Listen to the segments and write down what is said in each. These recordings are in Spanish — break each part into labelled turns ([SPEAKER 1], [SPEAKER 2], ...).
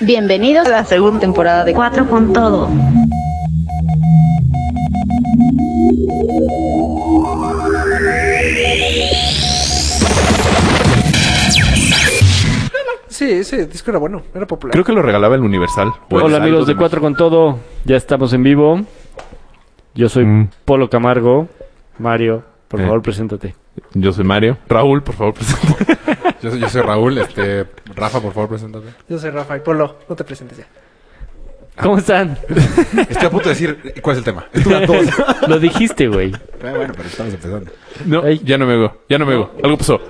[SPEAKER 1] Bienvenidos a la segunda temporada de Cuatro con Todo.
[SPEAKER 2] Sí, ese disco era bueno, era popular.
[SPEAKER 3] Creo que lo regalaba el Universal. Pues,
[SPEAKER 4] Hola
[SPEAKER 3] algo
[SPEAKER 4] amigos de Cuatro con Todo, ya estamos en vivo. Yo soy
[SPEAKER 3] Mm.
[SPEAKER 4] Polo Camargo. Mario, por
[SPEAKER 3] Eh.
[SPEAKER 4] favor, preséntate.
[SPEAKER 3] Yo soy Mario. Raúl, por favor, presenta.
[SPEAKER 5] Yo, soy- yo soy Raúl, este Rafa, por favor, preséntate.
[SPEAKER 2] Yo soy Rafa y Polo, no te presentes ya.
[SPEAKER 4] ¿Cómo están?
[SPEAKER 5] Estoy a punto de decir cuál es el tema.
[SPEAKER 4] lo dijiste, güey.
[SPEAKER 5] Ah, bueno, pero estamos empezando.
[SPEAKER 3] No,
[SPEAKER 4] Ey.
[SPEAKER 3] ya no me oigo. Ya no me oigo. Algo pasó.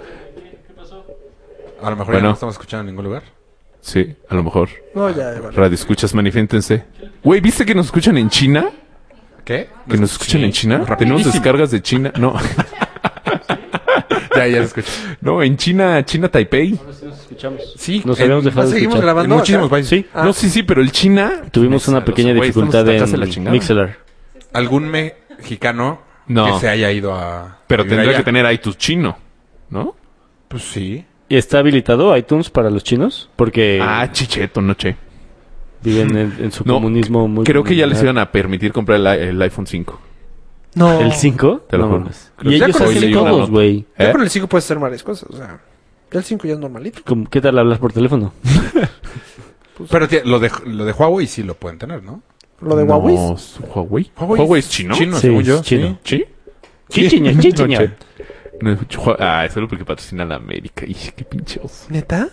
[SPEAKER 5] A lo mejor ya
[SPEAKER 3] Bueno.
[SPEAKER 5] no estamos escuchando en ningún lugar.
[SPEAKER 3] Sí, a lo mejor.
[SPEAKER 2] No, ya, ya, vale.
[SPEAKER 3] Radio escuchas, manifiéntense. Güey, ¿viste que nos escuchan en China?
[SPEAKER 5] ¿Qué?
[SPEAKER 3] ¿Que nos escuchan
[SPEAKER 5] Sí.
[SPEAKER 3] en China?
[SPEAKER 5] Rapidísimo.
[SPEAKER 3] Tenemos descargas de China. No,
[SPEAKER 5] Ya, ya se escucha.
[SPEAKER 3] no, en China, China Taipei.
[SPEAKER 5] Sí,
[SPEAKER 4] Nos habíamos dejado de
[SPEAKER 2] seguimos
[SPEAKER 4] escuchar.
[SPEAKER 2] grabando.
[SPEAKER 5] en muchísimos
[SPEAKER 2] acá.
[SPEAKER 5] países.
[SPEAKER 4] Sí,
[SPEAKER 2] Ah.
[SPEAKER 3] No, sí, sí, pero el China.
[SPEAKER 4] tuvimos una
[SPEAKER 3] Los-
[SPEAKER 4] pequeña
[SPEAKER 3] güey, estamos
[SPEAKER 4] dificultad
[SPEAKER 3] hasta atrás de la
[SPEAKER 4] en
[SPEAKER 3] chingada.
[SPEAKER 4] Mixelar.
[SPEAKER 5] Algún mexicano
[SPEAKER 3] No.
[SPEAKER 5] que se haya ido a.
[SPEAKER 3] Pero
[SPEAKER 5] vivir
[SPEAKER 3] tendría que
[SPEAKER 5] allá.
[SPEAKER 3] tener iTunes chino, ¿no?
[SPEAKER 5] Pues sí.
[SPEAKER 4] ¿Y está habilitado iTunes para los chinos? Porque
[SPEAKER 3] Ah, chicheto, noche.
[SPEAKER 4] viven en, en su
[SPEAKER 3] No,
[SPEAKER 4] comunismo muy...
[SPEAKER 3] Creo que ya les
[SPEAKER 4] comunal.
[SPEAKER 3] iban a permitir comprar el, i- el iPhone 5.
[SPEAKER 2] No.
[SPEAKER 4] ¿El 5?
[SPEAKER 3] Te lo juro. Creo
[SPEAKER 4] Y
[SPEAKER 3] que
[SPEAKER 4] ellos
[SPEAKER 3] ya con- hoy
[SPEAKER 4] hacen
[SPEAKER 3] leí una
[SPEAKER 4] todos,
[SPEAKER 3] nota.
[SPEAKER 4] güey.
[SPEAKER 2] Ya
[SPEAKER 3] ¿Eh?
[SPEAKER 2] con el 5 puedes hacer varias cosas, o sea. Ya el 5 ya es normalito.
[SPEAKER 4] ¿Cómo- ¿Qué tal hablas por teléfono?
[SPEAKER 5] Pero tía, lo, de, lo de Huawei sí lo pueden tener, ¿no?
[SPEAKER 2] Lo de
[SPEAKER 3] No,
[SPEAKER 2] Huawei.
[SPEAKER 3] su- Huawei. Huawei es chino.
[SPEAKER 5] Chino,
[SPEAKER 4] Sí,
[SPEAKER 5] según yo.
[SPEAKER 4] es chino.
[SPEAKER 3] ¿Sí?
[SPEAKER 4] Chichiña, chichiña.
[SPEAKER 3] Noche. No, Chua- Ah, es solo porque patrocina la América. Y qué pinche oso.
[SPEAKER 2] ¿Neta?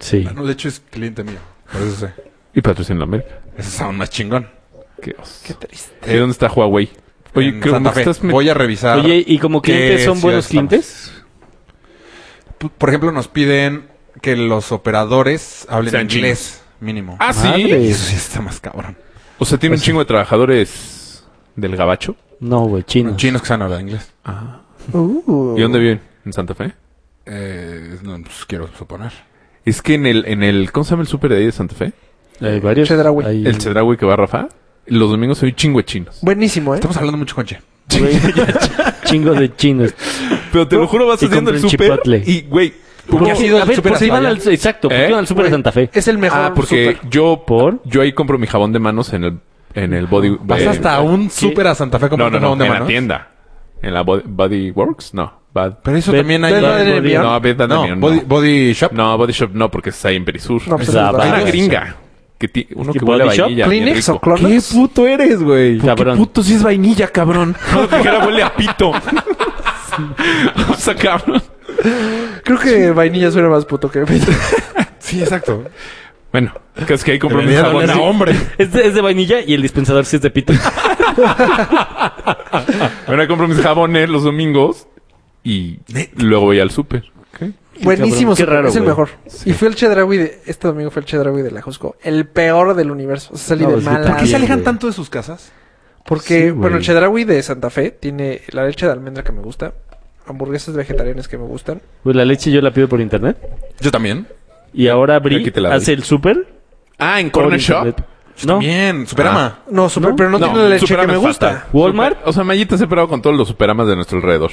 [SPEAKER 4] Sí.
[SPEAKER 5] Ah, no, de hecho es cliente mío. Por eso sé.
[SPEAKER 3] Y patrocina la América.
[SPEAKER 5] Eso es aún más chingón.
[SPEAKER 3] Qué oso.
[SPEAKER 2] Qué triste.
[SPEAKER 3] Eh, ¿Dónde está Huawei? Oye,
[SPEAKER 5] En
[SPEAKER 3] creo
[SPEAKER 5] Santa
[SPEAKER 3] que
[SPEAKER 5] Fe.
[SPEAKER 3] estás... met-
[SPEAKER 5] Voy a
[SPEAKER 3] Ah.
[SPEAKER 5] revisar.
[SPEAKER 4] Oye, ¿y como
[SPEAKER 5] qué
[SPEAKER 4] clientes son buenos
[SPEAKER 5] ciudad
[SPEAKER 4] clientes?
[SPEAKER 5] estamos. P- Por ejemplo, nos piden que los operadores hablen
[SPEAKER 3] Sean
[SPEAKER 5] inglés mínimo.
[SPEAKER 3] Ah, sí.
[SPEAKER 4] Madre.
[SPEAKER 5] Eso sí está más cabrón.
[SPEAKER 3] O sea, tiene un chingo de trabajadores del gabacho.
[SPEAKER 4] No, güey, chinos.
[SPEAKER 5] Chinos que saben hablar inglés.
[SPEAKER 2] Uh.
[SPEAKER 3] ¿Y dónde viven? ¿En Santa Fe?
[SPEAKER 5] Eh, no, pues, quiero suponer.
[SPEAKER 3] Es que en el, en el, ¿cómo se llama el súper de ahí de Santa Fe?
[SPEAKER 4] Hay varios.
[SPEAKER 2] Chedraui.
[SPEAKER 4] hay-
[SPEAKER 3] El Chedraui que va Rafa. Los domingos soy chingo de chinos.
[SPEAKER 2] Buenísimo, ¿eh?
[SPEAKER 5] Estamos hablando mucho con Che.
[SPEAKER 4] güey, chingo de chinos.
[SPEAKER 3] Pero te lo juro, vas
[SPEAKER 4] Y
[SPEAKER 3] haciendo el
[SPEAKER 4] compren
[SPEAKER 3] súper
[SPEAKER 4] chipotle.
[SPEAKER 3] y, güey...
[SPEAKER 5] Porque has ido
[SPEAKER 4] a
[SPEAKER 5] al
[SPEAKER 4] ver,
[SPEAKER 5] súper
[SPEAKER 4] pues
[SPEAKER 5] hasta
[SPEAKER 4] iban al,
[SPEAKER 5] allá.
[SPEAKER 4] exacto, porque
[SPEAKER 3] ¿Eh?
[SPEAKER 4] iban al súper de Santa Fe.
[SPEAKER 2] Es el mejor.
[SPEAKER 3] Ah, porque
[SPEAKER 2] súper.
[SPEAKER 3] yo...
[SPEAKER 4] ¿Por?
[SPEAKER 3] Yo ahí compro mi jabón de manos en el, en el body...
[SPEAKER 5] Vas
[SPEAKER 3] eh,
[SPEAKER 5] hasta un súper a Santa Fe
[SPEAKER 3] No, no,
[SPEAKER 5] comprando
[SPEAKER 3] no,
[SPEAKER 5] jabón de
[SPEAKER 3] en la
[SPEAKER 5] manos.
[SPEAKER 3] tienda. En la Body, Body Works, no. Bad-
[SPEAKER 5] Pero eso
[SPEAKER 4] Ve-
[SPEAKER 5] también hay...
[SPEAKER 2] ve- ve- ve-
[SPEAKER 3] No, a Bed and
[SPEAKER 5] no,
[SPEAKER 3] Beyond,
[SPEAKER 5] body,
[SPEAKER 3] no.
[SPEAKER 5] Body Shop.
[SPEAKER 3] No, Body Shop no, porque está ahí en Perisur.
[SPEAKER 2] No, pues,
[SPEAKER 4] Es
[SPEAKER 2] es
[SPEAKER 4] la
[SPEAKER 3] Hay
[SPEAKER 2] verdad.
[SPEAKER 3] una
[SPEAKER 4] Body
[SPEAKER 3] gringa. Que ti- uno
[SPEAKER 4] ¿Y
[SPEAKER 3] que huele a
[SPEAKER 4] Body Shop?
[SPEAKER 3] vainilla. bien
[SPEAKER 2] ¿Kleenex o
[SPEAKER 3] rico.
[SPEAKER 2] Clorox?
[SPEAKER 5] puto eres, güey?
[SPEAKER 4] Cabrón.
[SPEAKER 3] si es vainilla, cabrón. No, dijera huele a pito. o sea, cabrón.
[SPEAKER 2] Creo que vainilla suena más puto que
[SPEAKER 5] Sí, exacto.
[SPEAKER 3] Bueno, que es que ahí compró mi
[SPEAKER 5] Debería
[SPEAKER 3] jabón.
[SPEAKER 5] doler a
[SPEAKER 3] No,
[SPEAKER 5] hombre.
[SPEAKER 4] Es de, es de vainilla y el dispensador sí es de pito.
[SPEAKER 3] Bueno, ahí compro mis jabones los domingos y luego voy al súper.
[SPEAKER 2] Buenísimo,
[SPEAKER 4] cabrón, qué
[SPEAKER 2] súper,
[SPEAKER 4] raro,
[SPEAKER 2] es el
[SPEAKER 4] güey.
[SPEAKER 2] mejor. Y fue el Chedraui de. Este domingo fue el Chedraui de la Jusco. El peor del universo. O sea, salí
[SPEAKER 4] No,
[SPEAKER 2] de
[SPEAKER 4] sí,
[SPEAKER 2] mala.
[SPEAKER 4] ¿por qué
[SPEAKER 5] ¿Por qué se alejan
[SPEAKER 4] güey.
[SPEAKER 5] tanto de sus casas?
[SPEAKER 2] Porque,
[SPEAKER 4] Sí, güey.
[SPEAKER 2] bueno, el Chedraui de Santa Fe tiene la leche de almendra que me gusta, hamburguesas vegetarianas que me gustan.
[SPEAKER 4] Pues la leche yo la pido por internet.
[SPEAKER 5] Yo también.
[SPEAKER 4] Y ahora Bri
[SPEAKER 3] Aquí te la doy.
[SPEAKER 4] hace el súper.
[SPEAKER 3] Ah, en
[SPEAKER 4] por
[SPEAKER 3] Corner Shop.
[SPEAKER 4] internet. No,
[SPEAKER 5] Bien,
[SPEAKER 3] Ah.
[SPEAKER 5] Superama.
[SPEAKER 2] No, super, pero no, tiene la leche que
[SPEAKER 3] Superama
[SPEAKER 2] me
[SPEAKER 3] es
[SPEAKER 2] gusta.
[SPEAKER 3] fatal.
[SPEAKER 4] Walmart.
[SPEAKER 3] Super- o sea, Mayita se prueba con todos los superamas de nuestro alrededor.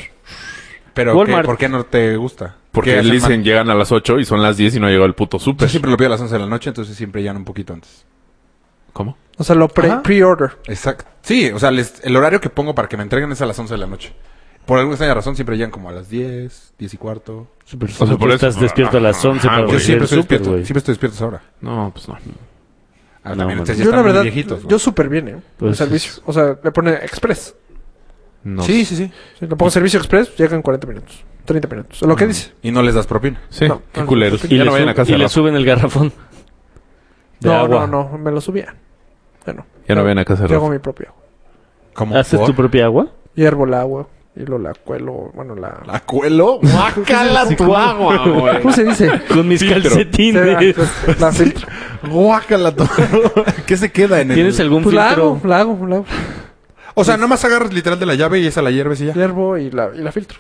[SPEAKER 5] Pero ¿qué-
[SPEAKER 4] Walmart.
[SPEAKER 5] ¿por qué no te gusta? ¿Qué
[SPEAKER 3] Porque
[SPEAKER 5] hacen
[SPEAKER 3] dicen, pues
[SPEAKER 5] mal?
[SPEAKER 3] llegan a las 8 y son las 10 y no llegó el puto
[SPEAKER 5] Yo
[SPEAKER 3] súper.
[SPEAKER 5] siempre lo pido a las 11 de la noche, entonces siempre llegan un poquito antes.
[SPEAKER 3] ¿Cómo?
[SPEAKER 2] O sea, lo pre-
[SPEAKER 5] Ajá.
[SPEAKER 2] pre-order.
[SPEAKER 5] Exacto. Sí, o sea, les- el horario que pongo para que me entreguen es a las 11 de la noche. Por alguna extraña razón siempre llegan como a las 10, 10 y cuarto.
[SPEAKER 4] Súper,
[SPEAKER 3] sea,
[SPEAKER 4] tú
[SPEAKER 3] por eso-
[SPEAKER 4] estás despierto a las 11
[SPEAKER 3] Ajá,
[SPEAKER 4] para
[SPEAKER 3] yo
[SPEAKER 4] ver
[SPEAKER 5] Yo
[SPEAKER 4] el
[SPEAKER 5] siempre estoy
[SPEAKER 4] súper,
[SPEAKER 5] despierto.
[SPEAKER 4] güey.
[SPEAKER 5] Siempre estoy despierto ahora.
[SPEAKER 3] No, pues no.
[SPEAKER 5] Ahora
[SPEAKER 4] No,
[SPEAKER 5] Ah, también
[SPEAKER 4] man.
[SPEAKER 5] ustedes ya
[SPEAKER 2] Yo, la
[SPEAKER 5] están muy
[SPEAKER 2] verdad,
[SPEAKER 5] viejitos, ¿no?
[SPEAKER 2] yo súper bien, ¿eh? el
[SPEAKER 4] Pues,
[SPEAKER 2] servicio. O sea, le pone express.
[SPEAKER 3] No
[SPEAKER 5] Sí, sí, sí.
[SPEAKER 2] Si
[SPEAKER 4] Pues-
[SPEAKER 2] lo pongo servicio express, llega en 40 minutos. 30 minutos. Lo que dice.
[SPEAKER 5] Y no les das propina.
[SPEAKER 3] Sí,
[SPEAKER 2] No,
[SPEAKER 3] qué
[SPEAKER 2] no,
[SPEAKER 3] culeros.
[SPEAKER 4] Y,
[SPEAKER 3] ya
[SPEAKER 4] le,
[SPEAKER 3] no vayan
[SPEAKER 4] sub-
[SPEAKER 3] a casa
[SPEAKER 4] y
[SPEAKER 3] de
[SPEAKER 4] le
[SPEAKER 3] Rafa.
[SPEAKER 4] suben el garrafón. De
[SPEAKER 2] No,
[SPEAKER 4] agua.
[SPEAKER 2] no, no, me lo subía. Bueno.
[SPEAKER 3] Ya no vayan a casa de
[SPEAKER 2] Yo hago
[SPEAKER 3] Rafa.
[SPEAKER 2] mi propio agua.
[SPEAKER 5] Como
[SPEAKER 4] ¿Haces tu propia agua?
[SPEAKER 2] Hiervo la agua y lo la cuelo, bueno, la...
[SPEAKER 5] ¿La cuelo?
[SPEAKER 3] Guácala tu agua, güey.
[SPEAKER 2] ¿Cómo se dice?
[SPEAKER 4] Con mis
[SPEAKER 3] Filtro.
[SPEAKER 4] calcetines.
[SPEAKER 2] la filtro.
[SPEAKER 5] Guácala tu... ¿Qué se queda en
[SPEAKER 4] ¿Tienes
[SPEAKER 5] el...?
[SPEAKER 4] algún
[SPEAKER 2] Pues la
[SPEAKER 4] filtro?
[SPEAKER 2] hago, la hago, la hago.
[SPEAKER 5] O sea, nomás agarras literal de la llave y esa la hierves y ya.
[SPEAKER 2] Hiervo y la, y la filtro.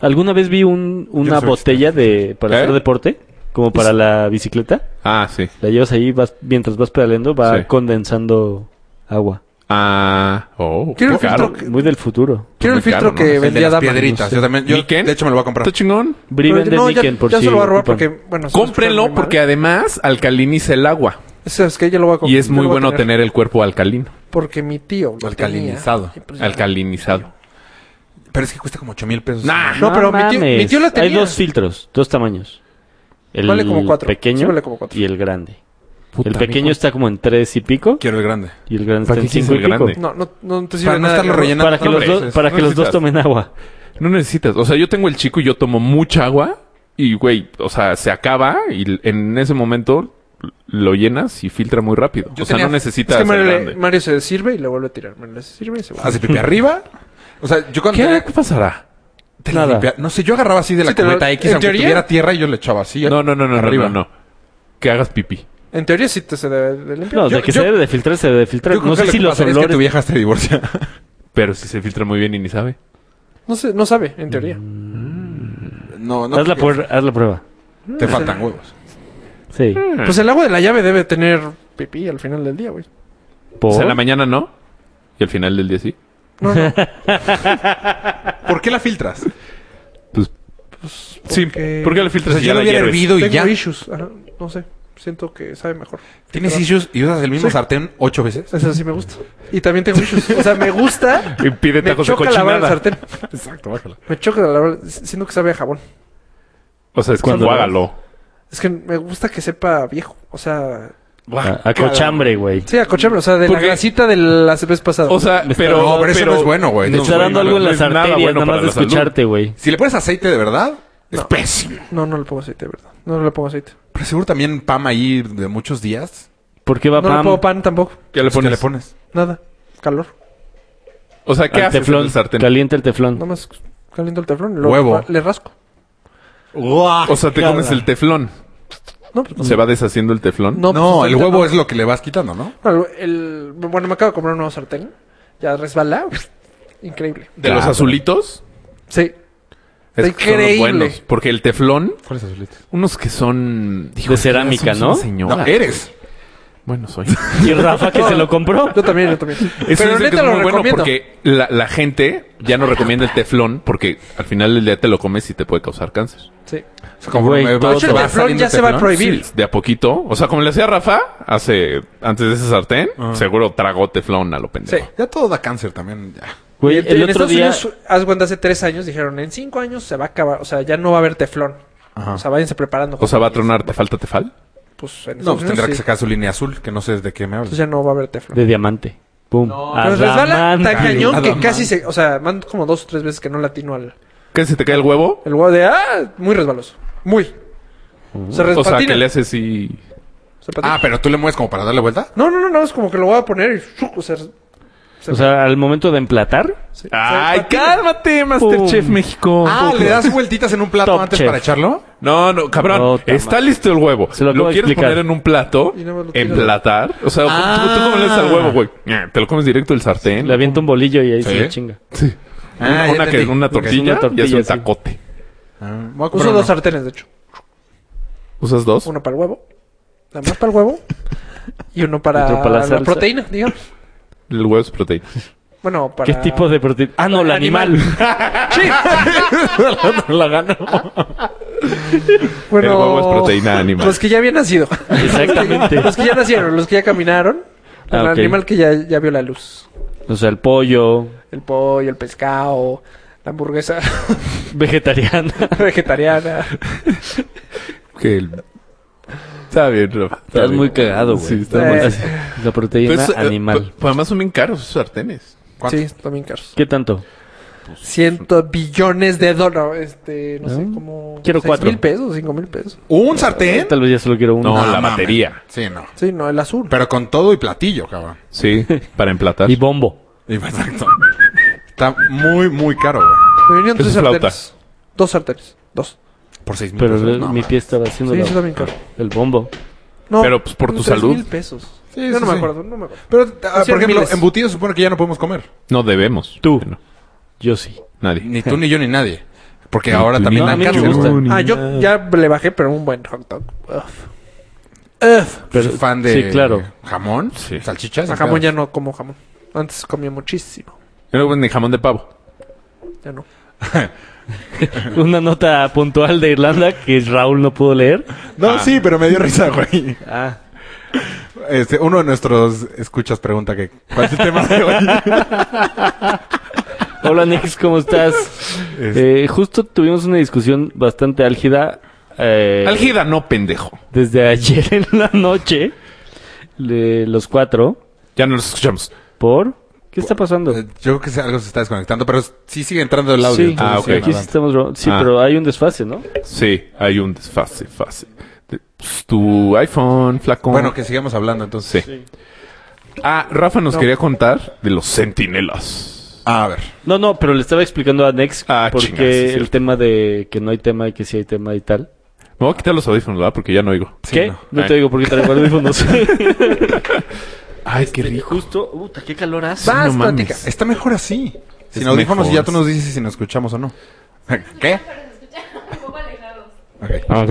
[SPEAKER 4] ¿Alguna vez vi un, una
[SPEAKER 5] no soy
[SPEAKER 4] botella de para
[SPEAKER 3] ¿Eh?
[SPEAKER 4] hacer deporte? Como para la bicicleta.
[SPEAKER 3] Ah, sí.
[SPEAKER 4] La llevas ahí, vas, mientras vas pedaleando, va
[SPEAKER 3] Sí.
[SPEAKER 4] condensando agua.
[SPEAKER 3] Ah, oh.
[SPEAKER 2] Quiero el
[SPEAKER 3] qué
[SPEAKER 2] filtro
[SPEAKER 3] caro.
[SPEAKER 2] que-
[SPEAKER 4] Muy del futuro.
[SPEAKER 2] Quiero el
[SPEAKER 3] Muy caro,
[SPEAKER 2] filtro
[SPEAKER 3] ¿no?
[SPEAKER 2] que
[SPEAKER 5] El de
[SPEAKER 2] vendía
[SPEAKER 5] las
[SPEAKER 2] Dama.
[SPEAKER 5] piedritas.
[SPEAKER 2] No
[SPEAKER 5] Yo
[SPEAKER 2] sé.
[SPEAKER 5] también. yo,
[SPEAKER 3] ¿Niken?
[SPEAKER 5] de hecho, me lo voy a comprar.
[SPEAKER 3] ¿Está chingón?
[SPEAKER 2] Pero
[SPEAKER 4] Briven
[SPEAKER 2] yo-
[SPEAKER 4] de
[SPEAKER 2] no, ya-
[SPEAKER 4] Niken, por
[SPEAKER 2] ya
[SPEAKER 4] si
[SPEAKER 2] se lo voy a robar
[SPEAKER 4] ocupan.
[SPEAKER 2] porque, bueno... se lo escuchan
[SPEAKER 3] Cómprenlo
[SPEAKER 2] muy mal.
[SPEAKER 3] porque además alcaliniza el agua.
[SPEAKER 2] ¿Sabes qué? Yo lo voy a comp-
[SPEAKER 3] Y es
[SPEAKER 2] yo
[SPEAKER 3] muy
[SPEAKER 2] lo voy a
[SPEAKER 3] bueno tener. el cuerpo alcalino.
[SPEAKER 2] Porque mi tío lo
[SPEAKER 5] Alcalinizado.
[SPEAKER 2] tenía. Y pues ya.
[SPEAKER 3] Alcalinizado.
[SPEAKER 5] Pero es que cuesta como 8 mil pesos.
[SPEAKER 3] Nah.
[SPEAKER 2] No, pero mi tío- mi
[SPEAKER 4] mames.
[SPEAKER 2] tío la
[SPEAKER 4] Hay
[SPEAKER 2] tenía.
[SPEAKER 4] dos filtros, dos tamaños. El
[SPEAKER 2] Vale como cuatro. Sí
[SPEAKER 4] pequeño
[SPEAKER 2] vale como cuatro.
[SPEAKER 4] y el grande.
[SPEAKER 3] Puta,
[SPEAKER 4] el pequeño
[SPEAKER 3] mijo.
[SPEAKER 4] está como en tres y pico
[SPEAKER 5] Quiero el grande.
[SPEAKER 4] y el grande
[SPEAKER 3] ¿Para
[SPEAKER 4] está en
[SPEAKER 3] qué quieres
[SPEAKER 4] cinco y
[SPEAKER 3] el
[SPEAKER 4] pico.
[SPEAKER 3] grande?
[SPEAKER 2] No, no, no te sirve
[SPEAKER 5] Para no
[SPEAKER 2] nada,
[SPEAKER 5] estarlo
[SPEAKER 2] cabrón.
[SPEAKER 5] rellenando.
[SPEAKER 4] Para que, los,
[SPEAKER 5] Hombre,
[SPEAKER 4] dos-
[SPEAKER 5] eso es-
[SPEAKER 4] para que
[SPEAKER 5] no
[SPEAKER 4] los dos
[SPEAKER 5] necesitas.
[SPEAKER 4] tomen agua.
[SPEAKER 3] No necesitas. O sea, yo tengo el chico y yo tomo mucha agua. Y, güey, o sea, se acaba y l- en ese momento lo llenas y filtra muy rápido.
[SPEAKER 5] Yo
[SPEAKER 3] o sea,
[SPEAKER 5] tenía-
[SPEAKER 3] no
[SPEAKER 2] Es
[SPEAKER 3] necesitas
[SPEAKER 2] que
[SPEAKER 3] el
[SPEAKER 2] Mario,
[SPEAKER 3] grande. Ah,
[SPEAKER 2] Mario se sirve y le vuelve a tirar. Mario se sirve y se vuelve.
[SPEAKER 5] Hace pipi arriba. O sea, yo cuando
[SPEAKER 3] ¿Qué
[SPEAKER 5] tenía-
[SPEAKER 3] pasará?
[SPEAKER 5] te
[SPEAKER 4] nada.
[SPEAKER 5] limpia- No sé, yo agarraba así de la
[SPEAKER 2] Sí, te lo-
[SPEAKER 5] cubeta X,
[SPEAKER 2] en
[SPEAKER 5] aunque
[SPEAKER 2] teoría-
[SPEAKER 5] tuviera tierra, y yo le echaba así.
[SPEAKER 3] No, no, no, no,
[SPEAKER 5] arriba.
[SPEAKER 3] arriba. no, no. Que hagas pipí.
[SPEAKER 2] En teoría sí te se debe de limpiar.
[SPEAKER 4] No,
[SPEAKER 5] Yo-
[SPEAKER 4] de que
[SPEAKER 5] yo-
[SPEAKER 4] se debe de filtrar, se debe de filtrar.
[SPEAKER 5] Yo creo
[SPEAKER 4] No
[SPEAKER 5] que
[SPEAKER 4] sé
[SPEAKER 5] lo
[SPEAKER 4] si
[SPEAKER 5] que
[SPEAKER 4] los
[SPEAKER 5] pasaría es que
[SPEAKER 4] olores...
[SPEAKER 5] tu vieja se divorcia.
[SPEAKER 3] Pero si se filtra muy bien y ni sabe.
[SPEAKER 2] No, sé, no sabe, en teoría.
[SPEAKER 4] Mm.
[SPEAKER 5] No, no.
[SPEAKER 4] haz, la
[SPEAKER 5] porque
[SPEAKER 4] puer- haz la prueba.
[SPEAKER 5] Te faltan huevos.
[SPEAKER 4] Sí.
[SPEAKER 2] Pues el agua de la llave debe tener pipí al final del día, güey.
[SPEAKER 4] ¿Por?
[SPEAKER 3] O sea, en la mañana no. Y al final del día sí.
[SPEAKER 2] No, no.
[SPEAKER 5] ¿Por qué la filtras?
[SPEAKER 3] Pues, sí.
[SPEAKER 2] porque-
[SPEAKER 3] ¿Por qué le filtras
[SPEAKER 5] O sea,
[SPEAKER 3] si
[SPEAKER 5] yo
[SPEAKER 3] ya
[SPEAKER 5] lo
[SPEAKER 3] la
[SPEAKER 5] hubiera
[SPEAKER 3] hierves?
[SPEAKER 5] hervido y
[SPEAKER 2] Tengo
[SPEAKER 5] ya.
[SPEAKER 2] issues. Ajá, no sé. Siento que sabe mejor.
[SPEAKER 5] Tienes
[SPEAKER 2] Pero-
[SPEAKER 5] issues y usas el mismo
[SPEAKER 2] Sí.
[SPEAKER 5] sartén ocho veces.
[SPEAKER 2] Eso sí me gusta. Y también tengo issues. O sea, me gusta.
[SPEAKER 3] Y pide
[SPEAKER 2] Me
[SPEAKER 3] tacos de
[SPEAKER 2] choca lavar el
[SPEAKER 3] cochinada.
[SPEAKER 2] sartén.
[SPEAKER 5] Exacto, bájala.
[SPEAKER 2] Me choca lavar. Siento que sabe a jabón.
[SPEAKER 3] O sea, es
[SPEAKER 4] Cuando
[SPEAKER 3] cuando
[SPEAKER 4] lo-
[SPEAKER 3] hágalo.
[SPEAKER 2] Es que me gusta que sepa viejo. O sea,
[SPEAKER 4] A, a cochambre, güey.
[SPEAKER 2] sí, a cochambre. O sea, de
[SPEAKER 3] Porque-
[SPEAKER 2] la grasita de la vez pasada.
[SPEAKER 3] O sea,
[SPEAKER 4] Me está-
[SPEAKER 3] pero,
[SPEAKER 5] No, pero eso no es bueno, güey. De
[SPEAKER 4] Te
[SPEAKER 5] hecho,
[SPEAKER 4] está
[SPEAKER 5] es
[SPEAKER 4] dando
[SPEAKER 5] bueno,
[SPEAKER 4] algo en
[SPEAKER 3] no
[SPEAKER 4] las
[SPEAKER 3] es nada
[SPEAKER 4] arterias,
[SPEAKER 3] bueno
[SPEAKER 4] nada más
[SPEAKER 3] para
[SPEAKER 4] de
[SPEAKER 3] la salud.
[SPEAKER 4] escucharte, güey.
[SPEAKER 5] Si le pones aceite de verdad, es pésimo.
[SPEAKER 2] no, no le pongo aceite, de verdad. No le pongo aceite.
[SPEAKER 5] Pero seguro también Pam ahí de muchos días.
[SPEAKER 4] ¿Por qué va
[SPEAKER 2] No le
[SPEAKER 4] Pam?
[SPEAKER 2] pongo pan tampoco.
[SPEAKER 3] ¿Qué le
[SPEAKER 5] Pues,
[SPEAKER 3] pones?
[SPEAKER 5] ¿Qué le pones?
[SPEAKER 2] Nada. Calor.
[SPEAKER 3] O sea, ¿qué
[SPEAKER 4] Al
[SPEAKER 3] haces en
[SPEAKER 4] teflón.
[SPEAKER 3] el sartén?
[SPEAKER 4] Calienta el teflón.
[SPEAKER 2] Nada más caliento el teflón. y luego
[SPEAKER 5] Huevo.
[SPEAKER 2] Le rasco.
[SPEAKER 3] O sea, te comes el teflón.
[SPEAKER 2] No, pues,
[SPEAKER 3] ¿Se va deshaciendo el teflón?
[SPEAKER 2] No,
[SPEAKER 5] No,
[SPEAKER 2] pues,
[SPEAKER 5] el
[SPEAKER 2] ahorita
[SPEAKER 5] huevo
[SPEAKER 2] no.
[SPEAKER 5] es lo que le vas quitando, ¿no?
[SPEAKER 2] Bueno, el- bueno, me acabo de comprar un nuevo sartén. Ya resbala. Increíble.
[SPEAKER 3] ¿De los
[SPEAKER 4] Claro.
[SPEAKER 3] azulitos?
[SPEAKER 2] Sí. Está
[SPEAKER 3] Es que son los
[SPEAKER 2] increíble.
[SPEAKER 3] buenos. Porque el teflón,
[SPEAKER 5] ¿Cuál es azulito?
[SPEAKER 3] unos que son...
[SPEAKER 4] de cerámica,
[SPEAKER 3] somos
[SPEAKER 4] ¿no?
[SPEAKER 3] una señora. Eh,
[SPEAKER 5] No, eres.
[SPEAKER 3] Bueno, soy.
[SPEAKER 4] Y Rafa que se lo compró.
[SPEAKER 2] Yo también, yo también.
[SPEAKER 3] Eso
[SPEAKER 2] Pero
[SPEAKER 3] dicen que
[SPEAKER 2] neta
[SPEAKER 3] es
[SPEAKER 2] lo
[SPEAKER 3] muy bueno
[SPEAKER 2] recomiendo.
[SPEAKER 3] porque la, la gente ya no recomienda el teflón porque al final del día te lo comes y te puede causar cáncer.
[SPEAKER 2] Sí.
[SPEAKER 5] O sea, como
[SPEAKER 4] Güey,
[SPEAKER 5] me
[SPEAKER 4] todo
[SPEAKER 5] va-
[SPEAKER 4] te
[SPEAKER 5] va
[SPEAKER 2] va
[SPEAKER 5] saliendo
[SPEAKER 2] ya se va a
[SPEAKER 5] teflón.
[SPEAKER 2] prohibir. Evil.
[SPEAKER 3] Sí, de a poquito. O sea, como le hacía Rafa hace antes de ese sartén,
[SPEAKER 5] Ah.
[SPEAKER 3] seguro tragó teflón a lo pendejo.
[SPEAKER 2] Sí.
[SPEAKER 5] Ya todo da cáncer también, ya.
[SPEAKER 4] Güey,
[SPEAKER 2] Y
[SPEAKER 4] el
[SPEAKER 2] en
[SPEAKER 4] otro
[SPEAKER 2] Estados
[SPEAKER 4] día...
[SPEAKER 2] Unidos, haz cuenta, hace tres años dijeron, en cinco años se va a acabar, o sea, ya no va a haber teflón.
[SPEAKER 5] Ajá.
[SPEAKER 2] O sea, váyanse preparando.
[SPEAKER 3] O sea, va a tronar, ¿te falta tefal?
[SPEAKER 2] Pues en
[SPEAKER 5] No,
[SPEAKER 2] Estados
[SPEAKER 5] pues
[SPEAKER 2] Unidos
[SPEAKER 5] tendrá que
[SPEAKER 2] sí.
[SPEAKER 5] sacar su línea azul, que no sé de qué me hablas.
[SPEAKER 2] Entonces ya no va a haber teflón.
[SPEAKER 4] De diamante. Pum.
[SPEAKER 2] Pero resbala tan
[SPEAKER 4] Adamante.
[SPEAKER 2] cañón que
[SPEAKER 5] Adamante.
[SPEAKER 2] casi se... O sea, van como dos o tres veces que no latino al...
[SPEAKER 3] ¿Qué? ¿Se te cae el huevo?
[SPEAKER 2] El huevo de... ¡Ah! Muy resbaloso. Muy. Se
[SPEAKER 3] O sea,
[SPEAKER 2] respatina.
[SPEAKER 3] que le haces y...
[SPEAKER 2] Se patina.
[SPEAKER 5] Ah, pero tú le mueves como para darle vuelta.
[SPEAKER 2] No, no, no, no. Es como que lo voy a poner y... ¡shuc! O sea... se-
[SPEAKER 4] O sea, al momento de emplatar...
[SPEAKER 2] se-
[SPEAKER 3] ¡Ay,
[SPEAKER 2] se patina.
[SPEAKER 3] cálmate, Masterchef
[SPEAKER 4] Pum.
[SPEAKER 3] México!
[SPEAKER 5] Ah, le das vueltitas en un plato
[SPEAKER 4] Top
[SPEAKER 5] antes
[SPEAKER 4] Chef.
[SPEAKER 5] para echarlo.
[SPEAKER 3] No, no, cabrón.
[SPEAKER 4] Puta
[SPEAKER 3] está listo el huevo.
[SPEAKER 4] Se lo
[SPEAKER 3] lo
[SPEAKER 4] acabo de
[SPEAKER 3] quieres
[SPEAKER 4] explicar.
[SPEAKER 3] poner en un plato,
[SPEAKER 2] Y nada más lo tiras.
[SPEAKER 3] emplatar. O sea,
[SPEAKER 5] Ah.
[SPEAKER 3] ¿tú, tú cómo le das al huevo, güey? Eh, Te lo comes directo del sartén.
[SPEAKER 4] Le avienta un bolillo y ahí
[SPEAKER 5] Sí.
[SPEAKER 4] se lo chinga.
[SPEAKER 3] Sí.
[SPEAKER 5] Ah,
[SPEAKER 3] Una-
[SPEAKER 5] ya
[SPEAKER 3] una, que-
[SPEAKER 5] entendí.
[SPEAKER 3] una
[SPEAKER 5] Porque es
[SPEAKER 3] tortilla,
[SPEAKER 4] una tortilla,
[SPEAKER 3] y hace un
[SPEAKER 4] sí.
[SPEAKER 3] tacote.
[SPEAKER 5] Ah, voy a comprar
[SPEAKER 2] Uso
[SPEAKER 5] uno.
[SPEAKER 2] dos sartenes, de hecho.
[SPEAKER 3] ¿Usas dos?
[SPEAKER 2] Uno para el huevo. Nada más para el huevo. Y uno para,
[SPEAKER 4] Otro para la
[SPEAKER 2] la,
[SPEAKER 4] salsa.
[SPEAKER 2] proteína, digamos.
[SPEAKER 3] El huevo es proteína.
[SPEAKER 2] Bueno, para...
[SPEAKER 4] ¿Qué tipo de proteína? Ah, no, el animal. la gano.
[SPEAKER 2] Bueno, Pues-
[SPEAKER 3] El huevo es proteína animal.
[SPEAKER 2] Los que ya habían nacido.
[SPEAKER 4] Exactamente.
[SPEAKER 2] los que ya nacieron, los que ya caminaron.
[SPEAKER 4] Ah,
[SPEAKER 2] el
[SPEAKER 4] ok.
[SPEAKER 2] animal que ya, ya vio la luz.
[SPEAKER 4] O sea, el pollo,
[SPEAKER 2] El pollo, el pescado, la hamburguesa
[SPEAKER 4] vegetariano.
[SPEAKER 2] vegetariana.
[SPEAKER 3] Que el- Está bien, Rafa. está
[SPEAKER 4] Estás
[SPEAKER 3] bien.
[SPEAKER 4] muy cagado, güey.
[SPEAKER 3] Sí, está muy...
[SPEAKER 2] Eh,
[SPEAKER 4] La proteína
[SPEAKER 3] Pues, eh,
[SPEAKER 4] animal.
[SPEAKER 3] pues, además son bien caros esos sartenes.
[SPEAKER 5] ¿Cuánto?
[SPEAKER 2] Sí, están bien caros.
[SPEAKER 4] ¿Qué tanto?
[SPEAKER 2] Ciento billones de dólares. Este, no sé,
[SPEAKER 4] Ah.
[SPEAKER 2] como...
[SPEAKER 4] Quiero
[SPEAKER 2] seis
[SPEAKER 4] cuatro.
[SPEAKER 2] mil pesos, cinco mil pesos.
[SPEAKER 5] ¿Un sartén?
[SPEAKER 4] Tal vez ya solo quiero uno.
[SPEAKER 3] ¿eh? No, la
[SPEAKER 5] mames.
[SPEAKER 3] batería.
[SPEAKER 5] Sí, no.
[SPEAKER 2] Sí, no, el azul.
[SPEAKER 5] Pero con todo y platillo, cabrón.
[SPEAKER 3] Sí, para emplatar.
[SPEAKER 4] Y bombo.
[SPEAKER 5] Y- Exacto. Está muy, muy caro, güey.
[SPEAKER 2] Me vinieron
[SPEAKER 3] ¿Qué
[SPEAKER 2] tres
[SPEAKER 3] es flauta?
[SPEAKER 2] sartenes. Dos sartenes. Dos.
[SPEAKER 5] Por seis mil
[SPEAKER 4] Pero
[SPEAKER 5] pesos,
[SPEAKER 4] el-
[SPEAKER 5] no,
[SPEAKER 4] mi
[SPEAKER 5] mames.
[SPEAKER 4] pie estaba haciendo
[SPEAKER 2] Sí,
[SPEAKER 4] la-
[SPEAKER 2] sí, está bien caro.
[SPEAKER 4] el bombo.
[SPEAKER 2] No,
[SPEAKER 3] Ah. Pero, pues, por tu
[SPEAKER 2] tres
[SPEAKER 3] salud.
[SPEAKER 2] mil pesos.
[SPEAKER 5] Sí,
[SPEAKER 2] Yo
[SPEAKER 5] sí,
[SPEAKER 2] no me
[SPEAKER 5] sí.
[SPEAKER 2] acuerdo, no me acuerdo.
[SPEAKER 5] Pero, ah,
[SPEAKER 2] Cien
[SPEAKER 5] por ejemplo,
[SPEAKER 2] miles.
[SPEAKER 5] embutidos supone que ya no podemos comer.
[SPEAKER 3] No debemos.
[SPEAKER 4] Tú.
[SPEAKER 3] Bueno,
[SPEAKER 4] Yo sí.
[SPEAKER 3] nadie.
[SPEAKER 5] Ni tú, ni yo, ni nadie. Porque ahora
[SPEAKER 3] tú,
[SPEAKER 5] también
[SPEAKER 3] ni
[SPEAKER 5] dan
[SPEAKER 4] yo.
[SPEAKER 5] cáncer,
[SPEAKER 4] No, a mí me
[SPEAKER 5] güey.
[SPEAKER 4] Ni
[SPEAKER 2] Ah, yo ya le bajé, pero un buen hot dog. Uf. Uf.
[SPEAKER 4] Pero,
[SPEAKER 5] ¿Fan de
[SPEAKER 4] Sí, claro.
[SPEAKER 5] jamón?
[SPEAKER 3] Sí.
[SPEAKER 5] ¿Salchichas?
[SPEAKER 2] A jamón ya Pues no como jamón. Antes comía muchísimo.
[SPEAKER 3] Yo no como ni jamón de pavo.
[SPEAKER 2] Ya no.
[SPEAKER 4] Ah, Una nota puntual de Irlanda que Raúl no pudo leer.
[SPEAKER 5] No, sí, pero me dio risa, güey.
[SPEAKER 4] Ah.
[SPEAKER 5] Este, uno de nuestros escuchas pregunta que ¿cuál es el tema de hoy?
[SPEAKER 4] Hola Nix, ¿cómo estás?
[SPEAKER 5] Es-
[SPEAKER 4] Eh, justo tuvimos una discusión bastante álgida. eh,
[SPEAKER 3] Algida no, pendejo.
[SPEAKER 4] Desde ayer en la noche. De los cuatro.
[SPEAKER 3] Ya no los escuchamos.
[SPEAKER 4] ¿Por? ¿Qué está pasando?
[SPEAKER 5] Eh, Yo creo que algo se está desconectando, pero sí sigue entrando el audio.
[SPEAKER 4] Sí,
[SPEAKER 5] entonces
[SPEAKER 3] Ah, ok.
[SPEAKER 5] sí,
[SPEAKER 4] aquí sí
[SPEAKER 5] adelante.
[SPEAKER 4] estamos... ro- Sí,
[SPEAKER 3] Ah.
[SPEAKER 4] pero hay un desfase, ¿no?
[SPEAKER 3] Sí, hay un desfase, fase. De- pues, tu iPhone, flaco.
[SPEAKER 5] Bueno, que sigamos hablando
[SPEAKER 3] Sí.
[SPEAKER 5] entonces.
[SPEAKER 3] Ah, Rafa nos quería contar de los centinelas.
[SPEAKER 5] A ver.
[SPEAKER 4] No, no, pero le estaba explicando a Nex
[SPEAKER 3] Ah,
[SPEAKER 4] porque
[SPEAKER 3] chinga, sí es
[SPEAKER 4] el
[SPEAKER 3] cierto.
[SPEAKER 4] tema de que no hay tema y que sí hay tema y tal.
[SPEAKER 3] Me voy a quitar los audífonos, ¿verdad? Porque ya no Eh. oigo.
[SPEAKER 4] ¿Qué?
[SPEAKER 5] no.
[SPEAKER 4] No, te
[SPEAKER 3] Ay.
[SPEAKER 4] digo porque traigo audífonos.
[SPEAKER 3] Ay, qué
[SPEAKER 4] Y
[SPEAKER 3] rico.
[SPEAKER 4] justo, puta, qué calor hace.
[SPEAKER 2] Vas,
[SPEAKER 3] Este, no mames.
[SPEAKER 2] platica.
[SPEAKER 5] Está mejor así. Sin
[SPEAKER 3] Es
[SPEAKER 5] audífonos
[SPEAKER 3] mejor.
[SPEAKER 5] y ya tú nos dices si nos escuchamos o no. ¿Qué? Ok.
[SPEAKER 3] Ok.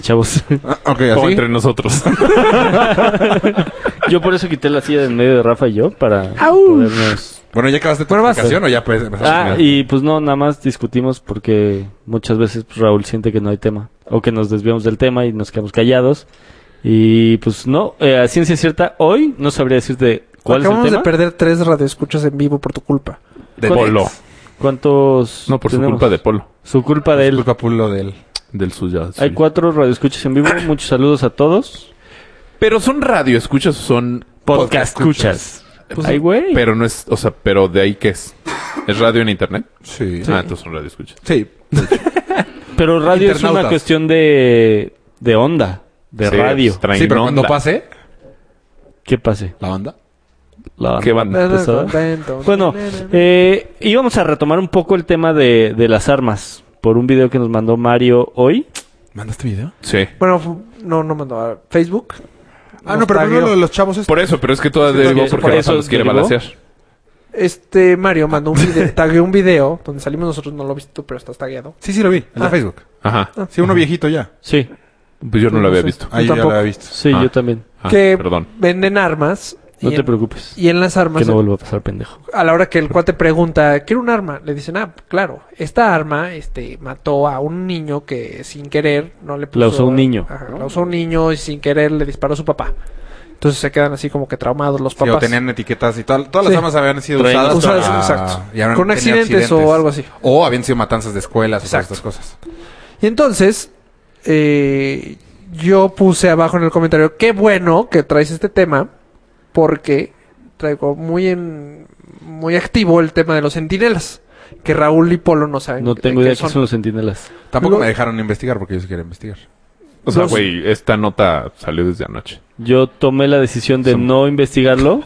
[SPEAKER 4] chavos.
[SPEAKER 5] Ah, ok,
[SPEAKER 3] O
[SPEAKER 5] así.
[SPEAKER 3] entre nosotros.
[SPEAKER 4] Yo por eso quité la silla de en medio de Rafa y yo para podernos...
[SPEAKER 5] Bueno, ¿ya acabaste tu
[SPEAKER 2] Bueno, vas.
[SPEAKER 5] explicación o ya puedes empezar?
[SPEAKER 4] Ah, y pues no, nada más discutimos porque muchas veces pues, Raúl siente que no hay tema o que nos desviamos del tema y nos quedamos callados. Y pues no, eh, a ciencia cierta, hoy no sabría decirte cuál
[SPEAKER 2] Acabamos
[SPEAKER 4] es el
[SPEAKER 2] de
[SPEAKER 4] tema.
[SPEAKER 2] perder tres radioescuchas en vivo por tu culpa.
[SPEAKER 5] De
[SPEAKER 4] ¿cuál-
[SPEAKER 5] Polo.
[SPEAKER 4] ¿Cuántos?
[SPEAKER 3] No, por su
[SPEAKER 4] tenemos?
[SPEAKER 3] culpa de Polo.
[SPEAKER 4] Su culpa de
[SPEAKER 5] Es
[SPEAKER 4] él.
[SPEAKER 5] culpa Pulo de él.
[SPEAKER 3] Del suyo.
[SPEAKER 4] Hay cuatro radioescuchas en vivo. Muchos saludos a todos.
[SPEAKER 3] Pero son radio, escuchas, son...
[SPEAKER 5] Podcast
[SPEAKER 4] escuchas.
[SPEAKER 2] Pues,
[SPEAKER 4] Ay, güey.
[SPEAKER 3] Pero no es... O sea, pero de ahí qué es. ¿Es radio en internet?
[SPEAKER 5] Sí.
[SPEAKER 3] Ah, entonces son radio, escuchas.
[SPEAKER 5] Sí.
[SPEAKER 4] Pero radio es una
[SPEAKER 5] Internautas.
[SPEAKER 4] cuestión de, de onda, de
[SPEAKER 3] Sí,
[SPEAKER 4] radio.
[SPEAKER 3] pues, traen
[SPEAKER 5] Sí, pero
[SPEAKER 3] onda.
[SPEAKER 5] cuando pase,
[SPEAKER 4] ¿Qué pase?
[SPEAKER 5] la onda.
[SPEAKER 4] La-
[SPEAKER 3] ¿Qué banda?
[SPEAKER 4] pesada.
[SPEAKER 2] Contento.
[SPEAKER 4] Bueno, eh, íbamos a retomar un poco el tema de, de las armas por un video que nos mandó Mario hoy.
[SPEAKER 5] ¿Mandaste video?
[SPEAKER 3] Sí.
[SPEAKER 2] Bueno, fu- no, no mandó a Facebook.
[SPEAKER 5] Ah,
[SPEAKER 2] Nos
[SPEAKER 5] no, pero
[SPEAKER 2] tagueó.
[SPEAKER 5] primero lo de los chavos este. es...
[SPEAKER 3] Por eso, pero es que todas
[SPEAKER 4] Sí,
[SPEAKER 3] derivó
[SPEAKER 4] porque
[SPEAKER 3] porque
[SPEAKER 4] por
[SPEAKER 3] Rafa
[SPEAKER 4] eso
[SPEAKER 3] los quiere
[SPEAKER 4] derivó.
[SPEAKER 3] balancear.
[SPEAKER 2] Este Mario mandó un video, tagueó un video donde salimos nosotros, no lo viste tú, pero estás tagueado.
[SPEAKER 5] Sí, sí lo vi, en
[SPEAKER 2] Ah.
[SPEAKER 5] Facebook.
[SPEAKER 3] Ajá.
[SPEAKER 5] Sí, uno viejito ya.
[SPEAKER 4] Sí,
[SPEAKER 3] Pues yo no lo había
[SPEAKER 2] Sí.
[SPEAKER 3] visto.
[SPEAKER 5] Ahí
[SPEAKER 2] Yo
[SPEAKER 5] ya lo
[SPEAKER 2] tampoco.
[SPEAKER 5] había visto.
[SPEAKER 4] sí,
[SPEAKER 3] Ah.
[SPEAKER 4] yo también.
[SPEAKER 3] Ah,
[SPEAKER 2] que
[SPEAKER 3] perdón.
[SPEAKER 2] venden armas.
[SPEAKER 4] No
[SPEAKER 2] y,
[SPEAKER 4] te
[SPEAKER 2] en,
[SPEAKER 4] preocupes.
[SPEAKER 2] y en las
[SPEAKER 4] Que
[SPEAKER 2] armas,
[SPEAKER 4] no vuelva a pasar, pendejo.
[SPEAKER 2] a la hora que el cuate pregunta, quiero un arma, le dicen, ah, claro, esta arma este, mató a un niño que sin querer no le puso.
[SPEAKER 4] usó un niño.
[SPEAKER 2] Ajá, la usó un niño y sin querer le disparó a su papá. Entonces se quedan así como que traumados los
[SPEAKER 5] Sí,
[SPEAKER 2] papás.
[SPEAKER 5] o tenían etiquetas y tal. Todas las
[SPEAKER 2] Sí.
[SPEAKER 5] armas habían sido
[SPEAKER 4] Traían
[SPEAKER 5] usadas.
[SPEAKER 2] usadas,
[SPEAKER 5] para-
[SPEAKER 2] exacto.
[SPEAKER 5] y habían
[SPEAKER 2] Con
[SPEAKER 5] tenido
[SPEAKER 2] accidentes o algo así.
[SPEAKER 5] O habían sido matanzas de escuelas
[SPEAKER 2] Exacto.
[SPEAKER 5] o todas estas cosas.
[SPEAKER 2] Y entonces, eh, yo puse abajo en el comentario, qué bueno que traes este tema, porque traigo muy en, muy activo el tema de los centinelas, que Raúl y Polo no saben.
[SPEAKER 4] No
[SPEAKER 2] de
[SPEAKER 4] tengo
[SPEAKER 2] qué
[SPEAKER 4] idea que son los centinelas.
[SPEAKER 5] Tampoco
[SPEAKER 2] Lo-
[SPEAKER 5] me dejaron investigar porque yo sí quería investigar.
[SPEAKER 3] O sea,
[SPEAKER 2] Los-
[SPEAKER 3] güey, esta nota salió desde anoche.
[SPEAKER 4] Yo tomé la decisión de
[SPEAKER 3] Son-
[SPEAKER 4] no investigarlo.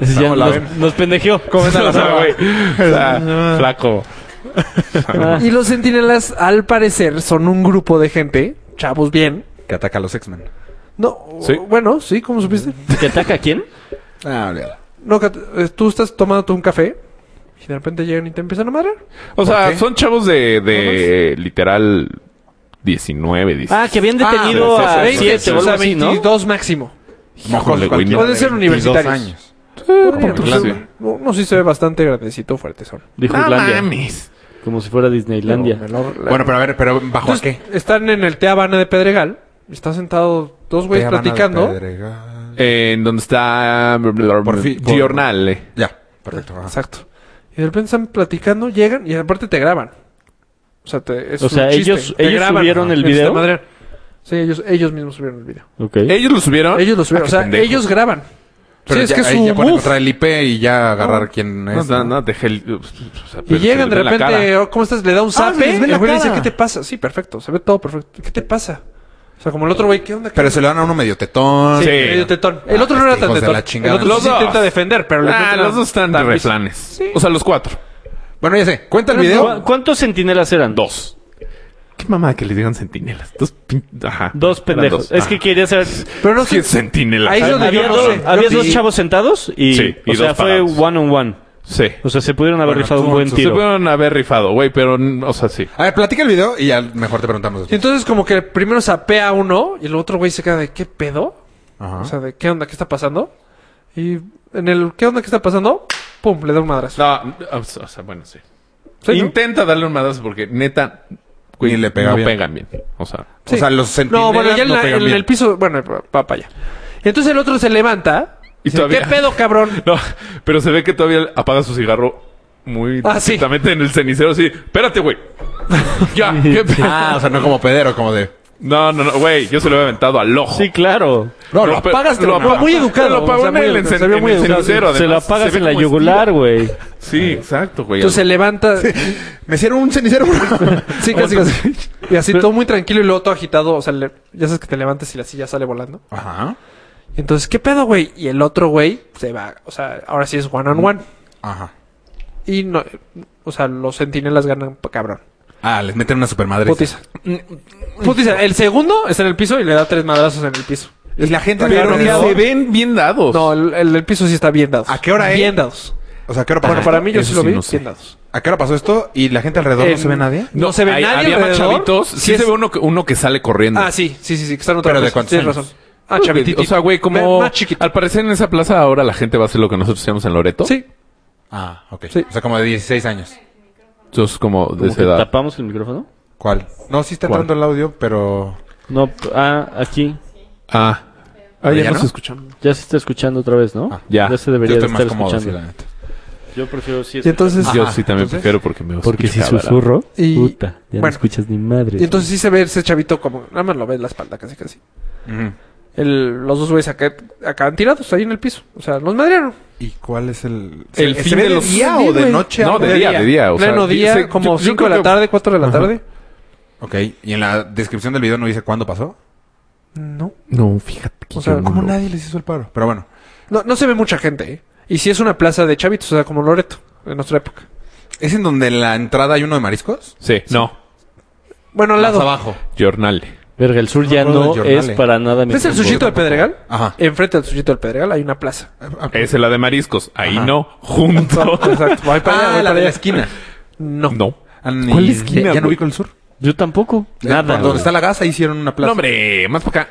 [SPEAKER 4] Es ya
[SPEAKER 5] ¿Cómo la
[SPEAKER 4] nos,
[SPEAKER 5] ven?
[SPEAKER 4] nos pendejeó.
[SPEAKER 3] O sea, güey, o sea, flaco.
[SPEAKER 4] Ah,
[SPEAKER 2] Y los centinelas, al parecer, son un grupo de gente, chavos bien.
[SPEAKER 5] Que ataca a los X-Men.
[SPEAKER 2] No,
[SPEAKER 3] Sí.
[SPEAKER 2] bueno, sí, ¿cómo supiste?
[SPEAKER 4] ¿Que ataca a quién?
[SPEAKER 5] Ah, olvídalo.
[SPEAKER 2] No, Cat- eh, tú estás tomándote un café y de repente llegan y te empiezan a madrear.
[SPEAKER 3] O sea,
[SPEAKER 5] qué?
[SPEAKER 3] son chavos de, de literal 19, 16.
[SPEAKER 4] Ah, que habían detenido
[SPEAKER 3] sí, sí,
[SPEAKER 4] a
[SPEAKER 3] sí, sí,
[SPEAKER 4] siete
[SPEAKER 3] sí,
[SPEAKER 4] o
[SPEAKER 2] o sea,
[SPEAKER 4] algo así, ¿no?
[SPEAKER 2] 22 máximo.
[SPEAKER 3] Híjole, güey, no.
[SPEAKER 5] cualquiera de
[SPEAKER 2] Pueden ser
[SPEAKER 5] 22
[SPEAKER 2] universitarios.
[SPEAKER 5] años.
[SPEAKER 2] Podrían,
[SPEAKER 3] por
[SPEAKER 2] pues,
[SPEAKER 3] clase.
[SPEAKER 2] un- Uno sí se ve bastante grandecito, fuerte son.
[SPEAKER 4] Dijo
[SPEAKER 3] No
[SPEAKER 4] Irlandia.
[SPEAKER 3] mames.
[SPEAKER 4] Como si fuera Disneylandia.
[SPEAKER 2] Me lo- la-
[SPEAKER 5] Bueno, pero a ver, pero ¿bajo a
[SPEAKER 2] Entonces,
[SPEAKER 5] qué?
[SPEAKER 2] están en el Te Habana de Pedregal. Están sentados dos güeyes
[SPEAKER 5] Habana de
[SPEAKER 2] platicando.
[SPEAKER 5] Pedregal.
[SPEAKER 3] Eh, En donde está
[SPEAKER 5] Por fin- por-
[SPEAKER 3] Giornale.
[SPEAKER 5] Ya, perfecto. ajá.
[SPEAKER 2] Exacto. Y de repente están platicando, llegan y aparte te graban. O sea, te, es
[SPEAKER 4] O
[SPEAKER 2] un
[SPEAKER 4] sea,
[SPEAKER 2] chiste.
[SPEAKER 4] ellos-
[SPEAKER 2] Te
[SPEAKER 4] ellos subieron el
[SPEAKER 2] mientras te
[SPEAKER 4] video.
[SPEAKER 2] madrean. Sí, ellos, ellos mismos subieron el video.
[SPEAKER 4] Ok.
[SPEAKER 3] ¿Ellos lo subieron?
[SPEAKER 2] Ellos lo subieron.
[SPEAKER 3] Ah,
[SPEAKER 2] o
[SPEAKER 3] qué
[SPEAKER 2] sea,
[SPEAKER 3] pendejo.
[SPEAKER 2] ellos graban.
[SPEAKER 5] Pero
[SPEAKER 2] sí, es
[SPEAKER 5] ya-
[SPEAKER 2] que
[SPEAKER 5] ahí
[SPEAKER 2] su
[SPEAKER 5] ya pueden
[SPEAKER 2] buf.
[SPEAKER 5] encontrar el IP y ya agarrar quién
[SPEAKER 3] No,
[SPEAKER 5] es.
[SPEAKER 3] no, no, dejé el- o sea,
[SPEAKER 2] Y
[SPEAKER 5] pues,
[SPEAKER 3] pero se
[SPEAKER 2] llegan de
[SPEAKER 3] le ve la
[SPEAKER 2] repente, "Oh,
[SPEAKER 3] cara.
[SPEAKER 2] ¿cómo estás? Le da un
[SPEAKER 5] Ah, se
[SPEAKER 2] zape.
[SPEAKER 5] les ve
[SPEAKER 2] el
[SPEAKER 5] la
[SPEAKER 2] güey le dice,
[SPEAKER 5] cara.
[SPEAKER 2] ¿qué te pasa? Sí, perfecto. Se ve todo perfecto. ¿Qué te pasa? O sea, como el otro güey, ¿qué onda? ¿Qué
[SPEAKER 5] Pero se lo dan a uno medio tetón.
[SPEAKER 2] Sí,
[SPEAKER 3] Sí.
[SPEAKER 2] medio tetón. El
[SPEAKER 5] Ah,
[SPEAKER 2] otro no era
[SPEAKER 5] este
[SPEAKER 2] tan
[SPEAKER 5] hijos de
[SPEAKER 2] tetón.
[SPEAKER 5] la
[SPEAKER 2] El
[SPEAKER 5] chingada.
[SPEAKER 2] otro
[SPEAKER 3] Los
[SPEAKER 2] sí
[SPEAKER 3] dos.
[SPEAKER 2] intenta defender, pero le
[SPEAKER 3] Ah,
[SPEAKER 2] meten
[SPEAKER 3] los dos están de
[SPEAKER 2] tan pis.
[SPEAKER 3] reflanes. O sea, los cuatro.
[SPEAKER 5] Bueno, ya sé. Cuenta el video.
[SPEAKER 4] ¿Cu- ¿Cuántos centinelas eran?
[SPEAKER 3] Dos. Qué mamada que les digan sentinelas. Dos pin- Ajá.
[SPEAKER 4] Dos pendejos.
[SPEAKER 3] Eran
[SPEAKER 4] es
[SPEAKER 3] dos. Ah.
[SPEAKER 4] que quería saber.
[SPEAKER 2] Pero no
[SPEAKER 3] Es que
[SPEAKER 2] sé.
[SPEAKER 3] sentinelas.
[SPEAKER 2] Ahí es donde
[SPEAKER 4] Había,
[SPEAKER 2] yo no
[SPEAKER 4] dos,
[SPEAKER 2] sé.
[SPEAKER 4] había
[SPEAKER 2] Yo
[SPEAKER 4] dos
[SPEAKER 2] sí.
[SPEAKER 4] chavos sentados y.
[SPEAKER 3] Sí, y
[SPEAKER 4] o sea,
[SPEAKER 3] dos
[SPEAKER 4] fue
[SPEAKER 3] parados.
[SPEAKER 4] one on one.
[SPEAKER 3] Sí.
[SPEAKER 4] O sea, se pudieron haber
[SPEAKER 5] Bueno,
[SPEAKER 4] rifado un
[SPEAKER 5] tú-
[SPEAKER 4] buen
[SPEAKER 5] tú-
[SPEAKER 3] Se
[SPEAKER 4] tiro.
[SPEAKER 3] pudieron haber rifado, güey, pero, mm, o sea, sí.
[SPEAKER 5] A ver, platica el video y ya mejor te
[SPEAKER 2] Y
[SPEAKER 5] preguntamos después.
[SPEAKER 2] entonces como que primero sapea uno y el otro güey se queda de, ¿qué pedo?
[SPEAKER 5] Ajá.
[SPEAKER 2] O sea, de, ¿qué onda? ¿Qué está pasando? Y en el ¿qué onda que está pasando? Pum, le da un madrazo.
[SPEAKER 3] No, o sea, o sea, bueno, sí.
[SPEAKER 2] Sí, ¿no?
[SPEAKER 3] Intenta darle un madrazo porque neta.
[SPEAKER 5] Ni le pega
[SPEAKER 3] no
[SPEAKER 5] bien.
[SPEAKER 3] pegan bien. O sea,
[SPEAKER 5] O sea, los
[SPEAKER 2] No,
[SPEAKER 5] centinelas
[SPEAKER 2] bueno, ya en,
[SPEAKER 5] no
[SPEAKER 2] la-
[SPEAKER 5] pegan
[SPEAKER 2] en
[SPEAKER 5] bien.
[SPEAKER 2] el piso, bueno, va para allá. Y entonces el otro se levanta.
[SPEAKER 3] Y
[SPEAKER 2] Y dice,
[SPEAKER 3] todavía-
[SPEAKER 2] ¿Qué pedo, cabrón?
[SPEAKER 3] no, pero se ve que todavía apaga su cigarro muy
[SPEAKER 2] Ah, sí.
[SPEAKER 3] discretamente en el cenicero. Sí, espérate, güey. ya, qué pe-
[SPEAKER 5] Ah, o sea, no como pedero, como de...
[SPEAKER 3] No, no, no, güey. Yo se lo he aventado al ojo.
[SPEAKER 4] Sí, claro.
[SPEAKER 2] No, lo apagas, te lo apagas. Muy educado,
[SPEAKER 3] Lo
[SPEAKER 2] o
[SPEAKER 3] apagó
[SPEAKER 2] sea,
[SPEAKER 3] en
[SPEAKER 2] muy
[SPEAKER 3] el,
[SPEAKER 2] educado,
[SPEAKER 3] encen-
[SPEAKER 2] se vio
[SPEAKER 3] en
[SPEAKER 2] muy
[SPEAKER 3] el
[SPEAKER 2] educado.
[SPEAKER 3] cenicero.
[SPEAKER 4] se lo
[SPEAKER 3] además.
[SPEAKER 4] apagas
[SPEAKER 3] ve
[SPEAKER 4] en la
[SPEAKER 3] como
[SPEAKER 4] yugular, güey.
[SPEAKER 3] estira. Sí, exacto, güey.
[SPEAKER 2] Entonces se levanta.
[SPEAKER 5] Me hicieron un cenicero.
[SPEAKER 2] Sí, casi, casi. Y así todo muy tranquilo y luego todo agitado. O sea, le- ya sabes que te levantas y la silla sale volando.
[SPEAKER 5] Ajá.
[SPEAKER 2] Y entonces, ¿qué pedo, güey? Y el otro güey se va. O sea, ahora sí es one on one.
[SPEAKER 5] Ajá.
[SPEAKER 2] Y no. O sea, los sentinelas ganan, pa- cabrón.
[SPEAKER 5] Ah, les meten una supermadre.
[SPEAKER 2] Putiza. Mm, Putiza. El segundo está en el piso y le da tres madrazos en el piso.
[SPEAKER 5] Y la gente...
[SPEAKER 3] Pero
[SPEAKER 2] Claro,
[SPEAKER 3] ni
[SPEAKER 2] ¿no?
[SPEAKER 3] se ven bien dados.
[SPEAKER 2] No, el, el del piso sí está bien dados.
[SPEAKER 5] ¿A qué hora, Ah, eh?
[SPEAKER 2] Bien dados.
[SPEAKER 5] O sea, ¿a qué hora pasó
[SPEAKER 2] Bueno, para mí yo
[SPEAKER 3] Eso
[SPEAKER 2] sí lo
[SPEAKER 3] sí,
[SPEAKER 2] vi
[SPEAKER 3] no sé.
[SPEAKER 2] bien dados.
[SPEAKER 5] ¿A qué hora pasó esto? ¿Y la gente alrededor no
[SPEAKER 2] En-
[SPEAKER 5] se ve nadie?
[SPEAKER 2] No, se ve
[SPEAKER 3] hay-
[SPEAKER 2] nadie
[SPEAKER 3] Había más
[SPEAKER 2] alrededor.
[SPEAKER 3] chavitos. Sí,
[SPEAKER 2] Sí es-
[SPEAKER 3] se ve uno que, uno que sale corriendo.
[SPEAKER 2] Ah, sí, sí, sí, sí, que están otra
[SPEAKER 5] Pero ¿de
[SPEAKER 2] vez.
[SPEAKER 5] cuántos
[SPEAKER 2] Tienes
[SPEAKER 5] años?
[SPEAKER 2] razón. Ah, chavitito.
[SPEAKER 3] O sea, güey, como...
[SPEAKER 2] Más chiquito.
[SPEAKER 3] Al parecer en esa plaza ahora la gente va a hacer lo que nosotros hacíamos en Loreto.
[SPEAKER 2] Sí.
[SPEAKER 5] Ah, ok.
[SPEAKER 2] Sí.
[SPEAKER 5] O sea, como de 16 años.
[SPEAKER 3] Entonces, como de
[SPEAKER 4] Como
[SPEAKER 3] esa
[SPEAKER 4] que
[SPEAKER 3] edad.
[SPEAKER 4] tapamos el micrófono.
[SPEAKER 5] ¿Cuál? No, sí está
[SPEAKER 3] ¿Cuál?
[SPEAKER 5] entrando el audio, pero...
[SPEAKER 4] No, p- ah, aquí.
[SPEAKER 3] Ah. Ah,
[SPEAKER 5] ¿Ya
[SPEAKER 3] ya nos
[SPEAKER 5] no?
[SPEAKER 3] escuchamos.
[SPEAKER 4] Ya se está escuchando otra vez, ¿no?
[SPEAKER 5] Ah,
[SPEAKER 3] ya.
[SPEAKER 4] Ya se debería
[SPEAKER 5] yo
[SPEAKER 4] de
[SPEAKER 5] estoy
[SPEAKER 4] estar
[SPEAKER 5] más cómodo, sí,
[SPEAKER 4] escuchando.
[SPEAKER 5] la neta.
[SPEAKER 4] Yo prefiero sí
[SPEAKER 2] Y entonces. ah,
[SPEAKER 3] Yo
[SPEAKER 5] Ajá,
[SPEAKER 3] sí también
[SPEAKER 5] entonces-
[SPEAKER 3] prefiero porque me
[SPEAKER 4] Porque si
[SPEAKER 3] escucha, ¿verdad?
[SPEAKER 4] susurro,
[SPEAKER 2] Y-
[SPEAKER 4] puta, ya no
[SPEAKER 2] bueno.
[SPEAKER 4] escuchas ni madre.
[SPEAKER 2] Y entonces sí se ve ese chavito como... Nada más lo ve en la espalda casi casi.
[SPEAKER 5] Ujú.
[SPEAKER 2] El- los dos güeyes acá, acaban tirados ahí en el piso. O sea, los madrearon.
[SPEAKER 5] ¿Y cuál es el...
[SPEAKER 3] El
[SPEAKER 5] ¿se
[SPEAKER 3] fin
[SPEAKER 5] ve
[SPEAKER 3] de los-
[SPEAKER 5] día o de noche?
[SPEAKER 3] No,
[SPEAKER 5] algo?
[SPEAKER 3] de día, de día. Ah, O sea,
[SPEAKER 2] Pleno día,
[SPEAKER 3] se- yo-
[SPEAKER 2] como
[SPEAKER 3] yo
[SPEAKER 2] 5 de
[SPEAKER 3] creo
[SPEAKER 2] la
[SPEAKER 3] que-
[SPEAKER 2] tarde, 4 de la tarde.
[SPEAKER 5] Ok. ¿Y en la descripción del video no dice cuándo pasó?
[SPEAKER 2] No.
[SPEAKER 3] No, fíjate que
[SPEAKER 2] O sea,
[SPEAKER 3] yo no
[SPEAKER 5] Como
[SPEAKER 3] lo-
[SPEAKER 5] nadie les hizo el paro. Pero bueno.
[SPEAKER 2] No, no se ve mucha gente, ¿eh? Y sí es una plaza de chavitos, o sea, como Loreto, en nuestra época.
[SPEAKER 5] ¿Es en donde en la entrada hay uno de mariscos?
[SPEAKER 3] Sí, no.
[SPEAKER 2] Bueno, al lado.
[SPEAKER 5] abajo.
[SPEAKER 3] Jornal.
[SPEAKER 4] Verga, el sur
[SPEAKER 5] No me
[SPEAKER 4] ya
[SPEAKER 5] acuerdo
[SPEAKER 4] no
[SPEAKER 5] del jornal,
[SPEAKER 4] es
[SPEAKER 5] eh.
[SPEAKER 4] para nada mi
[SPEAKER 2] ¿Ves el
[SPEAKER 4] tiempo.
[SPEAKER 2] sushito del Pedregal?
[SPEAKER 5] Ajá.
[SPEAKER 2] Enfrente del sushito del Pedregal hay una plaza.
[SPEAKER 5] Ah, Eh,
[SPEAKER 3] Es la de mariscos. Ahí
[SPEAKER 5] Ajá.
[SPEAKER 3] no. Junto.
[SPEAKER 2] Exacto. Voy para
[SPEAKER 5] ah,
[SPEAKER 2] allá, voy para allá.
[SPEAKER 5] esquina.
[SPEAKER 2] No.
[SPEAKER 3] No.
[SPEAKER 5] ¿Cuál
[SPEAKER 3] esquina,
[SPEAKER 5] ¿Ya no
[SPEAKER 3] güey?
[SPEAKER 5] ubico el sur?
[SPEAKER 4] Yo tampoco.
[SPEAKER 2] Eh,
[SPEAKER 5] Por
[SPEAKER 4] Nada.
[SPEAKER 5] Donde
[SPEAKER 4] güey.
[SPEAKER 5] está la gasa hicieron una plaza.
[SPEAKER 3] No, hombre. Más para acá.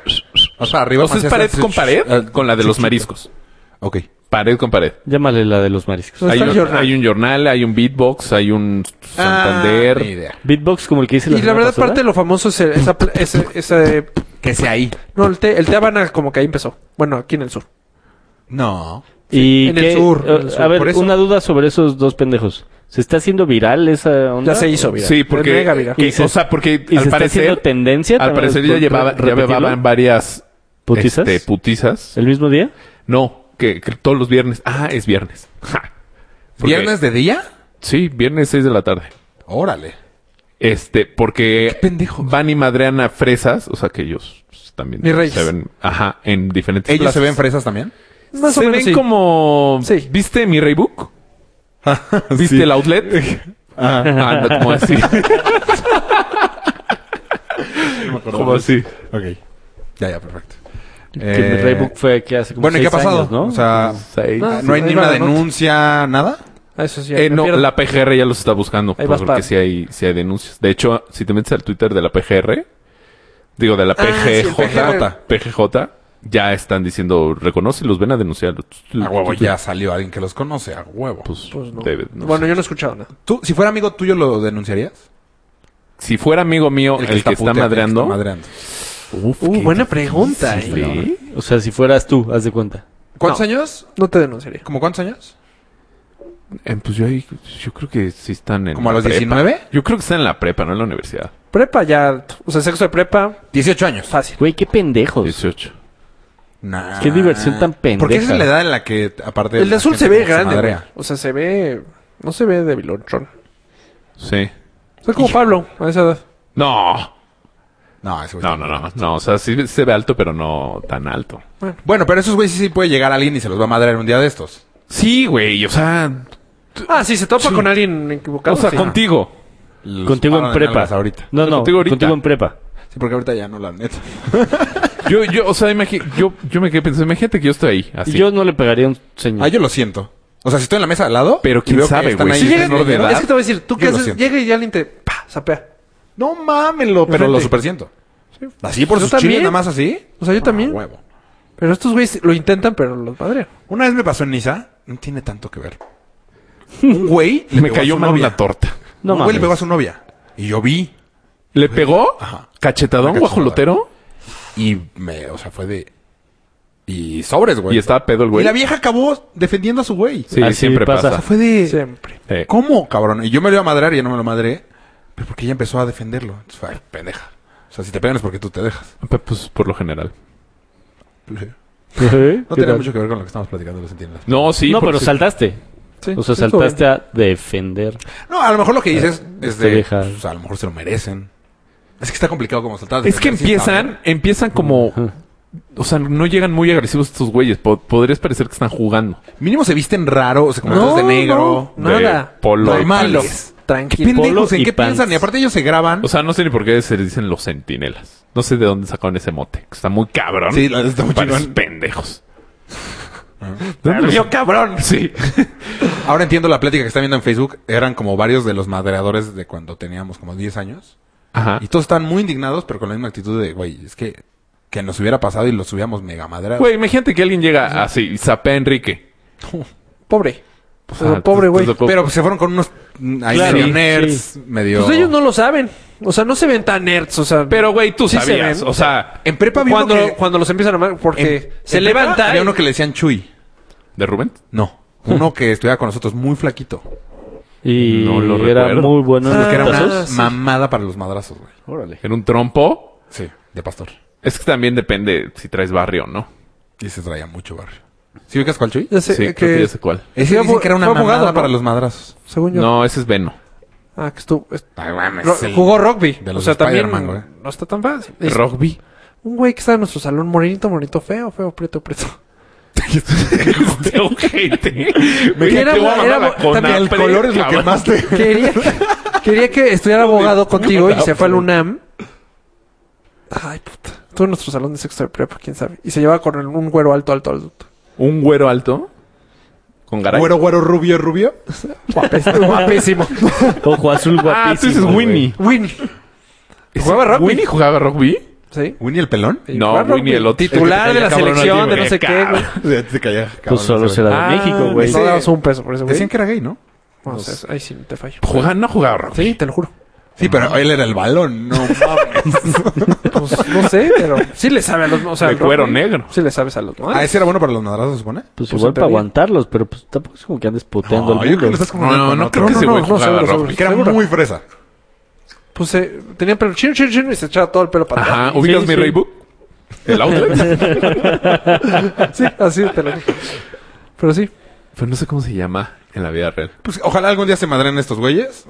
[SPEAKER 5] O sea, arriba.
[SPEAKER 3] O sea,
[SPEAKER 5] más
[SPEAKER 3] es
[SPEAKER 5] hacia-
[SPEAKER 3] pared con pared
[SPEAKER 5] Ah,
[SPEAKER 3] con la de los
[SPEAKER 5] chiquito.
[SPEAKER 3] mariscos.
[SPEAKER 5] Ok.
[SPEAKER 3] Pared con pared.
[SPEAKER 4] Llámale la de los mariscos.
[SPEAKER 2] ¿Dónde
[SPEAKER 3] Hay
[SPEAKER 2] está el
[SPEAKER 3] un,
[SPEAKER 2] jornal?
[SPEAKER 3] hay un jornal, hay un beatbox, hay un Santander.
[SPEAKER 5] Ah, ni idea.
[SPEAKER 4] Beatbox como el que hice la
[SPEAKER 2] Y la
[SPEAKER 4] semana
[SPEAKER 2] verdad,
[SPEAKER 4] pasada.
[SPEAKER 2] parte de lo famoso es el- esa, pla- ese, ese-
[SPEAKER 5] Que sea ahí.
[SPEAKER 2] No, el té, el té Habana como que ahí empezó. Bueno, aquí en el sur.
[SPEAKER 5] No.
[SPEAKER 4] Y
[SPEAKER 2] en el
[SPEAKER 4] qué-
[SPEAKER 2] sur,
[SPEAKER 4] eh,
[SPEAKER 2] en el sur.
[SPEAKER 4] A ver,
[SPEAKER 2] Por eso-
[SPEAKER 4] una duda sobre esos dos pendejos. ¿Se está haciendo viral esa onda?
[SPEAKER 2] Ya se hizo, mira.
[SPEAKER 3] Sí, porque,
[SPEAKER 2] Mega viral.
[SPEAKER 3] que-
[SPEAKER 4] Y se-
[SPEAKER 3] o sea, porque
[SPEAKER 4] ¿Y
[SPEAKER 3] al
[SPEAKER 4] se está haciendo
[SPEAKER 3] parecer,
[SPEAKER 4] tendencia?
[SPEAKER 3] al
[SPEAKER 4] también?
[SPEAKER 3] parecer ya
[SPEAKER 4] ¿Por-
[SPEAKER 3] llevaba, ya
[SPEAKER 4] repetirlo?
[SPEAKER 3] llevaban varias
[SPEAKER 4] ¿Putizas?
[SPEAKER 3] este, putizas.
[SPEAKER 4] ¿El mismo día?
[SPEAKER 3] No, que, que todos los viernes. Ah, es viernes. Ja. Porque-
[SPEAKER 5] ¿Viernes de día?
[SPEAKER 3] Sí, viernes 6 de la tarde.
[SPEAKER 5] Órale.
[SPEAKER 3] Este, porque
[SPEAKER 5] Qué pendejos.
[SPEAKER 3] van y madrean a fresas, o sea que ellos pues, también
[SPEAKER 2] Mis reyes.
[SPEAKER 3] se ven, ajá, en diferentes
[SPEAKER 5] ¿Ellos se
[SPEAKER 3] plazas.
[SPEAKER 5] ven fresas también?
[SPEAKER 2] Más
[SPEAKER 3] se
[SPEAKER 2] o menos
[SPEAKER 3] ven
[SPEAKER 2] sí.
[SPEAKER 3] como
[SPEAKER 2] Sí.
[SPEAKER 3] ¿Viste mi Raybook? ¿Viste el outlet? Ah, no, como así. como así.
[SPEAKER 5] Ok. Ya, ya, perfecto.
[SPEAKER 4] Que
[SPEAKER 5] Eh,
[SPEAKER 4] el Raybook fue que hace como
[SPEAKER 5] Bueno, ¿y qué ha
[SPEAKER 4] seis
[SPEAKER 5] pasado?
[SPEAKER 4] años, ¿no?
[SPEAKER 5] O sea,
[SPEAKER 3] Seis.
[SPEAKER 2] Ah,
[SPEAKER 5] no hay
[SPEAKER 2] sí,
[SPEAKER 5] ni
[SPEAKER 2] ahí
[SPEAKER 5] una
[SPEAKER 2] va la nota.
[SPEAKER 5] denuncia, nada.
[SPEAKER 2] Ah, Eso sí,
[SPEAKER 3] Eh,
[SPEAKER 2] me
[SPEAKER 3] no,
[SPEAKER 2] pierdo.
[SPEAKER 3] la PGR ya los está buscando. pues,
[SPEAKER 2] Ahí vas para-
[SPEAKER 3] Porque sí hay, sí hay denuncias. De hecho, si te metes al Twitter de la PGR, digo, de la
[SPEAKER 2] Ah, sí, el
[SPEAKER 3] PGJ,
[SPEAKER 2] PGR.
[SPEAKER 3] PGJ, ya están diciendo, reconoce y los ven a denunciar.
[SPEAKER 5] A huevo, ya salió alguien que los conoce, a huevo.
[SPEAKER 3] Pues,
[SPEAKER 2] Pues no.
[SPEAKER 3] debe, no
[SPEAKER 2] bueno,
[SPEAKER 3] sé.
[SPEAKER 2] yo no he escuchado nada.
[SPEAKER 5] ¿Tú, si fuera amigo tuyo, lo denunciarías?
[SPEAKER 3] si fuera amigo mío el que, está,
[SPEAKER 5] puteando, el que
[SPEAKER 3] madreando.
[SPEAKER 5] está madreando.
[SPEAKER 3] Uf,
[SPEAKER 2] Uh,
[SPEAKER 3] qué
[SPEAKER 2] buena
[SPEAKER 3] difícil,
[SPEAKER 2] pregunta, eh.
[SPEAKER 3] ¿eh?
[SPEAKER 4] O sea, si fueras tú, haz de cuenta.
[SPEAKER 5] ¿Cuántos
[SPEAKER 2] No.
[SPEAKER 5] años?
[SPEAKER 2] No te denunciaría.
[SPEAKER 5] ¿Como cuántos años?
[SPEAKER 3] Eh, pues yo ahí, yo creo que sí están en.
[SPEAKER 5] ¿Como a
[SPEAKER 3] la
[SPEAKER 5] los
[SPEAKER 3] prepa.
[SPEAKER 5] 19?
[SPEAKER 3] Yo creo que están en la prepa, no en la universidad.
[SPEAKER 2] Prepa ya... O sea, sexo de prepa,
[SPEAKER 5] 18 años.
[SPEAKER 2] fácil.
[SPEAKER 4] Güey, qué pendejos.
[SPEAKER 5] Pues,
[SPEAKER 3] 18.
[SPEAKER 5] Nah.
[SPEAKER 4] Qué diversión tan pendeja.
[SPEAKER 5] Porque esa es la edad en la que, aparte...
[SPEAKER 2] El de
[SPEAKER 5] la
[SPEAKER 2] azul
[SPEAKER 5] gente
[SPEAKER 2] se ve
[SPEAKER 5] como
[SPEAKER 2] grande,
[SPEAKER 5] madrea.
[SPEAKER 2] güey. O sea, se ve... No se ve de vilonchón.
[SPEAKER 3] Sí.
[SPEAKER 2] Soy como Pablo, a esa edad.
[SPEAKER 3] No.
[SPEAKER 5] No, ese güey
[SPEAKER 3] No,
[SPEAKER 5] está-
[SPEAKER 3] no, no. No, o sea, sí se ve alto, pero no tan alto.
[SPEAKER 5] Bueno, pero esos güeyes sí, sí puede llegar alguien y se los va a madrear un día de estos.
[SPEAKER 3] Sí, güey. O sea,
[SPEAKER 2] Ah, sí, se topa con alguien equivocado.
[SPEAKER 3] o sea,
[SPEAKER 2] sí.
[SPEAKER 3] contigo.
[SPEAKER 5] Los
[SPEAKER 4] Contigo en
[SPEAKER 5] paran de
[SPEAKER 4] prepa.
[SPEAKER 5] nalgas ahorita.
[SPEAKER 4] No, no,
[SPEAKER 3] Contigo
[SPEAKER 4] contigo,
[SPEAKER 3] ahorita.
[SPEAKER 4] en prepa.
[SPEAKER 5] Sí, porque ahorita ya no, la neta.
[SPEAKER 3] Yo, yo, o sea, imagi- yo, yo me quedé pensando, imagínate que yo estoy ahí, así.
[SPEAKER 4] Y Yo no le pegaría a un señor.
[SPEAKER 5] Ah, yo lo siento. O sea, si estoy en la mesa al lado...
[SPEAKER 3] Pero
[SPEAKER 5] y
[SPEAKER 3] quién
[SPEAKER 5] veo que
[SPEAKER 3] sabe,
[SPEAKER 5] están
[SPEAKER 3] güey.
[SPEAKER 5] ahí
[SPEAKER 2] Sí,
[SPEAKER 3] Si
[SPEAKER 5] tres
[SPEAKER 2] llega,
[SPEAKER 3] menor
[SPEAKER 5] de edad,
[SPEAKER 2] es que te voy a decir, ¿tú qué
[SPEAKER 5] Yo lo
[SPEAKER 2] haces?
[SPEAKER 5] siento.
[SPEAKER 2] Llega y alguien te... Pa, zapea.
[SPEAKER 5] No mámelo, pero
[SPEAKER 2] Enfrente.
[SPEAKER 5] lo super siento. Así por
[SPEAKER 2] Yo
[SPEAKER 5] sus chiles,
[SPEAKER 2] también.
[SPEAKER 5] nada más así.
[SPEAKER 2] O sea, yo también.
[SPEAKER 5] Ah, huevo.
[SPEAKER 2] Pero estos güeyes lo intentan, pero los madrean.
[SPEAKER 5] Una vez me pasó en Niza, no tiene tanto que ver. Un güey le
[SPEAKER 3] Me
[SPEAKER 5] pegó a
[SPEAKER 3] cayó
[SPEAKER 5] su
[SPEAKER 3] mal
[SPEAKER 5] novia.
[SPEAKER 3] una torta.
[SPEAKER 4] No
[SPEAKER 5] un güey le
[SPEAKER 4] mames.
[SPEAKER 5] pegó a su novia. Y yo vi
[SPEAKER 3] ¿Le pegó?
[SPEAKER 5] Ajá.
[SPEAKER 3] ¿Cachetadón
[SPEAKER 5] Una cachetada.
[SPEAKER 3] guajolotero?
[SPEAKER 5] y me, o sea, fue de. Y sobres, güey.
[SPEAKER 3] Y estaba pedo el
[SPEAKER 5] Y
[SPEAKER 3] güey.
[SPEAKER 5] la vieja acabó defendiendo a su güey.
[SPEAKER 3] Sí,
[SPEAKER 4] Así
[SPEAKER 3] siempre
[SPEAKER 4] pasa.
[SPEAKER 3] pasa.
[SPEAKER 5] O sea, fue de.
[SPEAKER 2] Siempre.
[SPEAKER 3] Eh,
[SPEAKER 5] ¿Cómo, cabrón? Y yo me lo iba a madrear y ya no me lo madré. Pero porque ella empezó a defenderlo. Entonces, fue, ay, pendeja. O sea, si te pegan es porque tú te dejas.
[SPEAKER 3] pe- pues por lo general.
[SPEAKER 4] ¿Eh?
[SPEAKER 5] No
[SPEAKER 4] ¿Qué
[SPEAKER 5] tiene
[SPEAKER 4] tal?
[SPEAKER 5] mucho que ver con lo que estamos platicando, lo entiendes.
[SPEAKER 3] No, sí.
[SPEAKER 4] no,
[SPEAKER 3] porque
[SPEAKER 4] pero
[SPEAKER 3] sí-
[SPEAKER 4] saltaste.
[SPEAKER 2] Sí,
[SPEAKER 4] O sea,
[SPEAKER 2] sí, joven.
[SPEAKER 4] saltaste a defender.
[SPEAKER 5] No, a lo mejor lo que dices es
[SPEAKER 4] Te
[SPEAKER 5] de.
[SPEAKER 4] deja.
[SPEAKER 5] pues, a lo mejor se lo merecen. Es que está complicado como saltar.
[SPEAKER 3] Es que
[SPEAKER 5] defender, sí,
[SPEAKER 3] empiezan,
[SPEAKER 5] está
[SPEAKER 3] empiezan como... O sea, no llegan muy agresivos estos güeyes. Po- podrías parecer que están jugando.
[SPEAKER 5] bien. Mínimo se visten raro, o sea, como todos de negro.
[SPEAKER 2] no, nada.
[SPEAKER 3] De polo.
[SPEAKER 5] Normales.
[SPEAKER 3] pants.
[SPEAKER 2] Tranquilo.
[SPEAKER 5] Pendejos,
[SPEAKER 4] polo
[SPEAKER 5] ¿en
[SPEAKER 4] y
[SPEAKER 5] qué
[SPEAKER 4] pants.
[SPEAKER 5] piensan? Y aparte ellos se graban.
[SPEAKER 3] O sea, no sé ni por qué se le dicen los centinelas. No sé de dónde sacaron ese mote. que Está muy cabrón.
[SPEAKER 5] Sí, la- está muy
[SPEAKER 3] Parecen
[SPEAKER 5] chingón. Ah.
[SPEAKER 3] pendejos. ¿Dónde los-
[SPEAKER 5] cabrón!
[SPEAKER 3] Sí.
[SPEAKER 5] Ahora entiendo la plática que está viendo en Facebook. Eran como varios de los madreadores de cuando teníamos como 10 años.
[SPEAKER 3] Ajá.
[SPEAKER 5] Y todos estaban muy indignados, pero con la misma actitud de, güey, es que, que nos hubiera pasado y los hubiéramos mega madreados.
[SPEAKER 3] Güey, imagínate que alguien llega así y zapea a Enrique.
[SPEAKER 2] Pobre.
[SPEAKER 3] Pues,
[SPEAKER 2] Pero
[SPEAKER 3] ah,
[SPEAKER 2] pobre
[SPEAKER 3] tú-
[SPEAKER 2] güey.
[SPEAKER 3] tú tocó-
[SPEAKER 5] Pero pues, se fueron con unos mm, ahí
[SPEAKER 4] Claro,
[SPEAKER 5] medio
[SPEAKER 4] sí,
[SPEAKER 5] nerds,
[SPEAKER 4] sí.
[SPEAKER 5] medio...
[SPEAKER 2] Pues ellos no lo saben. O sea, no se ven tan nerds. O sea,
[SPEAKER 3] Pero, güey, tú
[SPEAKER 2] Sí se
[SPEAKER 3] sabías.
[SPEAKER 2] ven.
[SPEAKER 3] O sea,
[SPEAKER 5] En prepa había
[SPEAKER 2] cuando,
[SPEAKER 5] uno que...
[SPEAKER 2] cuando los empiezan a amar, porque
[SPEAKER 5] en-
[SPEAKER 2] se
[SPEAKER 5] en prepa
[SPEAKER 2] levanta.
[SPEAKER 5] Había
[SPEAKER 2] y-
[SPEAKER 5] uno que le decían Chuy.
[SPEAKER 3] ¿de Rubén?
[SPEAKER 5] No. Uno que estudiaba con nosotros, muy flaquito.
[SPEAKER 4] Y
[SPEAKER 3] No lo
[SPEAKER 4] era
[SPEAKER 3] recuerdo.
[SPEAKER 4] muy bueno en
[SPEAKER 2] Ah,
[SPEAKER 4] los
[SPEAKER 5] Porque era una
[SPEAKER 4] putazos.
[SPEAKER 2] sí.
[SPEAKER 5] mamada para los madrazos, güey.
[SPEAKER 4] Órale.
[SPEAKER 3] ¿En un trompo?
[SPEAKER 5] Sí, de pastor.
[SPEAKER 3] Es que también depende si traes barrio o no.
[SPEAKER 5] Y se traía mucho barrio. ¿Sí ubicas cuál, Chuy?
[SPEAKER 2] Ya
[SPEAKER 3] Sí,
[SPEAKER 2] sé,
[SPEAKER 3] creo que
[SPEAKER 2] que,
[SPEAKER 3] ya sé cuál.
[SPEAKER 5] Ese
[SPEAKER 2] Fue
[SPEAKER 5] dicen
[SPEAKER 2] abo-
[SPEAKER 5] que era una
[SPEAKER 2] fue abogado,
[SPEAKER 5] mamada
[SPEAKER 2] ¿no?
[SPEAKER 5] para los madrazos.
[SPEAKER 2] según yo.
[SPEAKER 3] No, ese es Veno.
[SPEAKER 2] Ah, que estuvo. est-
[SPEAKER 5] Ay, mames,
[SPEAKER 2] ro-
[SPEAKER 5] el-
[SPEAKER 2] Jugó rugby.
[SPEAKER 5] de
[SPEAKER 2] o
[SPEAKER 5] los
[SPEAKER 2] sea, también.
[SPEAKER 5] Spider-Man, güey.
[SPEAKER 2] No está tan fácil. Es-
[SPEAKER 3] Rugby.
[SPEAKER 2] Un güey que estaba en nuestro salón, morenito, morenito, feo, feo, preto, preto.
[SPEAKER 3] Este ojete. Güey,
[SPEAKER 2] Que era-
[SPEAKER 3] te voy a mandar
[SPEAKER 2] era-
[SPEAKER 3] la
[SPEAKER 2] también
[SPEAKER 3] Conapre,
[SPEAKER 5] El color es lo que
[SPEAKER 3] cabrón.
[SPEAKER 5] más te...
[SPEAKER 2] Quería, quería que estudiara abogado contigo y se fue al UNAM. Ay, puta. Todo en nuestro salón de sexto de prepa, quién sabe. Y se llevaba con el- un güero alto, alto, alto.
[SPEAKER 3] Un güero alto. Con garay.
[SPEAKER 5] Güero, güero, rubio, rubio.
[SPEAKER 2] Guapísimo. guapísimo.
[SPEAKER 4] Ojo azul guapísimo.
[SPEAKER 3] ah, tú dices
[SPEAKER 4] güey.
[SPEAKER 3] Winnie.
[SPEAKER 2] Winnie. ¿Jugaba rugby?
[SPEAKER 3] ¿Winnie jugaba rugby?
[SPEAKER 2] ¿Sí?
[SPEAKER 5] ¿Winnie el pelón?
[SPEAKER 2] Y
[SPEAKER 3] No,
[SPEAKER 2] jugaba rugby.
[SPEAKER 3] Winnie el otro.
[SPEAKER 2] Titular
[SPEAKER 3] El que
[SPEAKER 2] de la
[SPEAKER 3] cabrón,
[SPEAKER 2] selección,
[SPEAKER 3] oye,
[SPEAKER 2] de no sé qué, güey.
[SPEAKER 3] cabrón.
[SPEAKER 5] Se- se caía, cabrón,
[SPEAKER 4] Pues solo
[SPEAKER 5] se-
[SPEAKER 4] será de
[SPEAKER 2] Ah,
[SPEAKER 4] México, güey.
[SPEAKER 2] No dabas un peso por ese güey.
[SPEAKER 5] Decían que era gay, ¿no?
[SPEAKER 2] No sé, ahí sí te fallo.
[SPEAKER 3] Jugaba- no jugaba rugby.
[SPEAKER 2] Sí, te lo juro.
[SPEAKER 5] Sí, pero él era el balón, no Ah, mames.
[SPEAKER 2] Pues, no sé, pero sí le sabe a los... O sea,
[SPEAKER 3] De
[SPEAKER 2] al rugby.
[SPEAKER 3] cuero negro.
[SPEAKER 2] Sí le sabes a los... ¿no?
[SPEAKER 5] ah, ese era bueno para los madrazos, ¿se supone?
[SPEAKER 4] Pues,
[SPEAKER 2] Pues,
[SPEAKER 4] igual
[SPEAKER 2] en
[SPEAKER 4] para
[SPEAKER 2] teoría.
[SPEAKER 4] aguantarlos, pero pues tampoco es como que andes puteando
[SPEAKER 5] No,
[SPEAKER 4] al
[SPEAKER 5] yo creo que lo
[SPEAKER 4] mundo.
[SPEAKER 5] estás
[SPEAKER 3] No,
[SPEAKER 5] confundiendo
[SPEAKER 3] no,
[SPEAKER 5] con
[SPEAKER 3] no
[SPEAKER 5] otro.
[SPEAKER 3] creo que ese
[SPEAKER 2] no,
[SPEAKER 3] güey
[SPEAKER 2] no, no,
[SPEAKER 3] jugaba
[SPEAKER 2] seguro,
[SPEAKER 3] rugby.
[SPEAKER 5] Que era
[SPEAKER 2] Seguro.
[SPEAKER 5] muy fresa.
[SPEAKER 2] Pues eh, tenía pelo chino, chino, chino y se echaba todo el pelo para atrás.
[SPEAKER 3] Ajá, ubicas
[SPEAKER 4] Sí,
[SPEAKER 3] mi
[SPEAKER 4] sí.
[SPEAKER 3] Raybook. El outlet.
[SPEAKER 2] Sí, así te lo dije. Pero sí.
[SPEAKER 3] pero no sé cómo se llama en la vida real.
[SPEAKER 5] Pues ojalá algún día se madren estos güeyes.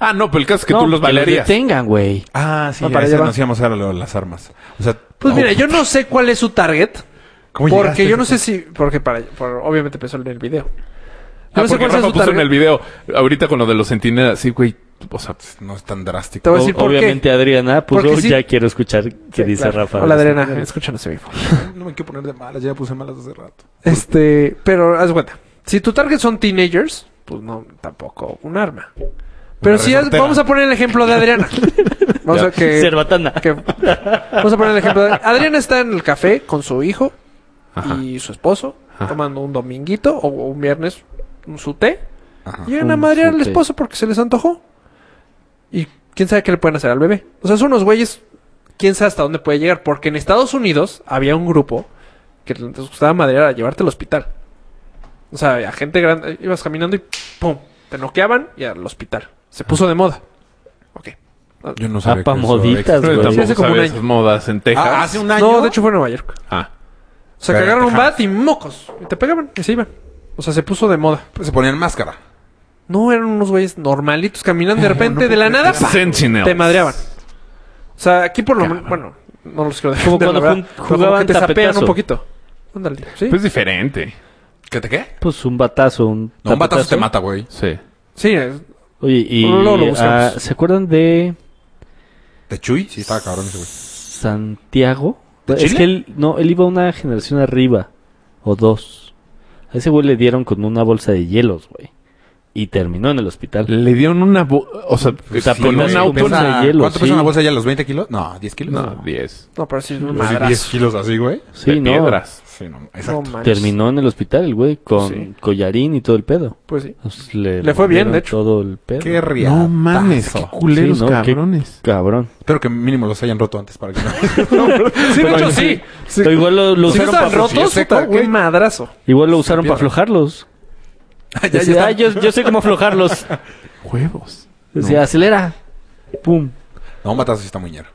[SPEAKER 3] Ah, no, pero el caso es que tú los bailarías.
[SPEAKER 4] tengan, güey.
[SPEAKER 5] Ah, sí,
[SPEAKER 2] Ah, para
[SPEAKER 5] a ese
[SPEAKER 2] allá va.
[SPEAKER 5] nos íbamos a dar las armas. O sea,
[SPEAKER 2] Pues
[SPEAKER 5] oh,
[SPEAKER 2] mira, yo no sé cuál es su target.
[SPEAKER 5] ¿cómo
[SPEAKER 2] porque
[SPEAKER 5] llegaste?
[SPEAKER 2] yo no sé si... Porque para... por- obviamente pensó en el video.
[SPEAKER 3] Ah,
[SPEAKER 2] Yo no sé
[SPEAKER 3] porque
[SPEAKER 2] cuál sea
[SPEAKER 3] Rafa
[SPEAKER 2] su
[SPEAKER 3] puso en el
[SPEAKER 2] target.
[SPEAKER 3] video ahorita con lo de los centinelas. Sí, güey. O sea, pues,
[SPEAKER 5] No es tan
[SPEAKER 2] Te
[SPEAKER 5] drástico.
[SPEAKER 2] voy a decir por qué.
[SPEAKER 4] Obviamente Adriana puso,
[SPEAKER 2] Porque sí-
[SPEAKER 4] ya quiero escuchar qué
[SPEAKER 2] Sí,
[SPEAKER 4] dice
[SPEAKER 2] claro.
[SPEAKER 4] Rafa.
[SPEAKER 2] Hola, Adriana. Escúchanos en vivo.
[SPEAKER 5] No me quiero poner de malas, ya puse malas hace rato.
[SPEAKER 2] Este, pero haz de cuenta. Si tu target son teenagers, pues no, tampoco un arma. Pero si has-
[SPEAKER 5] resortera.
[SPEAKER 2] vamos a poner el ejemplo de Adriana. Vamos a que,
[SPEAKER 4] Cerbatana.
[SPEAKER 2] que- vamos a poner el ejemplo de Adriana está en el café con su hijo
[SPEAKER 3] Ajá.
[SPEAKER 2] y su esposo
[SPEAKER 3] Ajá.
[SPEAKER 2] tomando un dominguito o, o un viernes un- su té.
[SPEAKER 5] Ajá.
[SPEAKER 2] Llegan a
[SPEAKER 4] Un
[SPEAKER 2] madrear
[SPEAKER 4] su
[SPEAKER 2] al
[SPEAKER 4] té.
[SPEAKER 2] esposo porque se les antojó. Y quién sabe qué le pueden hacer al bebé. O sea, son unos güeyes, quién sabe hasta dónde puede llegar. Porque en Estados Unidos había un grupo que les gustaba madrear a llevarte al hospital. O sea, a gente grande, ibas caminando y pum, te noqueaban y al hospital. Se puso de moda. Ok.
[SPEAKER 5] Yo no sabía
[SPEAKER 4] Apamoditas,
[SPEAKER 5] que eso
[SPEAKER 3] pero
[SPEAKER 4] güey.
[SPEAKER 3] tampoco
[SPEAKER 2] hace como
[SPEAKER 3] sabe
[SPEAKER 2] un
[SPEAKER 3] esas modas en Texas.
[SPEAKER 5] Ah, hace un año.
[SPEAKER 2] No, de hecho fue en Nueva York.
[SPEAKER 3] Ah.
[SPEAKER 2] O sea,
[SPEAKER 5] Pero
[SPEAKER 2] que agarraron un
[SPEAKER 5] Texas.
[SPEAKER 2] bat y mocos. Y te pegaban y se iban. O sea, se puso de moda.
[SPEAKER 5] se ponían máscara.
[SPEAKER 2] No, eran unos güeyes normalitos caminando de repente de la nada. ¡pa!
[SPEAKER 3] Sentinel.
[SPEAKER 2] Te madreaban. O sea, aquí por lo menos. Bueno, no los quiero
[SPEAKER 4] Como
[SPEAKER 2] defender,
[SPEAKER 4] cuando
[SPEAKER 2] la
[SPEAKER 4] jun-
[SPEAKER 2] verdad, pero como
[SPEAKER 4] jugaban
[SPEAKER 2] que te sapean
[SPEAKER 4] tapetazo.
[SPEAKER 2] un poquito. Ándale, sí.
[SPEAKER 3] Pues es diferente.
[SPEAKER 5] ¿Qué te qué?
[SPEAKER 4] Pues un batazo, un,
[SPEAKER 5] No, un batazo
[SPEAKER 4] tapetazo.
[SPEAKER 5] te mata, güey.
[SPEAKER 3] Sí.
[SPEAKER 2] sí, es-
[SPEAKER 4] Oye, y
[SPEAKER 2] Luego lo buscamos.
[SPEAKER 4] ah, ¿se acuerdan de
[SPEAKER 5] ¿Te chuy? Sí, estaba cabrón ese güey.
[SPEAKER 4] Santiago?
[SPEAKER 5] ¿De
[SPEAKER 4] es
[SPEAKER 5] Chile?
[SPEAKER 4] que él no, él iba una generación arriba o dos. A ese güey le dieron con una bolsa de hielos, güey. Y terminó en el hospital.
[SPEAKER 3] Le dieron una... bo- O sea,
[SPEAKER 4] sea,
[SPEAKER 3] con
[SPEAKER 4] pesa-
[SPEAKER 3] un auto...
[SPEAKER 4] pesa-
[SPEAKER 5] Pesa-
[SPEAKER 4] de hielo,
[SPEAKER 5] ¿Cuánto
[SPEAKER 4] sí.
[SPEAKER 5] pesa una bolsa ya? ¿Los 20 kilos? No, ¿10 kilos?
[SPEAKER 3] No, 10.
[SPEAKER 2] No, pero sí es un
[SPEAKER 5] Pues sí,
[SPEAKER 2] madrazo.
[SPEAKER 5] 10 kilos así, güey.
[SPEAKER 4] Sí,
[SPEAKER 3] de
[SPEAKER 4] no.
[SPEAKER 3] piedras.
[SPEAKER 5] Sí, no, exacto.
[SPEAKER 2] No manches.
[SPEAKER 4] Terminó en el hospital el güey con
[SPEAKER 2] Sí.
[SPEAKER 4] collarín y todo el pedo.
[SPEAKER 2] Pues sí.
[SPEAKER 4] Pues
[SPEAKER 2] Le fue bien,
[SPEAKER 4] rompieron
[SPEAKER 2] de hecho.
[SPEAKER 4] Todo el pedo.
[SPEAKER 5] Qué riatazo.
[SPEAKER 3] No mames, qué culeros,
[SPEAKER 4] Sí, ¿no? Qué-
[SPEAKER 3] cabrones.
[SPEAKER 4] Cabrón.
[SPEAKER 5] Espero que mínimo los hayan roto antes para que no.
[SPEAKER 2] Sí, de hecho, sí. Sí.
[SPEAKER 4] Pero igual lo, lo
[SPEAKER 2] Si no
[SPEAKER 4] usaron
[SPEAKER 2] están
[SPEAKER 4] para
[SPEAKER 5] yo
[SPEAKER 2] rotos,
[SPEAKER 5] sé
[SPEAKER 2] puta,
[SPEAKER 5] para qué.
[SPEAKER 2] un madrazo.
[SPEAKER 4] igual lo usaron para aflojarlos.
[SPEAKER 5] ya, ya
[SPEAKER 4] Decía,
[SPEAKER 5] está.
[SPEAKER 4] "Ah, yo, yo sé cómo aflojarlos.
[SPEAKER 3] Huevos.
[SPEAKER 4] Decía, acelera. Pum.
[SPEAKER 5] No, matazo sí está muy ñero.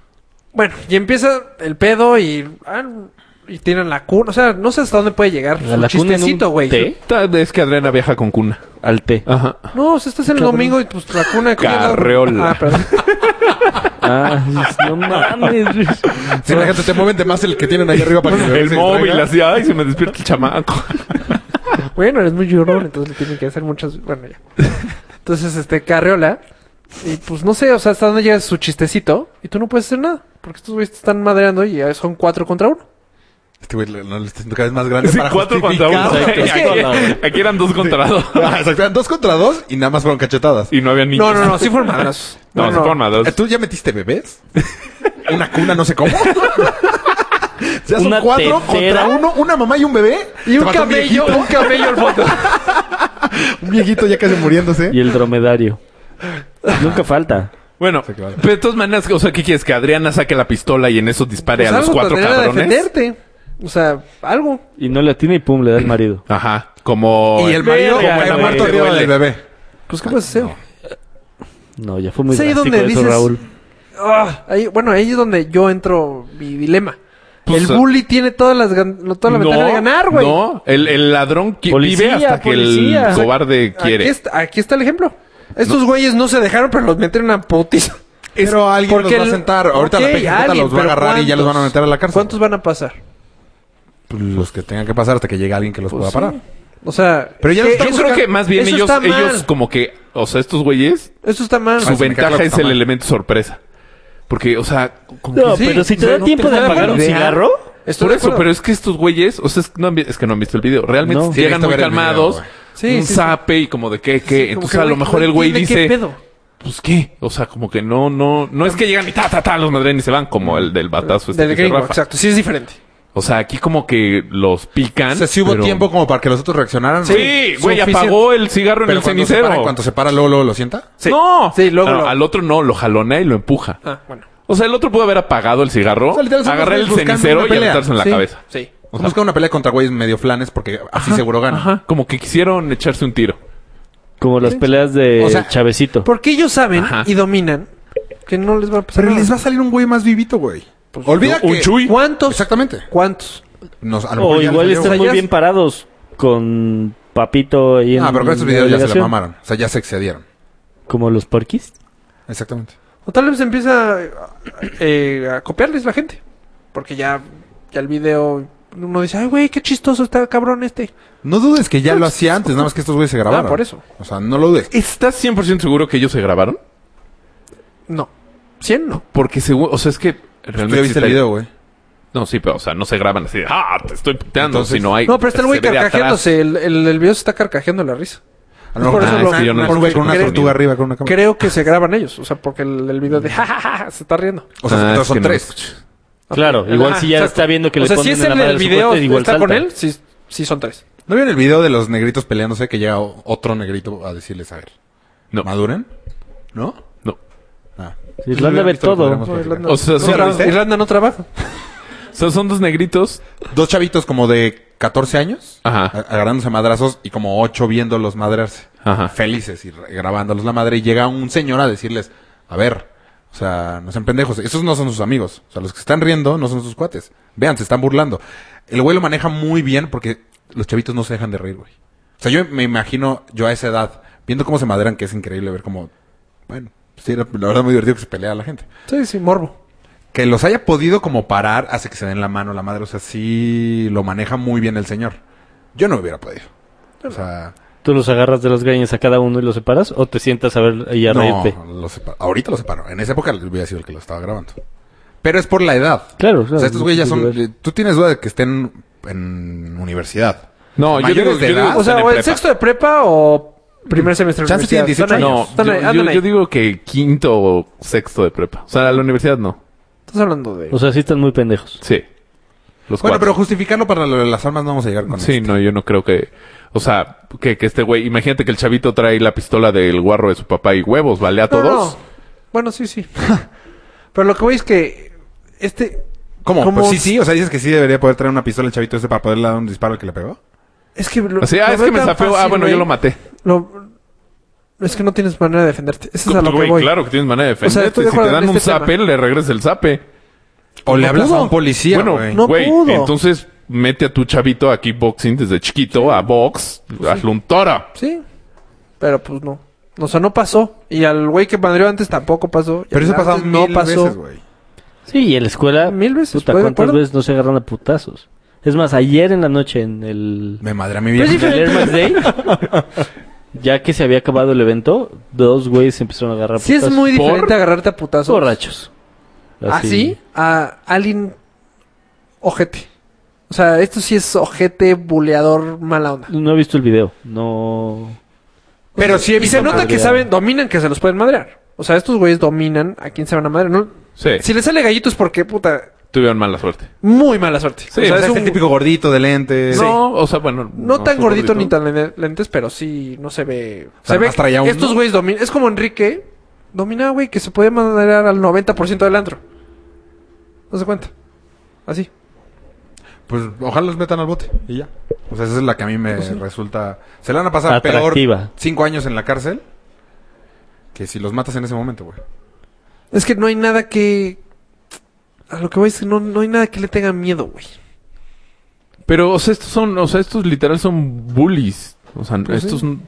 [SPEAKER 2] Bueno, y empieza el pedo y. ah, y tiran la cuna. O sea, no sé hasta dónde puede llegar.
[SPEAKER 4] A
[SPEAKER 2] Su
[SPEAKER 4] la cuna en un
[SPEAKER 2] chistecito, güey.
[SPEAKER 4] té.
[SPEAKER 3] Tal vez que Adriana viaja con cuna.
[SPEAKER 4] Al té.
[SPEAKER 3] Ajá.
[SPEAKER 2] No, o sea, estás en el domingo y pues la cuna.
[SPEAKER 3] Carreola.
[SPEAKER 2] Ah, perdón.
[SPEAKER 4] Ah, no mames.
[SPEAKER 5] Si la gente te mueven más el que tienen ahí arriba para que se
[SPEAKER 3] El móvil,
[SPEAKER 5] distraiga.
[SPEAKER 3] así, ay, se me despierta el chamaco.
[SPEAKER 2] Bueno, eres muy llorón, entonces le tienen que hacer muchas. Bueno, ya. Entonces, este, carreola. Y pues no sé, o sea, hasta dónde llega su chistecito. Y tú no puedes hacer nada. Porque estos güeyes te están madreando y ya son cuatro contra uno.
[SPEAKER 5] Este güey le- no le está haciendo cada vez más grande.
[SPEAKER 3] Sí,
[SPEAKER 5] para
[SPEAKER 3] cuatro contra
[SPEAKER 5] justificar.
[SPEAKER 3] uno.
[SPEAKER 4] Exacto.
[SPEAKER 3] Aquí- Aquí, aquí eran dos contra dos.
[SPEAKER 5] Ah, Exacto, eran dos contra dos y nada más fueron cachetadas.
[SPEAKER 3] Y no había niños.
[SPEAKER 2] No, no, no, sí fueron madrazos.
[SPEAKER 3] No, se fueron madrazos.
[SPEAKER 5] Eh, ¿Tú ya metiste bebés? ¿Una cuna no sé cómo? ya son
[SPEAKER 4] Una
[SPEAKER 5] cuatro
[SPEAKER 4] tetera.
[SPEAKER 5] contra uno, una mamá y un bebé.
[SPEAKER 2] Y
[SPEAKER 5] Te
[SPEAKER 2] un
[SPEAKER 5] faltó
[SPEAKER 2] camello, un
[SPEAKER 5] viejito,
[SPEAKER 2] camello al fondo.
[SPEAKER 5] un viejito ya casi muriéndose.
[SPEAKER 4] Y el dromedario. Nunca falta.
[SPEAKER 3] Bueno,
[SPEAKER 5] Sí, claro.
[SPEAKER 3] pero de todas maneras, o sea, ¿qué quieres? Que Adriana saque la pistola y en eso dispare
[SPEAKER 2] Pues
[SPEAKER 3] a los
[SPEAKER 2] algo
[SPEAKER 3] cuatro
[SPEAKER 2] tendrá de
[SPEAKER 3] cabrones.
[SPEAKER 2] defenderte. O sea, algo.
[SPEAKER 4] Y no le atina y pum, le da el marido.
[SPEAKER 3] Ajá. Como.
[SPEAKER 5] Y el marido
[SPEAKER 4] Verga,
[SPEAKER 5] como el
[SPEAKER 4] güey,
[SPEAKER 5] muerto
[SPEAKER 3] te
[SPEAKER 5] arriba
[SPEAKER 3] duele.
[SPEAKER 5] del bebé.
[SPEAKER 2] Pues,
[SPEAKER 3] Ah,
[SPEAKER 2] ¿qué puedes hacer?
[SPEAKER 4] No, ya fue muy
[SPEAKER 2] Sí,
[SPEAKER 4] drástico
[SPEAKER 2] donde
[SPEAKER 4] eso,
[SPEAKER 2] dices-
[SPEAKER 4] Raúl.
[SPEAKER 2] Ah, ahí- bueno, ahí es donde yo entro mi dilema.
[SPEAKER 3] Pues,
[SPEAKER 2] el
[SPEAKER 3] ah,
[SPEAKER 2] bully tiene todas las, gan- no, toda la ventaja de ganar, güey.
[SPEAKER 3] No, el, el ladrón qui-
[SPEAKER 4] Policía,
[SPEAKER 3] vive hasta que
[SPEAKER 4] policía.
[SPEAKER 3] el cobarde quiere.
[SPEAKER 2] Aquí está, aquí está el ejemplo. Estos güeyes no se dejaron, pero los metieron a putiza.
[SPEAKER 5] Pero alguien los
[SPEAKER 2] Porque
[SPEAKER 5] va a
[SPEAKER 2] el-
[SPEAKER 5] sentar. Ahorita
[SPEAKER 2] Ok,
[SPEAKER 5] la PGJ
[SPEAKER 2] alguien,
[SPEAKER 5] los va a
[SPEAKER 2] pero
[SPEAKER 5] agarrar y ya los van a meter a la cárcel. Pues
[SPEAKER 2] ¿Cuántos van a pasar?
[SPEAKER 5] Los que tengan que pasar hasta que llegue alguien que los
[SPEAKER 2] Pues
[SPEAKER 5] pueda parar.
[SPEAKER 2] O sea,
[SPEAKER 5] Pero ya
[SPEAKER 2] ¿qué-
[SPEAKER 5] los está
[SPEAKER 3] Yo creo que más bien
[SPEAKER 2] Eso
[SPEAKER 3] ellos,
[SPEAKER 2] está mal.
[SPEAKER 3] ellos como que, o sea, estos güeyes,
[SPEAKER 2] Eso está mal.
[SPEAKER 3] su
[SPEAKER 5] sí, me queda claro
[SPEAKER 3] ventaja
[SPEAKER 5] que
[SPEAKER 3] es
[SPEAKER 5] está
[SPEAKER 3] el
[SPEAKER 5] mal.
[SPEAKER 3] elemento sorpresa. Porque, o sea, como
[SPEAKER 4] No,
[SPEAKER 2] Sí,
[SPEAKER 4] pero si
[SPEAKER 2] o
[SPEAKER 4] te
[SPEAKER 2] sea,
[SPEAKER 4] da
[SPEAKER 2] no
[SPEAKER 4] tiempo
[SPEAKER 2] tengo
[SPEAKER 4] de
[SPEAKER 2] la
[SPEAKER 4] apagar
[SPEAKER 2] menor
[SPEAKER 4] un
[SPEAKER 2] idea.
[SPEAKER 4] cigarro.
[SPEAKER 2] Estoy
[SPEAKER 3] Por
[SPEAKER 2] de
[SPEAKER 3] eso,
[SPEAKER 2] acuerdo.
[SPEAKER 3] pero es que estos güeyes, o sea, es que no han vi- es que no han visto el video. Realmente
[SPEAKER 4] No.
[SPEAKER 3] llegan
[SPEAKER 5] Sí,
[SPEAKER 3] muy
[SPEAKER 5] ver el video,
[SPEAKER 3] calmados,
[SPEAKER 5] güey.
[SPEAKER 2] Sí,
[SPEAKER 3] un
[SPEAKER 2] sí, sí.
[SPEAKER 3] zape y como de qué, qué.
[SPEAKER 2] Como
[SPEAKER 3] Entonces
[SPEAKER 2] que,
[SPEAKER 3] pues, a lo mejor el güey
[SPEAKER 2] entiende
[SPEAKER 3] dice,
[SPEAKER 2] ¿Qué pedo?
[SPEAKER 3] pues qué. O sea, como que no, no, no es que llegan y ta, ta, ta, los madrenes y se van, como el del batazo este
[SPEAKER 2] Del
[SPEAKER 3] que dice
[SPEAKER 2] gringo,
[SPEAKER 3] Rafa.
[SPEAKER 2] exacto. Sí es diferente.
[SPEAKER 3] O sea, aquí como que los pican.
[SPEAKER 5] O sea, sí hubo
[SPEAKER 3] pero-
[SPEAKER 5] tiempo como para que los otros reaccionaran.
[SPEAKER 3] Sí,
[SPEAKER 5] ¿no?
[SPEAKER 3] güey,
[SPEAKER 2] suficiente.
[SPEAKER 3] apagó el cigarro en
[SPEAKER 5] Pero
[SPEAKER 3] el
[SPEAKER 5] cuando se
[SPEAKER 3] cenicero.
[SPEAKER 5] para, cuando se para, luego, luego lo sienta.
[SPEAKER 2] Sí.
[SPEAKER 3] No,
[SPEAKER 2] Sí, luego
[SPEAKER 3] Ah, no,
[SPEAKER 2] lo-
[SPEAKER 3] al otro no, lo jalonea y lo empuja.
[SPEAKER 2] Ah, bueno.
[SPEAKER 3] O sea, el otro pudo haber apagado el cigarro,
[SPEAKER 5] O sea, literal, son
[SPEAKER 3] agarrar
[SPEAKER 5] los
[SPEAKER 3] el
[SPEAKER 5] güeyes buscando
[SPEAKER 3] cenicero
[SPEAKER 5] una
[SPEAKER 3] y
[SPEAKER 5] pelea.
[SPEAKER 3] aventarse en la
[SPEAKER 2] Sí,
[SPEAKER 3] cabeza.
[SPEAKER 2] Sí.
[SPEAKER 5] Busca una pelea contra güeyes medio flanes porque así seguro gana.
[SPEAKER 3] Ajá, como que quisieron echarse un tiro.
[SPEAKER 4] Como las peleas de
[SPEAKER 5] O sea,
[SPEAKER 4] Chavecito.
[SPEAKER 2] Porque ellos saben
[SPEAKER 3] Ajá.
[SPEAKER 2] y dominan que no les va a pasar
[SPEAKER 5] Pero
[SPEAKER 2] nada.
[SPEAKER 5] les va a salir un güey más vivito, güey. Olvida
[SPEAKER 3] un
[SPEAKER 5] que...
[SPEAKER 3] chuy.
[SPEAKER 2] ¿Cuántos?
[SPEAKER 5] Exactamente.
[SPEAKER 2] ¿Cuántos?
[SPEAKER 5] Nos, a lo mejor
[SPEAKER 4] O
[SPEAKER 5] ya les
[SPEAKER 4] igual
[SPEAKER 5] salió,
[SPEAKER 4] están
[SPEAKER 5] güey.
[SPEAKER 4] muy
[SPEAKER 2] ya-
[SPEAKER 4] bien parados con Papito y en
[SPEAKER 5] Ah, pero con estos videos
[SPEAKER 4] la
[SPEAKER 5] ya se la
[SPEAKER 4] delegación.
[SPEAKER 5] mamaron. O sea, ya se excedieron.
[SPEAKER 4] Como los porquis.
[SPEAKER 5] Exactamente.
[SPEAKER 2] O tal vez empieza eh, a copiarles la gente. Porque ya, ya el video uno dice, ay, güey, qué chistoso está el cabrón este.
[SPEAKER 5] No dudes que ya lo hacía antes, nada más que estos güeyes se grabaron.
[SPEAKER 2] por eso.
[SPEAKER 5] O sea, no lo dudes.
[SPEAKER 3] ¿Estás 100% seguro que ellos se grabaron?
[SPEAKER 2] No. 100 no.
[SPEAKER 3] Porque seguro, o sea, es que
[SPEAKER 5] Tú
[SPEAKER 3] realmente...
[SPEAKER 5] ya
[SPEAKER 3] sí
[SPEAKER 5] viste el
[SPEAKER 3] está-
[SPEAKER 5] video, güey.
[SPEAKER 3] No, sí, pero, o sea, no se graban así de, ah, te estoy puteando,
[SPEAKER 5] Entonces-
[SPEAKER 3] sino hay...
[SPEAKER 2] No, pero está el güey
[SPEAKER 3] se ve de atrás.
[SPEAKER 2] carcajeándose. El, el, el video se está carcajeando la risa.
[SPEAKER 5] A lo mejor
[SPEAKER 2] Por eso
[SPEAKER 5] ah,
[SPEAKER 2] lo-
[SPEAKER 5] es que yo no
[SPEAKER 2] lo
[SPEAKER 5] mejor un güey con
[SPEAKER 2] escucho
[SPEAKER 5] una
[SPEAKER 2] creo-
[SPEAKER 5] tortuga arriba con una cámara.
[SPEAKER 2] Creo que se graban ellos. O sea, porque el, el video de, jajaja, se está riendo.
[SPEAKER 5] O sea,
[SPEAKER 3] Ah,
[SPEAKER 5] entonces
[SPEAKER 3] es
[SPEAKER 5] son
[SPEAKER 3] que no lo
[SPEAKER 5] tres.
[SPEAKER 3] escuché.
[SPEAKER 4] Claro, igual si ya
[SPEAKER 2] Ah, exacto.
[SPEAKER 4] está viendo que
[SPEAKER 2] o
[SPEAKER 4] le
[SPEAKER 2] sea,
[SPEAKER 4] ponen
[SPEAKER 2] si
[SPEAKER 4] en
[SPEAKER 2] es
[SPEAKER 4] la
[SPEAKER 2] el
[SPEAKER 4] madre
[SPEAKER 2] del
[SPEAKER 4] a su
[SPEAKER 2] video,
[SPEAKER 4] cuate, igual
[SPEAKER 2] está
[SPEAKER 4] salta.
[SPEAKER 2] con él, sí, sí son tres.
[SPEAKER 5] ¿No vieron el video de los negritos peleándose que llega o- otro negrito a decirles, a ver,
[SPEAKER 3] No,
[SPEAKER 5] maduren? ¿No?
[SPEAKER 3] no.
[SPEAKER 5] Ah.
[SPEAKER 4] Sí, lo han de ver
[SPEAKER 5] Esto lo
[SPEAKER 4] todo.
[SPEAKER 5] podremos
[SPEAKER 2] No,
[SPEAKER 5] platicar.
[SPEAKER 2] Irlanda,
[SPEAKER 3] O sea,
[SPEAKER 2] no
[SPEAKER 3] sí,
[SPEAKER 2] trabaja.
[SPEAKER 5] ¿viste?
[SPEAKER 2] Irlanda no trabaja.
[SPEAKER 3] O sea, son dos negritos.
[SPEAKER 5] Dos chavitos como de 14 años
[SPEAKER 3] Ajá.
[SPEAKER 5] a- agarrándose a madrazos y como ocho viéndolos madrarse.
[SPEAKER 2] Ah.
[SPEAKER 3] Ajá.
[SPEAKER 5] Felices y re- grabándolos la madre. Y llega un señor a decirles, a ver, o sea, no sean pendejos. Esos no son sus amigos. O sea, los que están riendo no son sus cuates. Vean, se están burlando. El güey lo maneja muy bien porque los chavitos no se dejan de reír, güey. O sea, yo me imagino, yo a esa edad, viendo cómo se maderan, que es increíble ver cómo, bueno, sí, era, la verdad muy divertido que se pelea la gente.
[SPEAKER 2] Sí, sí, morbo.
[SPEAKER 5] Que los haya podido como parar hace que se den la mano la madre. O sea, sí lo maneja muy bien el señor. Yo no hubiera podido. O sea,
[SPEAKER 4] ¿Tú los agarras de las greñas a cada uno y los separas? ¿O te sientas a ver y a
[SPEAKER 5] no,
[SPEAKER 4] reírte?
[SPEAKER 5] lo separo. ahorita lo separo. En esa época hubiera sido el que lo estaba grabando. Pero es por la edad.
[SPEAKER 4] Claro,
[SPEAKER 5] O
[SPEAKER 4] claro.
[SPEAKER 5] sea, estos güeyes ya
[SPEAKER 4] No
[SPEAKER 5] son... Tú tienes duda de que estén en universidad.
[SPEAKER 3] No, yo
[SPEAKER 5] Mayores
[SPEAKER 3] digo,
[SPEAKER 5] de
[SPEAKER 3] yo digo
[SPEAKER 5] edad.
[SPEAKER 3] que
[SPEAKER 2] O sea,
[SPEAKER 3] están Ah, en
[SPEAKER 2] o el
[SPEAKER 3] prepa.
[SPEAKER 2] sexto de prepa o primer semestre de
[SPEAKER 5] Chance
[SPEAKER 2] universidad.
[SPEAKER 5] tienen
[SPEAKER 2] Están
[SPEAKER 5] 18
[SPEAKER 2] ahí,
[SPEAKER 3] No,
[SPEAKER 2] están ahí,
[SPEAKER 3] yo-
[SPEAKER 2] andan
[SPEAKER 3] yo,
[SPEAKER 2] ahí.
[SPEAKER 3] yo digo que quinto o sexto de prepa. O sea, a la universidad no.
[SPEAKER 2] Estás hablando de...
[SPEAKER 4] O sea, sí están muy pendejos.
[SPEAKER 3] Sí. Los
[SPEAKER 5] Bueno, pero
[SPEAKER 3] cuatro.
[SPEAKER 5] justificarlo para lo de las armas no vamos a llegar con
[SPEAKER 3] Sí,
[SPEAKER 5] esto.
[SPEAKER 3] no, yo no creo que... O sea, que, que este güey... Imagínate que el chavito trae la pistola del guarro de su papá y huevos, ¿vale? A
[SPEAKER 2] No, no.
[SPEAKER 3] todos.
[SPEAKER 2] Bueno, sí, sí. Pero lo que voy es que este
[SPEAKER 5] ¿Cómo?
[SPEAKER 2] ¿Cómo
[SPEAKER 5] Pues sí,
[SPEAKER 2] s-
[SPEAKER 5] sí. O sea, dices que sí debería poder traer una pistola el chavito ese para poderle dar un disparo al que le pegó.
[SPEAKER 2] es que lo-
[SPEAKER 3] Así, ah,
[SPEAKER 2] lo
[SPEAKER 3] es
[SPEAKER 2] veo
[SPEAKER 3] que me
[SPEAKER 2] tan
[SPEAKER 3] zafeo. Ah,
[SPEAKER 2] fácil,
[SPEAKER 3] bueno, yo
[SPEAKER 2] güey.
[SPEAKER 3] lo maté.
[SPEAKER 2] Lo- Es que no tienes manera de defenderte. Eso es a lo que
[SPEAKER 3] Pues, Güey,
[SPEAKER 2] voy.
[SPEAKER 3] claro que tienes manera de
[SPEAKER 2] O sea,
[SPEAKER 3] defenderte.
[SPEAKER 2] estoy de
[SPEAKER 3] si
[SPEAKER 2] acuerdo
[SPEAKER 3] te dan
[SPEAKER 2] en
[SPEAKER 3] un
[SPEAKER 2] este
[SPEAKER 3] zape, le regresas el zape.
[SPEAKER 5] O le
[SPEAKER 2] No
[SPEAKER 5] hablas
[SPEAKER 2] pudo.
[SPEAKER 5] a un policía,
[SPEAKER 3] bueno,
[SPEAKER 5] güey.
[SPEAKER 2] no
[SPEAKER 3] güey,
[SPEAKER 2] pudo.
[SPEAKER 3] entonces mete a tu chavito a kickboxing desde chiquito, a box,
[SPEAKER 2] Pues
[SPEAKER 3] hazle un toro.
[SPEAKER 2] Sí. Pero pues no. O sea, no pasó. Y al güey que madrió antes tampoco pasó. Y
[SPEAKER 5] Pero
[SPEAKER 2] al
[SPEAKER 5] eso ha pasado
[SPEAKER 2] antes no
[SPEAKER 5] mil
[SPEAKER 2] pasó. Ah,
[SPEAKER 5] veces, güey.
[SPEAKER 4] Sí, y en la escuela.
[SPEAKER 2] Mil veces,
[SPEAKER 4] Puta,
[SPEAKER 2] estoy de
[SPEAKER 4] ¿cuántas
[SPEAKER 2] acuerdo.
[SPEAKER 4] veces no se agarran a putazos? Es más, ayer en la noche en el.
[SPEAKER 5] Me madre a mi
[SPEAKER 4] en el
[SPEAKER 5] vieja.
[SPEAKER 4] Air Max Day, ya que se había acabado el evento, dos güeyes se empezaron a agarrar a
[SPEAKER 2] Sí es muy
[SPEAKER 3] ¿Por?
[SPEAKER 2] diferente agarrarte a ¿Ah, putazos.
[SPEAKER 4] borrachos.
[SPEAKER 2] Así a alguien ojete. O sea, esto sí es ojete, buleador, mala onda.
[SPEAKER 4] No he visto el video. No.
[SPEAKER 5] Pero sí he
[SPEAKER 2] Y se
[SPEAKER 5] visto...
[SPEAKER 2] nota que
[SPEAKER 4] madrear.
[SPEAKER 2] saben, dominan que se los pueden madrear. O sea, estos güeyes dominan a quién se van a madrear. ¿no?
[SPEAKER 3] Sí,
[SPEAKER 2] Si les sale gallitos, porque puta,
[SPEAKER 3] tuvieron mala suerte.
[SPEAKER 2] muy mala suerte.
[SPEAKER 3] Sí,
[SPEAKER 2] o sea,
[SPEAKER 5] O sea,
[SPEAKER 2] pues es
[SPEAKER 5] es
[SPEAKER 2] un-
[SPEAKER 5] el típico gordito de lentes.
[SPEAKER 3] No, o sea, bueno.
[SPEAKER 2] No, tan
[SPEAKER 3] soy
[SPEAKER 2] gordito, ni tan lene- lentes, pero sí no se ve.
[SPEAKER 5] sea,
[SPEAKER 2] se ve
[SPEAKER 5] nomás traía uno.
[SPEAKER 2] estos güeyes dominan. Es como Enrique. Domina, güey, que se puede madrear al 90% del antro. No se cuenta. Así.
[SPEAKER 5] Pues ojalá los metan al bote y ya. O sea, esa es la que a mí me resulta. Se la van a pasar
[SPEAKER 4] Atractiva.
[SPEAKER 5] peor cinco años en la cárcel que si los matas en ese momento, güey.
[SPEAKER 2] Es que no hay nada que. A lo que voy es que no, no hay nada que le tenga miedo, güey.
[SPEAKER 3] Pero, o sea, estos son, o sea, estos literal son bullies. O sea,
[SPEAKER 2] Pues sí.
[SPEAKER 3] estos, son-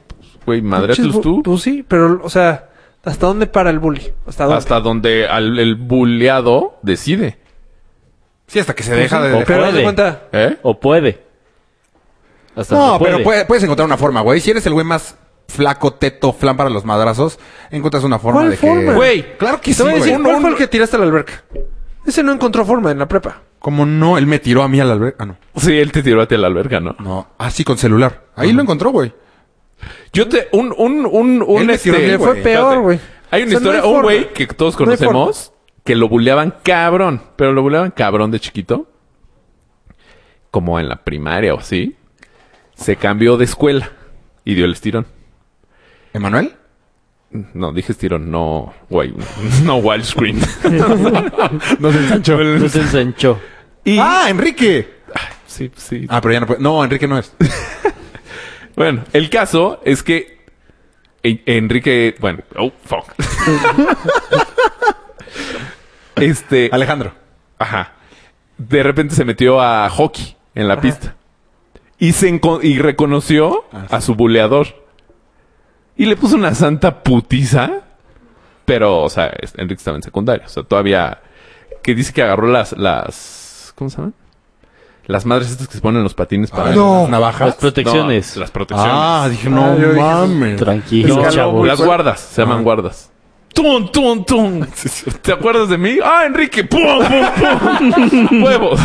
[SPEAKER 3] güey,
[SPEAKER 2] Pinches
[SPEAKER 3] madreatelos
[SPEAKER 2] bu-
[SPEAKER 3] tú.
[SPEAKER 2] Pues sí, pero, o sea, ¿hasta dónde para el bully? ¿Hasta dónde?
[SPEAKER 3] Hasta donde al- el buleado decide.
[SPEAKER 5] Sí, hasta que se
[SPEAKER 4] Pues
[SPEAKER 5] deja
[SPEAKER 4] sí,
[SPEAKER 5] de.
[SPEAKER 4] o
[SPEAKER 5] dejar-
[SPEAKER 2] pero haz de
[SPEAKER 4] puede.
[SPEAKER 2] cuenta.
[SPEAKER 3] ¿Eh?
[SPEAKER 4] O puede. Hasta
[SPEAKER 5] No,
[SPEAKER 4] donde puede.
[SPEAKER 5] pero puede- puedes encontrar una forma, güey. Si eres el güey más flaco, teto, flan para los madrazos, encuentras una forma
[SPEAKER 2] ¿Cuál
[SPEAKER 5] de
[SPEAKER 2] forma?
[SPEAKER 5] que.
[SPEAKER 2] Güey,
[SPEAKER 5] claro que
[SPEAKER 2] Te
[SPEAKER 5] sí,
[SPEAKER 2] voy a decir,
[SPEAKER 5] güey.
[SPEAKER 2] ¿cuál fue el que tiraste a la alberca? Ese no encontró forma en la prepa.
[SPEAKER 5] Como no, él me tiró a mí al albergue. Ah, no.
[SPEAKER 3] Sí, él te tiró a ti a la alberga, ¿no?
[SPEAKER 5] No, así con celular. Ahí lo encontró, güey.
[SPEAKER 3] Yo te... Un, un, un, un...
[SPEAKER 5] Él me tiró a mí,
[SPEAKER 2] Que fue
[SPEAKER 5] güey,
[SPEAKER 2] peor,
[SPEAKER 3] espérate.
[SPEAKER 2] güey.
[SPEAKER 3] Hay una
[SPEAKER 2] O sea, no
[SPEAKER 3] historia,
[SPEAKER 2] hay
[SPEAKER 3] un
[SPEAKER 2] forma.
[SPEAKER 3] güey que todos
[SPEAKER 2] No hay forma.
[SPEAKER 3] conocemos, que lo buleaban cabrón, pero lo buleaban cabrón de chiquito, como en la primaria o así, se cambió de escuela y dio el estirón.
[SPEAKER 5] ¿Emanuel?
[SPEAKER 3] No, dije estirón, no, güey, no wild screen.
[SPEAKER 5] No se ensanchó.
[SPEAKER 4] No se ensanchó.
[SPEAKER 5] ¡Ah, Enrique!
[SPEAKER 3] sí, sí.
[SPEAKER 5] Ah, pero ya no puede. No, Enrique no es.
[SPEAKER 3] Bueno, el caso es que En- Enrique, bueno, oh, fuck. este,
[SPEAKER 5] Alejandro.
[SPEAKER 3] Ajá. De repente se metió a hockey en la pista. Y, se enco- y reconoció
[SPEAKER 5] Ah, sí.
[SPEAKER 3] a su buleador. Y le puso una santa putiza. Pero, o sea, es- Enrique estaba en secundaria. O sea, todavía... Que dice que agarró las... las ¿Cómo se llaman? Las madres estas que se ponen en los patines para...
[SPEAKER 5] Ah,
[SPEAKER 3] No,
[SPEAKER 5] las Navajas.
[SPEAKER 4] Las protecciones.
[SPEAKER 3] las protecciones.
[SPEAKER 5] Ah, dije, no
[SPEAKER 2] Ah, yo dije,
[SPEAKER 5] mames.
[SPEAKER 4] Tranquilos,
[SPEAKER 3] No,
[SPEAKER 4] chavos.
[SPEAKER 3] las guardas. Se llaman guardas. ¡Tum, tum, tum! ¿Te acuerdas de mí? ¡Ah, Enrique! ¡Pum, pum, pum! ¡Huevos!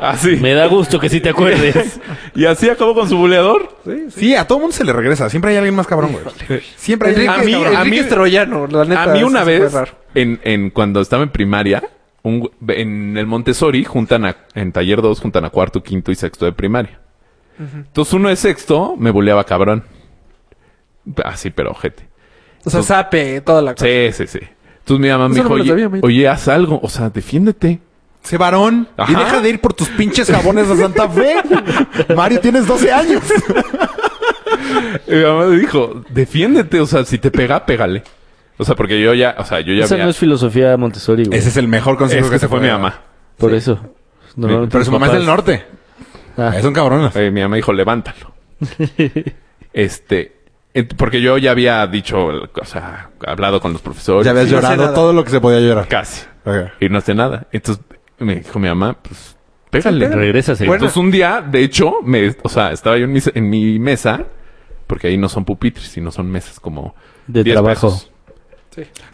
[SPEAKER 3] Así.
[SPEAKER 4] Me da gusto que sí te acuerdes.
[SPEAKER 3] Y así acabó con su buleador.
[SPEAKER 5] Sí, a todo mundo se le regresa. Siempre hay alguien más cabrón, güey. Siempre hay
[SPEAKER 2] Enrique,
[SPEAKER 5] alguien
[SPEAKER 3] a
[SPEAKER 5] más
[SPEAKER 3] mí-
[SPEAKER 5] cabrón.
[SPEAKER 2] Enrique
[SPEAKER 3] mí-
[SPEAKER 2] es troyano, la neta.
[SPEAKER 3] A mí
[SPEAKER 2] sí
[SPEAKER 3] una
[SPEAKER 2] se fue
[SPEAKER 3] vez,
[SPEAKER 2] raro.
[SPEAKER 3] en, en cuando estaba en primaria, un gü- en el Montessori, juntan a, en taller 2, juntan a cuarto, quinto y sexto de primaria. Entonces uno de sexto me buleaba cabrón. Así, pero ojete.
[SPEAKER 2] O sea, sape, toda la cosa.
[SPEAKER 3] Sí, sí, sí. Entonces mi mamá me
[SPEAKER 2] Ah. Eso no me
[SPEAKER 3] dijo,
[SPEAKER 2] lo
[SPEAKER 3] oye,
[SPEAKER 2] sabía, amiguito".
[SPEAKER 3] oye, haz algo. O sea, defiéndete.
[SPEAKER 5] Sé varón. Y
[SPEAKER 3] Ajá.
[SPEAKER 5] deja de ir por tus pinches jabones a Santa Fe. Mario, tienes 12 años.
[SPEAKER 3] Y mi mamá me dijo, defiéndete. O sea, si te pega, pégale. O sea, porque yo ya, o sea, yo ya
[SPEAKER 4] Esa
[SPEAKER 3] había-
[SPEAKER 4] no es filosofía Montessori, güey.
[SPEAKER 5] Ese es el mejor
[SPEAKER 3] Es
[SPEAKER 5] consejo
[SPEAKER 3] que se fue mi mamá.
[SPEAKER 4] Por eso. Normalmente
[SPEAKER 5] Pero su
[SPEAKER 4] los
[SPEAKER 5] mamá es del
[SPEAKER 4] papás-
[SPEAKER 5] norte.
[SPEAKER 4] Ah.
[SPEAKER 5] Es un cabrón.
[SPEAKER 3] Eh, mi mamá dijo, levántalo. este, ent- porque yo ya había dicho, o sea, hablado con los profesores.
[SPEAKER 5] Ya habías
[SPEAKER 2] Sí, no sé
[SPEAKER 5] llorado
[SPEAKER 2] nada.
[SPEAKER 5] todo lo que se podía llorar.
[SPEAKER 3] Casi.
[SPEAKER 5] Ok.
[SPEAKER 3] Y no hacía nada. Entonces me dijo mi mamá, pues,
[SPEAKER 2] Sí,
[SPEAKER 3] pégale.
[SPEAKER 2] pégale.
[SPEAKER 4] Regresas.
[SPEAKER 2] Bueno.
[SPEAKER 3] Entonces un día, de hecho, me, o sea, estaba yo en mi, en mi mesa, porque ahí no son pupitres, sino son mesas como...
[SPEAKER 4] De
[SPEAKER 3] 10
[SPEAKER 4] trabajo.
[SPEAKER 3] pesos.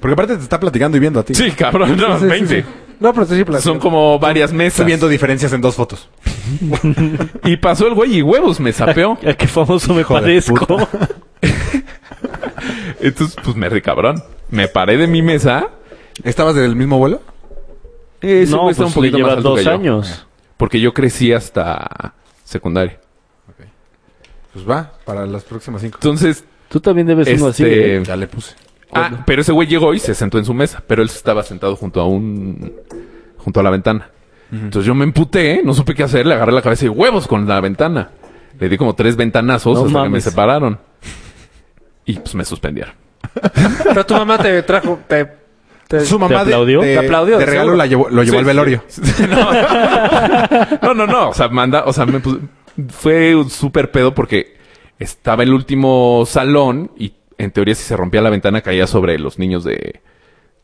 [SPEAKER 5] Porque aparte te está platicando y viendo a ti.
[SPEAKER 3] Sí, cabrón, no,
[SPEAKER 2] Sí, sí,
[SPEAKER 3] 20.
[SPEAKER 2] sí. No, pero sí, placer.
[SPEAKER 3] Son como varias mesas.
[SPEAKER 5] Estoy viendo diferencias en dos fotos.
[SPEAKER 3] Y pasó el güey y huevos, me sapeó.
[SPEAKER 4] ¿A qué famoso me
[SPEAKER 5] Hijo de
[SPEAKER 4] parezco?
[SPEAKER 3] Entonces, pues me re cabrón. Me paré de mi mesa.
[SPEAKER 5] ¿Estabas del mismo vuelo?
[SPEAKER 3] Ese
[SPEAKER 4] no,
[SPEAKER 3] güey
[SPEAKER 4] pues
[SPEAKER 3] está
[SPEAKER 4] le lleva
[SPEAKER 3] alto que
[SPEAKER 4] dos
[SPEAKER 3] yo.
[SPEAKER 4] años.
[SPEAKER 3] Porque yo crecí hasta secundaria.
[SPEAKER 5] Pues va, para las próximas cinco.
[SPEAKER 3] Entonces,
[SPEAKER 4] Tú también debes uno así.
[SPEAKER 3] Este-
[SPEAKER 4] ¿eh?
[SPEAKER 5] Ya le puse.
[SPEAKER 3] ah, pero ese güey llegó y se sentó en su mesa, pero él estaba sentado junto a un junto a la ventana. Entonces yo me emputé, ¿eh? no supe qué hacer, le agarré la cabeza y huevos con la ventana. Le di como tres ventanazos
[SPEAKER 4] No
[SPEAKER 3] hasta que me
[SPEAKER 4] mames.
[SPEAKER 3] separaron. Y pues me suspendieron.
[SPEAKER 2] Pero tu mamá te trajo. Te, te-
[SPEAKER 5] Su mamá de-
[SPEAKER 4] aplaudió?
[SPEAKER 5] De,
[SPEAKER 2] Te aplaudió,
[SPEAKER 5] de regalo
[SPEAKER 2] seguro.
[SPEAKER 5] la llevó- lo llevó
[SPEAKER 3] Sí,
[SPEAKER 5] al velorio.
[SPEAKER 3] sí. no. no, no, no. O sea, manda, o sea, me pus- fue un súper pedo porque estaba el último salón y en teoría si se rompía la ventana caía sobre los niños de,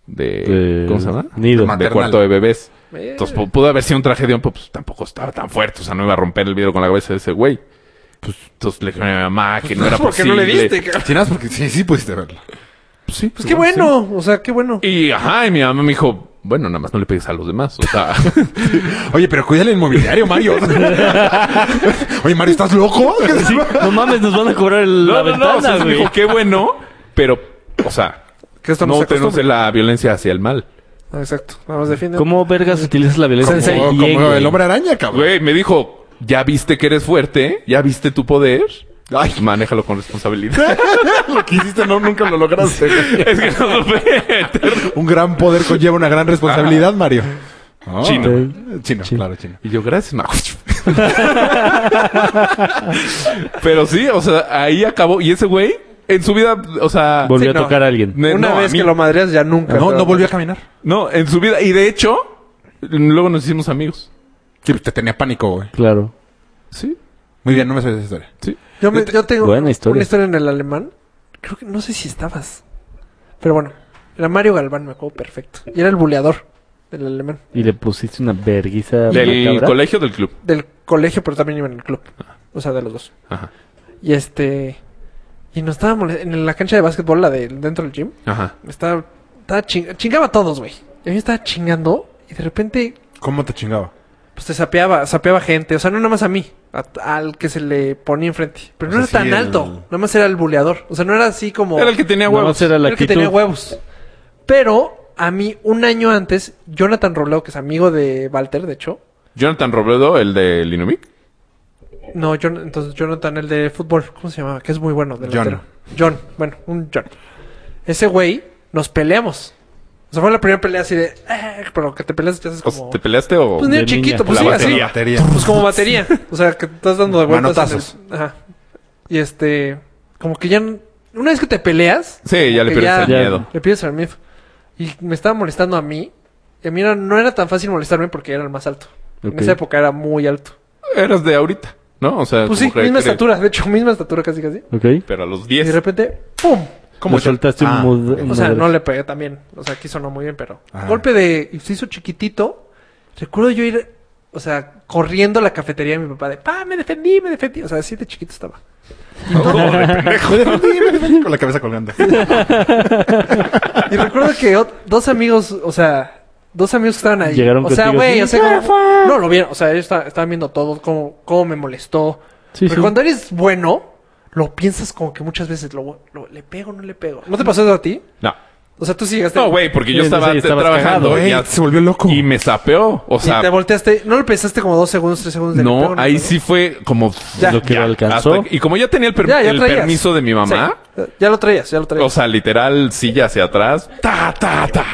[SPEAKER 3] de,
[SPEAKER 4] De-
[SPEAKER 3] ¿cómo se llama?
[SPEAKER 4] Nido.
[SPEAKER 3] De
[SPEAKER 5] Maternal.
[SPEAKER 3] cuarto de bebés.
[SPEAKER 2] Eh.
[SPEAKER 3] Entonces pu- pudo haber sido un tragedión, pero pues tampoco estaba tan fuerte. O sea, no iba a romper el vidrio con la cabeza de ese güey. Pues entonces le dije a mi mamá que no era
[SPEAKER 2] ¿Por qué
[SPEAKER 3] posible.
[SPEAKER 2] no le diste? cabrón?
[SPEAKER 5] Sí, nada más porque sí, sí pudiste verlo.
[SPEAKER 3] Pues sí,
[SPEAKER 2] Pues qué bueno. O sea, qué bueno.
[SPEAKER 3] Y ajá, y mi mamá me dijo, bueno, nada más no le pegues a los demás. O sea,
[SPEAKER 5] Oye, pero cuida el inmobiliario, Mario. Oye, Mario, ¿estás loco?
[SPEAKER 4] Sí, no mames, nos van a cobrar el-
[SPEAKER 3] No,
[SPEAKER 4] la
[SPEAKER 3] no, no, o sea,
[SPEAKER 4] ventana,
[SPEAKER 3] se
[SPEAKER 4] güey.
[SPEAKER 3] dijo, qué bueno, pero, o sea,
[SPEAKER 2] Que esto no,
[SPEAKER 3] no
[SPEAKER 2] se
[SPEAKER 3] tenemos
[SPEAKER 2] acostumbre.
[SPEAKER 3] la violencia hacia el mal.
[SPEAKER 2] Ah, Exacto. Nada más defiende.
[SPEAKER 4] ¿Cómo vergas utilizas la violencia?
[SPEAKER 5] Como,
[SPEAKER 2] Sensei,
[SPEAKER 4] Bien,
[SPEAKER 5] como
[SPEAKER 4] güey.
[SPEAKER 5] el hombre araña, cabrón.
[SPEAKER 3] Güey, me dijo, ya viste que eres fuerte, ya viste tu poder,
[SPEAKER 5] Ay.
[SPEAKER 3] manéjalo con responsabilidad.
[SPEAKER 5] lo que hiciste no, nunca lo lograste. güey.
[SPEAKER 3] es que no supe.
[SPEAKER 5] Un gran poder conlleva una gran responsabilidad, Mario. Ah.
[SPEAKER 3] Chino.
[SPEAKER 5] Chino, claro, chino.
[SPEAKER 3] Y yo, gracias, ma. pero sí, o sea, ahí acabó. Y ese güey, en su vida, o sea...
[SPEAKER 4] Volvió
[SPEAKER 2] Sí,
[SPEAKER 4] a
[SPEAKER 2] no.
[SPEAKER 4] tocar a alguien.
[SPEAKER 3] ne-
[SPEAKER 2] Una
[SPEAKER 3] no, a
[SPEAKER 2] vez
[SPEAKER 3] mí-
[SPEAKER 2] que lo madreas ya nunca.
[SPEAKER 5] No,
[SPEAKER 2] Pero-
[SPEAKER 5] no volvió a caminar.
[SPEAKER 3] No, en su vida. Y de hecho, luego nos hicimos amigos.
[SPEAKER 5] Sí, pues te tenía pánico, güey.
[SPEAKER 4] Claro.
[SPEAKER 3] Sí,
[SPEAKER 5] Muy bien, no me sabes esa historia.
[SPEAKER 3] sí.
[SPEAKER 2] Yo, me- yo tengo
[SPEAKER 4] Buena historia.
[SPEAKER 2] una historia en el alemán. Creo que no sé si estabas. Pero bueno, era Mario Galván, me acuerdo perfecto. Y era el buleador del alemán.
[SPEAKER 4] Y le pusiste una verguiza.
[SPEAKER 3] Del
[SPEAKER 4] macabra.
[SPEAKER 3] colegio o del club.
[SPEAKER 2] Del colegio, pero también iba en el club. O sea, de los dos.
[SPEAKER 3] Ajá.
[SPEAKER 2] Y este. Y nos estaba molest- En la cancha de básquetbol, la de dentro del gym,
[SPEAKER 3] Ajá.
[SPEAKER 2] estaba, estaba ching- chingaba a todos, güey. Y a mí me estaba chingando. Y de repente,
[SPEAKER 5] ¿Cómo te chingaba?
[SPEAKER 2] pues te sapeaba, sapeaba gente. O sea, no nada más a mí, a- al que se le ponía enfrente. Pero
[SPEAKER 5] O
[SPEAKER 2] no era
[SPEAKER 5] sea,
[SPEAKER 2] tan
[SPEAKER 5] sí, el-
[SPEAKER 2] alto. Nada más era el buleador. O sea, no era así como.
[SPEAKER 3] Era el que tenía
[SPEAKER 4] Nada
[SPEAKER 3] huevos.
[SPEAKER 4] más era la
[SPEAKER 2] Creo que tenía
[SPEAKER 4] actitud.
[SPEAKER 2] huevos. Pero a mí, un año antes, Jonathan Robledo, que es amigo de Walter, de hecho.
[SPEAKER 3] Jonathan Robledo, el de Inumic.
[SPEAKER 2] No, Jon- entonces Jonathan, el de fútbol, ¿cómo se llamaba? Que es muy bueno. delantero. John, bueno, un John. Ese güey, nos peleamos. O sea, fue la primera pelea así de... "Ah", pero que te peleas, te haces
[SPEAKER 3] O sea,
[SPEAKER 2] como...
[SPEAKER 3] ¿Te peleaste o...?
[SPEAKER 2] Pues niño
[SPEAKER 4] de niña.
[SPEAKER 2] chiquito, pues
[SPEAKER 3] La
[SPEAKER 2] sí,
[SPEAKER 3] batería.
[SPEAKER 2] así.
[SPEAKER 3] La
[SPEAKER 5] batería.
[SPEAKER 2] Pues como batería. O sea, que estás dando de vueltas. en el-
[SPEAKER 5] Manotazos.
[SPEAKER 2] Ajá. Y este... Como que ya... n- Una vez que te peleas,
[SPEAKER 3] sí, ya le
[SPEAKER 2] que
[SPEAKER 3] pierdes
[SPEAKER 2] ya-
[SPEAKER 3] el miedo.
[SPEAKER 2] Le pides al MIF. Y me estaba molestando a mí. Y a mí no, no era tan fácil molestarme porque era el más alto. En
[SPEAKER 4] Ok.
[SPEAKER 2] esa época era muy alto.
[SPEAKER 3] Eras de ahorita, ¿no? O sea...
[SPEAKER 2] Pues sí,
[SPEAKER 3] como que-
[SPEAKER 2] misma
[SPEAKER 3] que-
[SPEAKER 2] estatura. De hecho, misma estatura casi casi.
[SPEAKER 4] Ok.
[SPEAKER 3] Pero a los
[SPEAKER 2] Y de
[SPEAKER 3] 10.
[SPEAKER 2] repente, ¡pum!
[SPEAKER 5] ¿Cómo Ah,
[SPEAKER 4] Le soltaste un mud-
[SPEAKER 5] ok.
[SPEAKER 4] un
[SPEAKER 2] O sea,
[SPEAKER 4] Madre.
[SPEAKER 2] no le pegué también. O sea, aquí sonó muy bien, pero...
[SPEAKER 5] Ajá.
[SPEAKER 2] Golpe de... y Se hizo chiquitito. Recuerdo yo ir, o sea, corriendo a la cafetería de mi papá de... ¡Pa, me defendí, me defendí! O sea, así de chiquito estaba.
[SPEAKER 5] Me defendí, me defendí con la cabeza colgando.
[SPEAKER 2] Y recuerdo que ot- dos amigos, o sea, dos amigos que estaban ahí.
[SPEAKER 4] Llegaron
[SPEAKER 2] o sea,
[SPEAKER 4] contigo,
[SPEAKER 2] güey,
[SPEAKER 4] sí,
[SPEAKER 2] o sea, como- no lo vieron, o sea, ellos esta- estaban viendo todo cómo, cómo me molestó.
[SPEAKER 4] Sí,
[SPEAKER 2] Pero
[SPEAKER 4] sí.
[SPEAKER 2] cuando eres bueno, lo piensas como que muchas veces lo, lo- le pego, no le pego. ¿No te pasó eso a ti?
[SPEAKER 3] No.
[SPEAKER 2] O sea, tú sí llegaste
[SPEAKER 3] No, güey, porque yo
[SPEAKER 4] Sí,
[SPEAKER 3] estaba
[SPEAKER 4] entonces
[SPEAKER 3] te-
[SPEAKER 4] ya estabas
[SPEAKER 3] trabajando
[SPEAKER 4] cagado,
[SPEAKER 5] Güey,
[SPEAKER 3] ya-
[SPEAKER 5] se volvió loco.
[SPEAKER 3] y me sapeó. O
[SPEAKER 2] y te
[SPEAKER 3] sea,
[SPEAKER 2] volteaste, no lo pensaste como dos segundos, tres segundos. de, ¿le pego,
[SPEAKER 3] no,
[SPEAKER 2] le
[SPEAKER 3] ahí
[SPEAKER 2] pego?
[SPEAKER 3] sí fue como...
[SPEAKER 2] Ya.
[SPEAKER 4] Lo que lo alcanzó.
[SPEAKER 3] hasta que- y como ya tenía el, per-
[SPEAKER 2] Ya, ya
[SPEAKER 3] el
[SPEAKER 2] traías.
[SPEAKER 3] permiso de mi mamá,
[SPEAKER 2] Sí, ya lo traías, ya lo traías.
[SPEAKER 3] o sea, literal, silla hacia atrás, ta, ta, ta.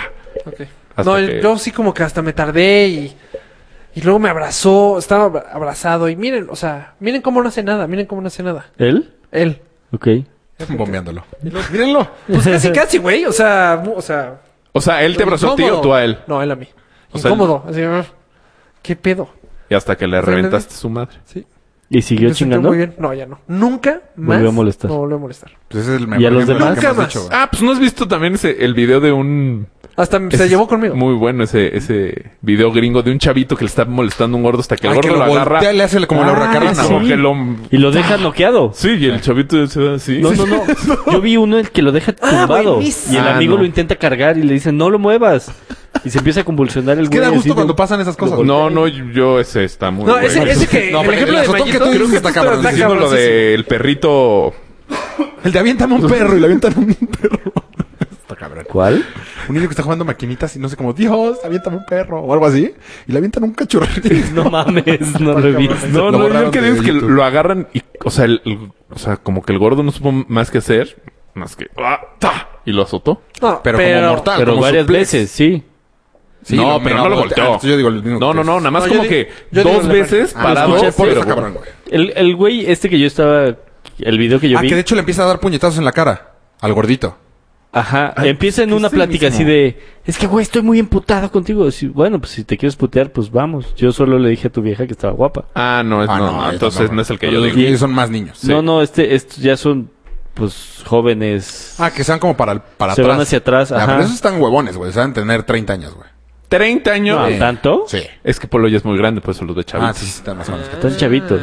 [SPEAKER 2] Ok.
[SPEAKER 3] Hasta
[SPEAKER 2] No,
[SPEAKER 3] que-
[SPEAKER 2] yo sí como que hasta me tardé y, y luego me abrazó, estaba abra- abrazado y miren, o sea, miren cómo no hace nada, miren cómo no hace nada.
[SPEAKER 4] ¿Él?
[SPEAKER 2] Él.
[SPEAKER 4] Ok.
[SPEAKER 5] Bombeándolo. Mírenlo.
[SPEAKER 2] Pues casi, casi, güey. O sea, mu- o sea.
[SPEAKER 3] O sea, él te abrazó a ti o
[SPEAKER 2] incómodo.
[SPEAKER 3] tú a él.
[SPEAKER 2] No, él a mí.
[SPEAKER 3] O sea,
[SPEAKER 2] incómodo. Así, ah, ¿qué pedo?
[SPEAKER 3] Y hasta que le
[SPEAKER 2] O sea, le-
[SPEAKER 3] reventaste su madre.
[SPEAKER 2] Sí.
[SPEAKER 4] ¿Y siguió
[SPEAKER 2] Me sentí
[SPEAKER 4] chingando?
[SPEAKER 2] Muy bien. No, ya no. Nunca más.
[SPEAKER 4] Volvió a molestar.
[SPEAKER 2] No volvió a molestar.
[SPEAKER 5] Pues ese es el
[SPEAKER 4] ¿Y a los
[SPEAKER 5] ejemplo
[SPEAKER 4] demás?
[SPEAKER 5] que hemos
[SPEAKER 2] Nunca
[SPEAKER 5] dicho,
[SPEAKER 2] más.
[SPEAKER 5] güey.
[SPEAKER 3] Ah, pues no has visto también ese, el video de un...
[SPEAKER 2] Hasta me-
[SPEAKER 3] Ese
[SPEAKER 2] se
[SPEAKER 3] es
[SPEAKER 2] llevó conmigo.
[SPEAKER 3] Muy bueno ese, ese video gringo de un chavito que le está molestando a un gordo hasta que el
[SPEAKER 5] Ay,
[SPEAKER 3] gordo
[SPEAKER 5] que
[SPEAKER 3] lo,
[SPEAKER 5] lo
[SPEAKER 3] agarra.
[SPEAKER 5] voltea, le hace como la
[SPEAKER 4] Ah,
[SPEAKER 5] hurracarrana,
[SPEAKER 4] sí.
[SPEAKER 3] Como
[SPEAKER 5] güey.
[SPEAKER 3] que lo-
[SPEAKER 4] Y lo deja noqueado.
[SPEAKER 3] Sí, y el chavito se da así.
[SPEAKER 4] No, no, no. Yo vi uno el que lo deja
[SPEAKER 2] Ah,
[SPEAKER 4] tumbado.
[SPEAKER 2] buenísimo.
[SPEAKER 4] y el
[SPEAKER 3] Ah,
[SPEAKER 4] amigo
[SPEAKER 3] no.
[SPEAKER 4] lo intenta cargar y le dice, no lo muevas. Y se empieza a convulsionar el
[SPEAKER 5] Es que
[SPEAKER 4] güey.
[SPEAKER 5] da
[SPEAKER 4] así
[SPEAKER 5] gusto
[SPEAKER 4] de-
[SPEAKER 5] cuando pasan esas cosas. güey.
[SPEAKER 3] No, no, yo ese está muy
[SPEAKER 2] no,
[SPEAKER 3] bueno.
[SPEAKER 2] ese, ese que.
[SPEAKER 5] No,
[SPEAKER 2] el
[SPEAKER 5] pero
[SPEAKER 2] ejemplo
[SPEAKER 5] el
[SPEAKER 2] de
[SPEAKER 5] azotón que
[SPEAKER 2] Mayito,
[SPEAKER 5] tú dices
[SPEAKER 2] creo que
[SPEAKER 5] está
[SPEAKER 2] está cabrón.
[SPEAKER 5] cabrón.
[SPEAKER 3] Diciendo lo del perrito...
[SPEAKER 5] El de aviéntame un perro y le avientan un perro. Está cabrón.
[SPEAKER 4] ¿Cuál?
[SPEAKER 5] un niño que está jugando maquinitas y no sé como, Dios, aviéntame un perro o algo así. Y le avientan un cachorrito.
[SPEAKER 4] No mames, no lo he visto.
[SPEAKER 3] No,
[SPEAKER 5] Lo
[SPEAKER 3] no, yo
[SPEAKER 5] borraron
[SPEAKER 3] lo que digo
[SPEAKER 5] de
[SPEAKER 3] es que
[SPEAKER 5] YouTube.
[SPEAKER 3] lo agarran y, o sea, el- el- o sea, como que el gordo no supo más que hacer, más que, ¡ah! ¡ta! y lo azotó.
[SPEAKER 2] No,
[SPEAKER 5] Pero, como mortal,
[SPEAKER 4] Pero
[SPEAKER 5] como
[SPEAKER 4] varias
[SPEAKER 5] suplex.
[SPEAKER 4] veces, sí.
[SPEAKER 5] Sí,
[SPEAKER 3] no, pero no lo
[SPEAKER 5] voltea.
[SPEAKER 3] volteó.
[SPEAKER 5] Ah, yo digo el mismo
[SPEAKER 3] No, no,
[SPEAKER 5] que
[SPEAKER 3] no,
[SPEAKER 5] ustedes.
[SPEAKER 3] nada más
[SPEAKER 2] No, yo
[SPEAKER 3] como
[SPEAKER 2] di-
[SPEAKER 3] que
[SPEAKER 2] yo digo
[SPEAKER 3] dos
[SPEAKER 2] la
[SPEAKER 3] veces
[SPEAKER 5] Ah, lo
[SPEAKER 3] parado.
[SPEAKER 5] escuché, por
[SPEAKER 3] pero-
[SPEAKER 5] eso, cabrón, güey.
[SPEAKER 4] El, el güey este que yo estaba... El video que yo
[SPEAKER 5] Ah,
[SPEAKER 4] vi...
[SPEAKER 5] que de hecho le empieza a dar puñetazos en la cara al gordito.
[SPEAKER 4] Ajá,
[SPEAKER 5] Ah,
[SPEAKER 4] empieza en
[SPEAKER 3] es
[SPEAKER 4] una
[SPEAKER 3] el
[SPEAKER 4] plática
[SPEAKER 3] mismo.
[SPEAKER 4] así de, es que güey, estoy muy emputado contigo. Sí, bueno, pues si te quieres putear, pues vamos. Yo solo le dije a tu vieja que estaba guapa.
[SPEAKER 3] Ah, no, es,
[SPEAKER 5] Ah,
[SPEAKER 3] no,
[SPEAKER 5] no,
[SPEAKER 3] no,
[SPEAKER 5] eso
[SPEAKER 3] entonces
[SPEAKER 5] no.
[SPEAKER 3] no es el que
[SPEAKER 5] Pero
[SPEAKER 3] yo
[SPEAKER 5] los
[SPEAKER 3] digo.
[SPEAKER 5] niños son más niños.
[SPEAKER 3] Sí.
[SPEAKER 4] No, no, este, estos ya son, pues, jóvenes.
[SPEAKER 5] Ah, que sean como para, el- para
[SPEAKER 4] Se
[SPEAKER 5] atrás.
[SPEAKER 4] van hacia atrás,
[SPEAKER 5] Ya,
[SPEAKER 4] ajá.
[SPEAKER 5] Ah, pero esos están huevones, güey. Saben tener 30 años, güey.
[SPEAKER 3] 30 años.
[SPEAKER 4] No,
[SPEAKER 3] Eh,
[SPEAKER 4] ¿Tanto?
[SPEAKER 5] Sí.
[SPEAKER 3] Es que Polo ya es muy grande, por eso los ve
[SPEAKER 5] Ah,
[SPEAKER 3] chavitos.
[SPEAKER 5] sí, sí, están más o menos. que-
[SPEAKER 4] Están chavitos.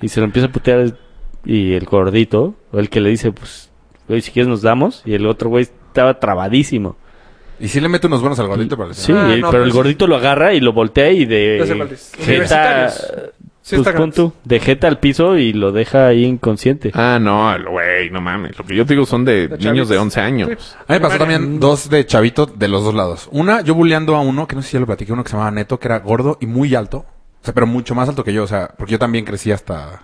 [SPEAKER 4] y se lo empieza a putear el- y el gordito, o el que le dice, pues, güey, si quieres nos damos. Y el otro güey estaba trabadísimo.
[SPEAKER 5] Y sí le mete unos buenos al gordito, pero...
[SPEAKER 4] Sí,
[SPEAKER 2] Ah,
[SPEAKER 4] el-
[SPEAKER 2] no,
[SPEAKER 4] pero
[SPEAKER 2] pues
[SPEAKER 4] el
[SPEAKER 2] sí.
[SPEAKER 4] gordito lo agarra y lo voltea y
[SPEAKER 2] Ya sé cuál
[SPEAKER 4] de...
[SPEAKER 2] es.
[SPEAKER 4] Jeta,
[SPEAKER 2] Universitarios. Sí,
[SPEAKER 4] pues
[SPEAKER 2] está
[SPEAKER 4] pon tú, de jeta al piso y lo deja ahí inconsciente.
[SPEAKER 3] Ah, no, el güey, no mames. Lo que yo te digo son de, niños de 11 años.
[SPEAKER 5] A mí me pasó también dos de chavito de los dos lados. Una, yo bulleando a uno, que no sé si ya lo platiqué, uno que se llamaba Neto, que era gordo y muy alto. O sea, pero mucho más alto que yo. O sea, porque yo también crecí hasta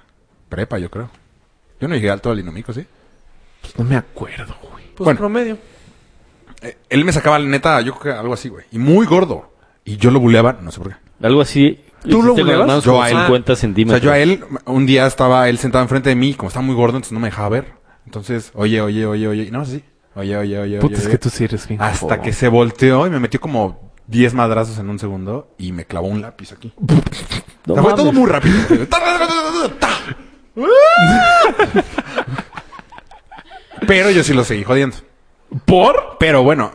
[SPEAKER 5] prepa, yo creo. Yo no llegué alto al Inomico, ¿sí?
[SPEAKER 3] Pues no me acuerdo, güey.
[SPEAKER 2] Pues
[SPEAKER 5] Bueno.
[SPEAKER 2] promedio.
[SPEAKER 5] Eh, Él me sacaba, la neta, yo creo que algo así, güey. Y muy gordo. Y yo lo buleaba, no sé por qué.
[SPEAKER 4] Algo así.
[SPEAKER 2] ¿Tú lo
[SPEAKER 4] Hiciste
[SPEAKER 2] buleabas?
[SPEAKER 4] más
[SPEAKER 5] Yo
[SPEAKER 4] como
[SPEAKER 5] a él.
[SPEAKER 4] 50
[SPEAKER 5] O sea,
[SPEAKER 4] centímetros.
[SPEAKER 5] yo a él, un día estaba él sentado enfrente de mí, y como estaba muy gordo, entonces no me dejaba ver. Entonces, oye, oye, oye, oye, y nada más así. Oye, oye, oye,
[SPEAKER 3] Puta,
[SPEAKER 5] oye,
[SPEAKER 3] es
[SPEAKER 5] oye.
[SPEAKER 3] que tú sí eres bien
[SPEAKER 5] Hasta
[SPEAKER 3] joven.
[SPEAKER 5] que se volteó y me metió como 10 madrazos en un segundo y me clavó un lápiz aquí.
[SPEAKER 4] No
[SPEAKER 5] O sea, fue todo
[SPEAKER 4] mames.
[SPEAKER 5] muy rápido. Ta, ta, ta, ta, ta, ta. Pero yo sí lo seguí jodiendo.
[SPEAKER 3] ¿Por?
[SPEAKER 5] Pero bueno,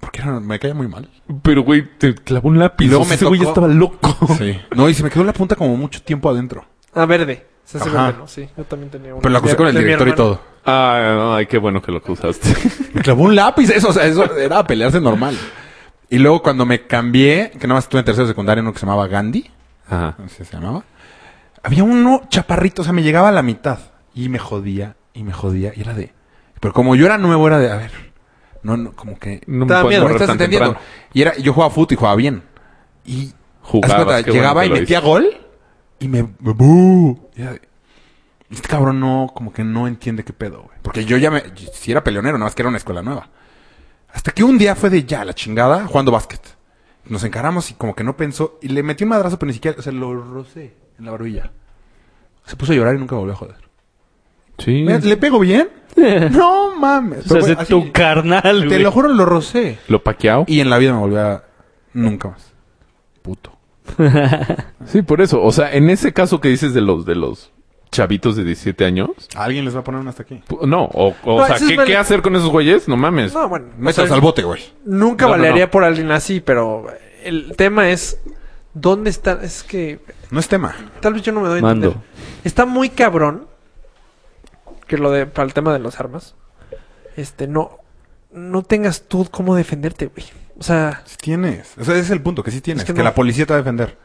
[SPEAKER 5] porque era- me caía muy mal.
[SPEAKER 3] Pero, güey, te clavó un lápiz.
[SPEAKER 5] Y luego
[SPEAKER 3] O sea,
[SPEAKER 5] me
[SPEAKER 3] ese güey
[SPEAKER 5] tocó-
[SPEAKER 3] estaba loco.
[SPEAKER 5] Sí. No, y se me quedó la punta como mucho tiempo adentro.
[SPEAKER 2] Ah, verde. Se hace
[SPEAKER 5] Ajá.
[SPEAKER 2] verde, ¿no? Sí, yo también tenía uno.
[SPEAKER 5] Pero la acusé
[SPEAKER 2] De-
[SPEAKER 5] con el
[SPEAKER 2] de mi
[SPEAKER 5] director y
[SPEAKER 2] hermano.
[SPEAKER 5] todo.
[SPEAKER 3] Ah, ay, qué bueno que lo acusaste.
[SPEAKER 5] Me clavó un lápiz, eso, o sea, eso era a pelearse normal. Y luego cuando me cambié, que nada más estuve en tercero de secundaria, en uno que se llamaba Gandhi,
[SPEAKER 3] Ajá.
[SPEAKER 5] así se llamaba. Había uno chaparrito, o sea, me llegaba a la mitad y me jodía y me jodía y era de... Pero como yo era nuevo, era de, a ver, no, no, como que...
[SPEAKER 3] No
[SPEAKER 2] Te da
[SPEAKER 3] puedo
[SPEAKER 2] miedo,
[SPEAKER 5] No
[SPEAKER 3] correr
[SPEAKER 5] estás
[SPEAKER 3] tan
[SPEAKER 5] entendiendo.
[SPEAKER 3] temprano.
[SPEAKER 5] Y era, yo jugaba fútbol y jugaba bien. Y
[SPEAKER 3] Jugabas,
[SPEAKER 5] haz cuenta,
[SPEAKER 3] qué bueno
[SPEAKER 5] llegaba
[SPEAKER 3] que
[SPEAKER 5] y
[SPEAKER 3] lo
[SPEAKER 5] metía
[SPEAKER 3] dices.
[SPEAKER 5] gol y me. ¡Bú! Y era de, Este cabrón no, como que no entiende qué pedo, güey. Porque yo ya me. Si era peleonero, nada más que era una escuela nueva. Hasta que un día fue de ya, la chingada, jugando básquet. Nos encaramos y como que no pensó. Y le metí un madrazo, pero ni siquiera. O sea, lo rocé en la barbilla. Se puso a llorar y nunca volvió a joder.
[SPEAKER 3] Sí.
[SPEAKER 5] Mira, ¿Le pego bien? No mames.
[SPEAKER 4] Se
[SPEAKER 5] Pero fue
[SPEAKER 4] hace
[SPEAKER 5] así,
[SPEAKER 4] tu carnal,
[SPEAKER 5] te
[SPEAKER 4] güey.
[SPEAKER 5] lo juro, lo rocé.
[SPEAKER 3] Lo paqueado.
[SPEAKER 5] Y en la vida me volví a... Nunca más. Puto.
[SPEAKER 3] Sí, por eso. O sea, en ese caso que dices de los, de los chavitos de 17 años.
[SPEAKER 5] ¿Alguien les va a poner un hasta aquí?
[SPEAKER 3] pu- No, o, o
[SPEAKER 2] No,
[SPEAKER 3] sea,
[SPEAKER 2] ese es
[SPEAKER 3] ¿qué,
[SPEAKER 2] mal-
[SPEAKER 3] qué hacer con esos güeyes? No mames.
[SPEAKER 2] No, bueno. o
[SPEAKER 5] Mételos
[SPEAKER 2] sea,
[SPEAKER 5] al bote, güey.
[SPEAKER 2] Nunca
[SPEAKER 3] No, no,
[SPEAKER 2] valería
[SPEAKER 3] no.
[SPEAKER 2] por alguien así, pero el tema es... ¿Dónde está? Es que
[SPEAKER 5] No es tema.
[SPEAKER 2] tal vez yo no me doy a
[SPEAKER 4] Mando.
[SPEAKER 2] entender. Está muy cabrón que lo de para el tema de las armas. Este no no tengas tú cómo defenderte, güey. O sea,
[SPEAKER 5] Sí tienes. O sea, ese es el punto, que sí tienes.
[SPEAKER 2] Es que
[SPEAKER 5] que
[SPEAKER 2] no.
[SPEAKER 5] la policía te va a defender.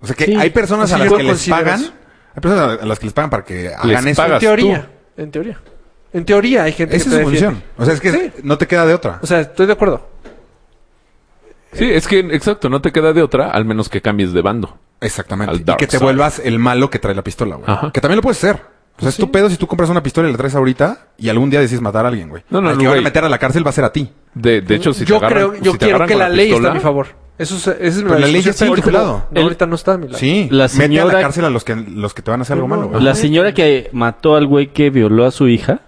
[SPEAKER 5] O sea, que
[SPEAKER 4] Sí.
[SPEAKER 5] hay personas
[SPEAKER 2] Sí,
[SPEAKER 5] a las
[SPEAKER 2] yo
[SPEAKER 5] que les
[SPEAKER 2] considero
[SPEAKER 5] pagan...
[SPEAKER 2] eso.
[SPEAKER 5] Hay personas a las que les pagan para que hagan eso.
[SPEAKER 2] en
[SPEAKER 3] pagas.
[SPEAKER 2] teoría, en teoría. En teoría hay gente
[SPEAKER 5] Esa
[SPEAKER 2] que
[SPEAKER 5] es
[SPEAKER 2] te
[SPEAKER 5] su
[SPEAKER 2] defiende.
[SPEAKER 5] función. O sea, es que
[SPEAKER 2] Sí.
[SPEAKER 5] no te queda de otra.
[SPEAKER 2] O sea, estoy de acuerdo.
[SPEAKER 3] Sí, es que, exacto, no te queda de otra, al menos que cambies de bando.
[SPEAKER 5] Exactamente.
[SPEAKER 3] Al
[SPEAKER 5] Y
[SPEAKER 3] dark
[SPEAKER 5] que te
[SPEAKER 3] side.
[SPEAKER 5] vuelvas el malo que trae la pistola, güey.
[SPEAKER 3] Ajá.
[SPEAKER 5] Que también lo puedes ser. O sea, es tu pedo si tú compras una pistola y la traes ahorita y algún día decides matar a alguien, güey.
[SPEAKER 3] No, no,
[SPEAKER 5] Al
[SPEAKER 3] no,
[SPEAKER 5] que van a
[SPEAKER 3] güey.
[SPEAKER 5] meter a la cárcel va a ser a ti.
[SPEAKER 3] De, de hecho, si
[SPEAKER 2] yo
[SPEAKER 3] te agarran,
[SPEAKER 2] creo, yo
[SPEAKER 3] si te
[SPEAKER 2] quiero
[SPEAKER 3] agarran
[SPEAKER 2] que
[SPEAKER 3] con
[SPEAKER 2] la, ley está a mi
[SPEAKER 3] pistola-
[SPEAKER 2] favor. Eso es, esa es
[SPEAKER 5] Pero la ley ya está
[SPEAKER 2] discusión.
[SPEAKER 5] de tu lado.
[SPEAKER 2] No, ahorita no está a mi lado.
[SPEAKER 5] Sí.
[SPEAKER 4] La
[SPEAKER 5] Mete a
[SPEAKER 4] señora-
[SPEAKER 5] la cárcel a los que, los que te van a hacer algo malo, güey.
[SPEAKER 4] La señora que mató al güey que violó a su hija,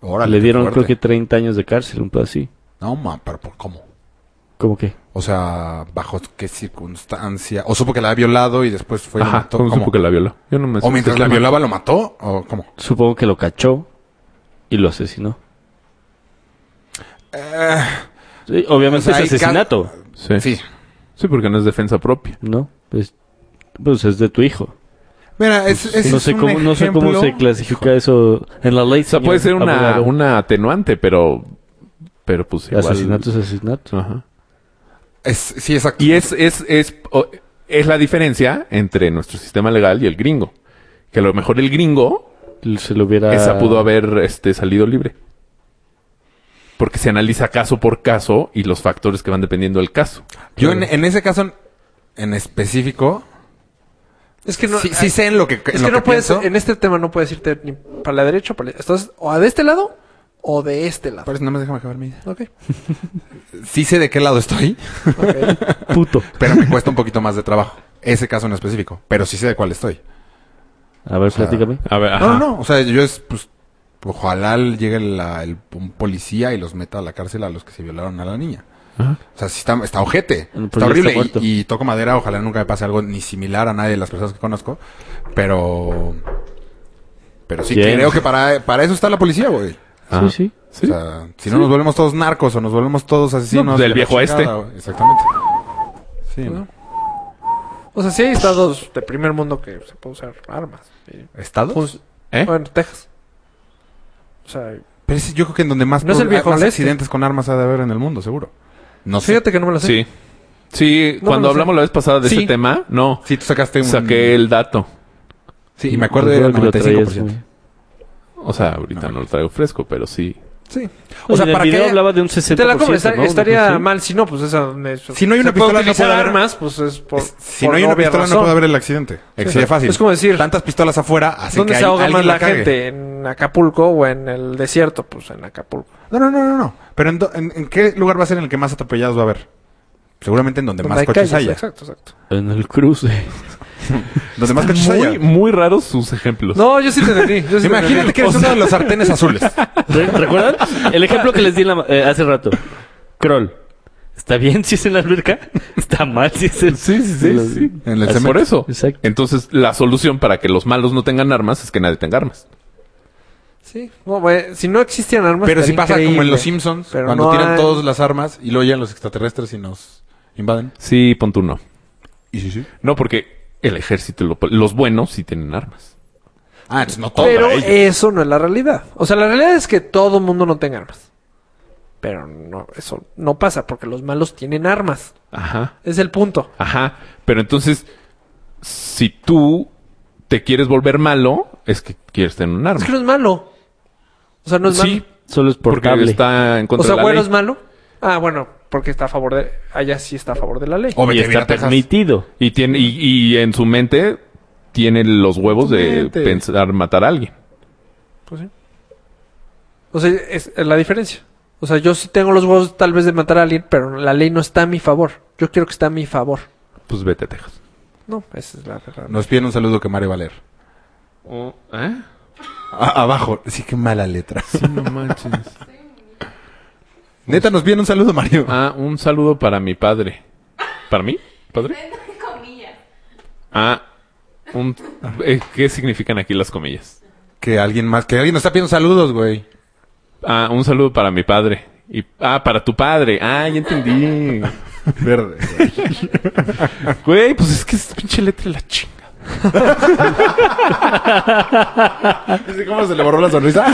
[SPEAKER 5] Órale,
[SPEAKER 4] le
[SPEAKER 5] qué
[SPEAKER 4] dieron
[SPEAKER 5] fuerte.
[SPEAKER 4] creo que 30 años de cárcel, un pedo así.
[SPEAKER 5] No, ma, pero ¿por cómo?
[SPEAKER 4] ¿Cómo que?
[SPEAKER 5] O sea, ¿bajo qué circunstancia? ¿O supo que la había violado y después fue y la
[SPEAKER 3] Ajá,
[SPEAKER 5] mató?
[SPEAKER 3] ¿cómo
[SPEAKER 5] ¿Cómo?
[SPEAKER 3] supo que la violó? Yo no me
[SPEAKER 5] ¿O mientras la
[SPEAKER 3] claro.
[SPEAKER 5] violaba lo mató? ¿O cómo?
[SPEAKER 4] Supongo que lo cachó y lo asesinó. Sí, obviamente
[SPEAKER 5] o sea,
[SPEAKER 4] es
[SPEAKER 5] hay ca-
[SPEAKER 4] asesinato,
[SPEAKER 3] Sí. sí.
[SPEAKER 5] Sí.
[SPEAKER 3] porque no es defensa propia.
[SPEAKER 4] ¿no? Pues, pues es de tu hijo.
[SPEAKER 5] Mira, es, es-
[SPEAKER 4] no,
[SPEAKER 5] es
[SPEAKER 4] sé
[SPEAKER 5] un
[SPEAKER 4] cómo, no sé cómo
[SPEAKER 5] ejemplo-
[SPEAKER 4] se clasifica eso en la ley.
[SPEAKER 3] O sea, puede ser una, una atenuante, pero. Pero pues igual.
[SPEAKER 4] Asesinato es asesinato.
[SPEAKER 3] Ajá.
[SPEAKER 5] Es, sí, exacto.
[SPEAKER 3] Y es, es, es, o- es la diferencia entre nuestro sistema legal y el gringo. Que a lo mejor el gringo,
[SPEAKER 4] Ah. Se lo hubiera...
[SPEAKER 3] esa pudo haber este, salido libre. porque se analiza caso por caso y los factores que van dependiendo del caso.
[SPEAKER 5] Yo en, en ese caso, en específico,
[SPEAKER 2] Es que no. ah,
[SPEAKER 5] sí, sí sé en lo que, en
[SPEAKER 2] es
[SPEAKER 5] lo
[SPEAKER 2] que no
[SPEAKER 5] que
[SPEAKER 2] puedes.
[SPEAKER 5] pienso.
[SPEAKER 2] En este tema no puedes irte ni para la derecha o para la Estás o a de este lado o de este lado.
[SPEAKER 5] Parece, no me déjame acabar mi idea.
[SPEAKER 2] Ok.
[SPEAKER 5] Sí sé de qué lado estoy,
[SPEAKER 2] ok.
[SPEAKER 4] Puto.
[SPEAKER 5] pero me cuesta un poquito más de trabajo. Ese caso en específico. Pero sí sé de cuál estoy.
[SPEAKER 4] A ver, platícame.
[SPEAKER 3] A ver,
[SPEAKER 5] No,
[SPEAKER 3] ajá.
[SPEAKER 5] no, no. O sea, yo es, pues, ojalá llegue la- el, un policía y los meta a la cárcel a los que se violaron a la niña.
[SPEAKER 3] Ajá.
[SPEAKER 5] O sea, sí está, está ojete.
[SPEAKER 4] Pues
[SPEAKER 5] está
[SPEAKER 4] ya
[SPEAKER 5] horrible.
[SPEAKER 4] está muerto.
[SPEAKER 5] y, y toco madera, ojalá nunca me pase algo ni similar a nadie de las personas que conozco. Pero. Pero sí
[SPEAKER 4] Bien.
[SPEAKER 5] creo que para, para eso está la policía, güey.
[SPEAKER 3] Ah.
[SPEAKER 4] Sí, sí.
[SPEAKER 3] Sí.
[SPEAKER 5] O sea, si no nos volvemos todos narcos o nos volvemos todos asesinos.
[SPEAKER 3] No, pues, del
[SPEAKER 5] de la
[SPEAKER 3] viejo
[SPEAKER 5] chingada,
[SPEAKER 3] este. Pues,
[SPEAKER 5] güey. Exactamente. Sí, ¿no?
[SPEAKER 2] O sea, sí hay estados de primer mundo que se puede usar armas. Y
[SPEAKER 5] ¿Estados?
[SPEAKER 2] fun-
[SPEAKER 3] ¿Eh?
[SPEAKER 2] Bueno, Texas. O sea,
[SPEAKER 5] Pero es- yo creo que en donde más,
[SPEAKER 2] No es el
[SPEAKER 5] prob-
[SPEAKER 2] viejo
[SPEAKER 5] más
[SPEAKER 2] este.
[SPEAKER 5] accidentes con armas ha de haber en el mundo, seguro. No sé.
[SPEAKER 2] fíjate que no me lo sé.
[SPEAKER 3] Sí. Sí,
[SPEAKER 2] No me
[SPEAKER 3] cuando
[SPEAKER 2] lo
[SPEAKER 3] hablamos
[SPEAKER 2] sé.
[SPEAKER 3] la vez pasada de
[SPEAKER 2] Sí.
[SPEAKER 3] ese tema, no.
[SPEAKER 5] Sí, tú sacaste un...
[SPEAKER 3] Saqué el dato.
[SPEAKER 5] Sí, y me acuerdo
[SPEAKER 4] Yo
[SPEAKER 5] del
[SPEAKER 4] creo que lo traías
[SPEAKER 5] 95%.
[SPEAKER 4] muy-
[SPEAKER 3] O sea, ahorita no lo traigo fresco, pero sí.
[SPEAKER 2] Sí.
[SPEAKER 4] O sea,
[SPEAKER 2] En el
[SPEAKER 4] para
[SPEAKER 2] video
[SPEAKER 4] qué
[SPEAKER 2] hablaba
[SPEAKER 4] hablaba de un
[SPEAKER 2] Si
[SPEAKER 4] 60%.
[SPEAKER 2] te la compro, está- estaría
[SPEAKER 4] mal.
[SPEAKER 2] mal. Si no, pues esa. me-
[SPEAKER 5] Si no hay
[SPEAKER 2] se puede
[SPEAKER 5] una pistola, no
[SPEAKER 2] utilizar
[SPEAKER 5] puede haber-
[SPEAKER 2] armas, pues es por.
[SPEAKER 5] Si
[SPEAKER 2] por
[SPEAKER 5] no hay una
[SPEAKER 2] obvia
[SPEAKER 5] pistola no
[SPEAKER 2] razón.
[SPEAKER 5] puede haber el accidente. Es
[SPEAKER 2] Sí.
[SPEAKER 5] fácil.
[SPEAKER 2] Es como decir-
[SPEAKER 5] Tantas pistolas afuera hace
[SPEAKER 2] ¿Dónde
[SPEAKER 5] que
[SPEAKER 2] se
[SPEAKER 5] hay-
[SPEAKER 2] ahoga más
[SPEAKER 5] alguien
[SPEAKER 2] la,
[SPEAKER 5] cague.
[SPEAKER 2] gente? ¿En Acapulco o en el desierto? Pues en Acapulco.
[SPEAKER 5] No, no, no, no, no. Pero en, do- en- en qué lugar va a ser en el que más atropellados va a haber? Seguramente en donde,
[SPEAKER 2] Donde
[SPEAKER 5] más
[SPEAKER 2] hay
[SPEAKER 5] coches
[SPEAKER 2] calles,
[SPEAKER 5] haya.
[SPEAKER 2] Exacto, exacto.
[SPEAKER 4] En el cruce.
[SPEAKER 5] Donde más coches
[SPEAKER 3] Muy,
[SPEAKER 5] haya.
[SPEAKER 3] muy raros sus ejemplos.
[SPEAKER 2] No, yo sí te entendí. Yo sí te
[SPEAKER 5] Imagínate
[SPEAKER 2] entendí.
[SPEAKER 5] que eres uno de los sartenes azules.
[SPEAKER 4] ¿Re- ¿Recuerdan? El ejemplo que les di en la ma- eh, hace rato. Kroll. ¿Está bien si es en la alberca? ¿Está mal si es en...
[SPEAKER 3] Sí, sí, sí.
[SPEAKER 4] Los-
[SPEAKER 3] sí.
[SPEAKER 5] En el
[SPEAKER 3] es por
[SPEAKER 5] cemento.
[SPEAKER 3] eso.
[SPEAKER 4] Exacto.
[SPEAKER 3] Entonces, la solución para que los malos no tengan armas es que nadie tenga armas.
[SPEAKER 2] Sí. No, güey, si no existían armas.
[SPEAKER 5] Pero si
[SPEAKER 2] estaría
[SPEAKER 5] pasa como en
[SPEAKER 2] increíble.
[SPEAKER 5] los Simpsons,
[SPEAKER 2] Pero
[SPEAKER 5] cuando
[SPEAKER 2] no
[SPEAKER 5] tiran
[SPEAKER 2] hay-
[SPEAKER 5] todas las armas y luego llegan los extraterrestres y nos invaden.
[SPEAKER 3] Sí, pon tú no.
[SPEAKER 5] Y sí, sí.
[SPEAKER 3] No, porque el ejército, y lo- los buenos sí tienen armas.
[SPEAKER 5] Ah, entonces no todos.
[SPEAKER 2] Pero eh, eso no es la realidad. O sea, la realidad es que todo mundo no tenga armas. Pero no, eso no pasa porque los malos tienen armas.
[SPEAKER 3] Ajá.
[SPEAKER 2] Es el punto.
[SPEAKER 3] Ajá. Pero entonces, si tú te quieres volver malo, es que quieres tener un
[SPEAKER 2] Es
[SPEAKER 3] arma.
[SPEAKER 2] que no es malo. O sea, no es
[SPEAKER 3] sí,
[SPEAKER 2] malo.
[SPEAKER 4] Solo es
[SPEAKER 3] porque
[SPEAKER 4] portable.
[SPEAKER 3] está en
[SPEAKER 2] O
[SPEAKER 3] contra
[SPEAKER 2] sea,
[SPEAKER 3] de la
[SPEAKER 2] bueno,
[SPEAKER 3] ley.
[SPEAKER 2] es malo. Ah, bueno, porque está a favor de. Allá sí está a favor de la ley.
[SPEAKER 5] O vete
[SPEAKER 3] Y
[SPEAKER 5] a vivir
[SPEAKER 3] está
[SPEAKER 5] a Texas.
[SPEAKER 4] Permitido.
[SPEAKER 3] Y, tiene, y, y en su mente tiene los huevos de
[SPEAKER 5] Mente.
[SPEAKER 3] pensar matar a alguien.
[SPEAKER 2] Pues sí. O sea, es es la diferencia. O sea, yo sí tengo los huevos tal vez de matar a alguien, pero la ley no está a mi favor. Yo quiero que esté a mi favor.
[SPEAKER 3] Pues vete a Texas.
[SPEAKER 2] No, esa es la verdad.
[SPEAKER 5] Nos piden un saludo que Mario Valer.
[SPEAKER 3] ¿Eh?
[SPEAKER 5] A- abajo. Sí, qué mala letra.
[SPEAKER 3] No manches.
[SPEAKER 5] Neta, nos piden un saludo, Mario.
[SPEAKER 3] Ah, un saludo para mi padre. ¿Para mí? ¿Padre?
[SPEAKER 6] Entre comillas.
[SPEAKER 3] Ah, un- eh, ¿qué significan aquí las comillas?
[SPEAKER 5] Que alguien más, que alguien nos está pidiendo saludos, güey.
[SPEAKER 3] Ah, un saludo para mi padre. Y, ah, para tu padre. Ah, ya entendí.
[SPEAKER 5] Verde.
[SPEAKER 3] Güey, pues es que es pinche letra de la chinga.
[SPEAKER 5] Dice cómo se le borró la sonrisa.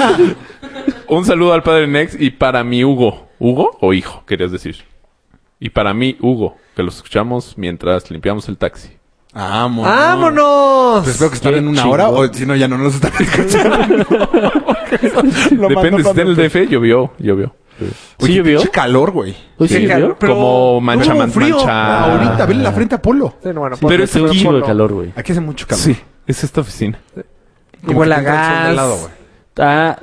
[SPEAKER 3] Un saludo al padre Nex y para mi Hugo. ¿Hugo o hijo? Querías decir. Y para mí, Hugo, que los escuchamos mientras limpiamos el taxi.
[SPEAKER 5] Vámonos.
[SPEAKER 2] ¡Vámonos!
[SPEAKER 5] Ah, Pues espero que estar
[SPEAKER 4] Qué
[SPEAKER 5] en una
[SPEAKER 4] chingón.
[SPEAKER 5] hora o si no, ya no nos están escuchando.
[SPEAKER 3] Depende, si está en el DF, llovió, llovió.
[SPEAKER 4] ¿Sí llovió?
[SPEAKER 5] Qué calor, güey.
[SPEAKER 4] ¿Hoy sí
[SPEAKER 2] Sí,
[SPEAKER 4] llovió?
[SPEAKER 2] Pero-
[SPEAKER 3] Como mancha,
[SPEAKER 5] Hubo
[SPEAKER 3] man-
[SPEAKER 5] frío.
[SPEAKER 3] mancha.
[SPEAKER 5] Ahorita, vele la frente a Polo.
[SPEAKER 2] Sí, no, bueno, pues,
[SPEAKER 3] Pero
[SPEAKER 2] puedo-
[SPEAKER 3] es
[SPEAKER 4] Hace un
[SPEAKER 3] aquí,
[SPEAKER 4] chingo de
[SPEAKER 2] no.
[SPEAKER 4] calor, güey.
[SPEAKER 5] Aquí hace mucho calor.
[SPEAKER 3] Sí, es esta oficina.
[SPEAKER 2] Y huele a gas.
[SPEAKER 4] Está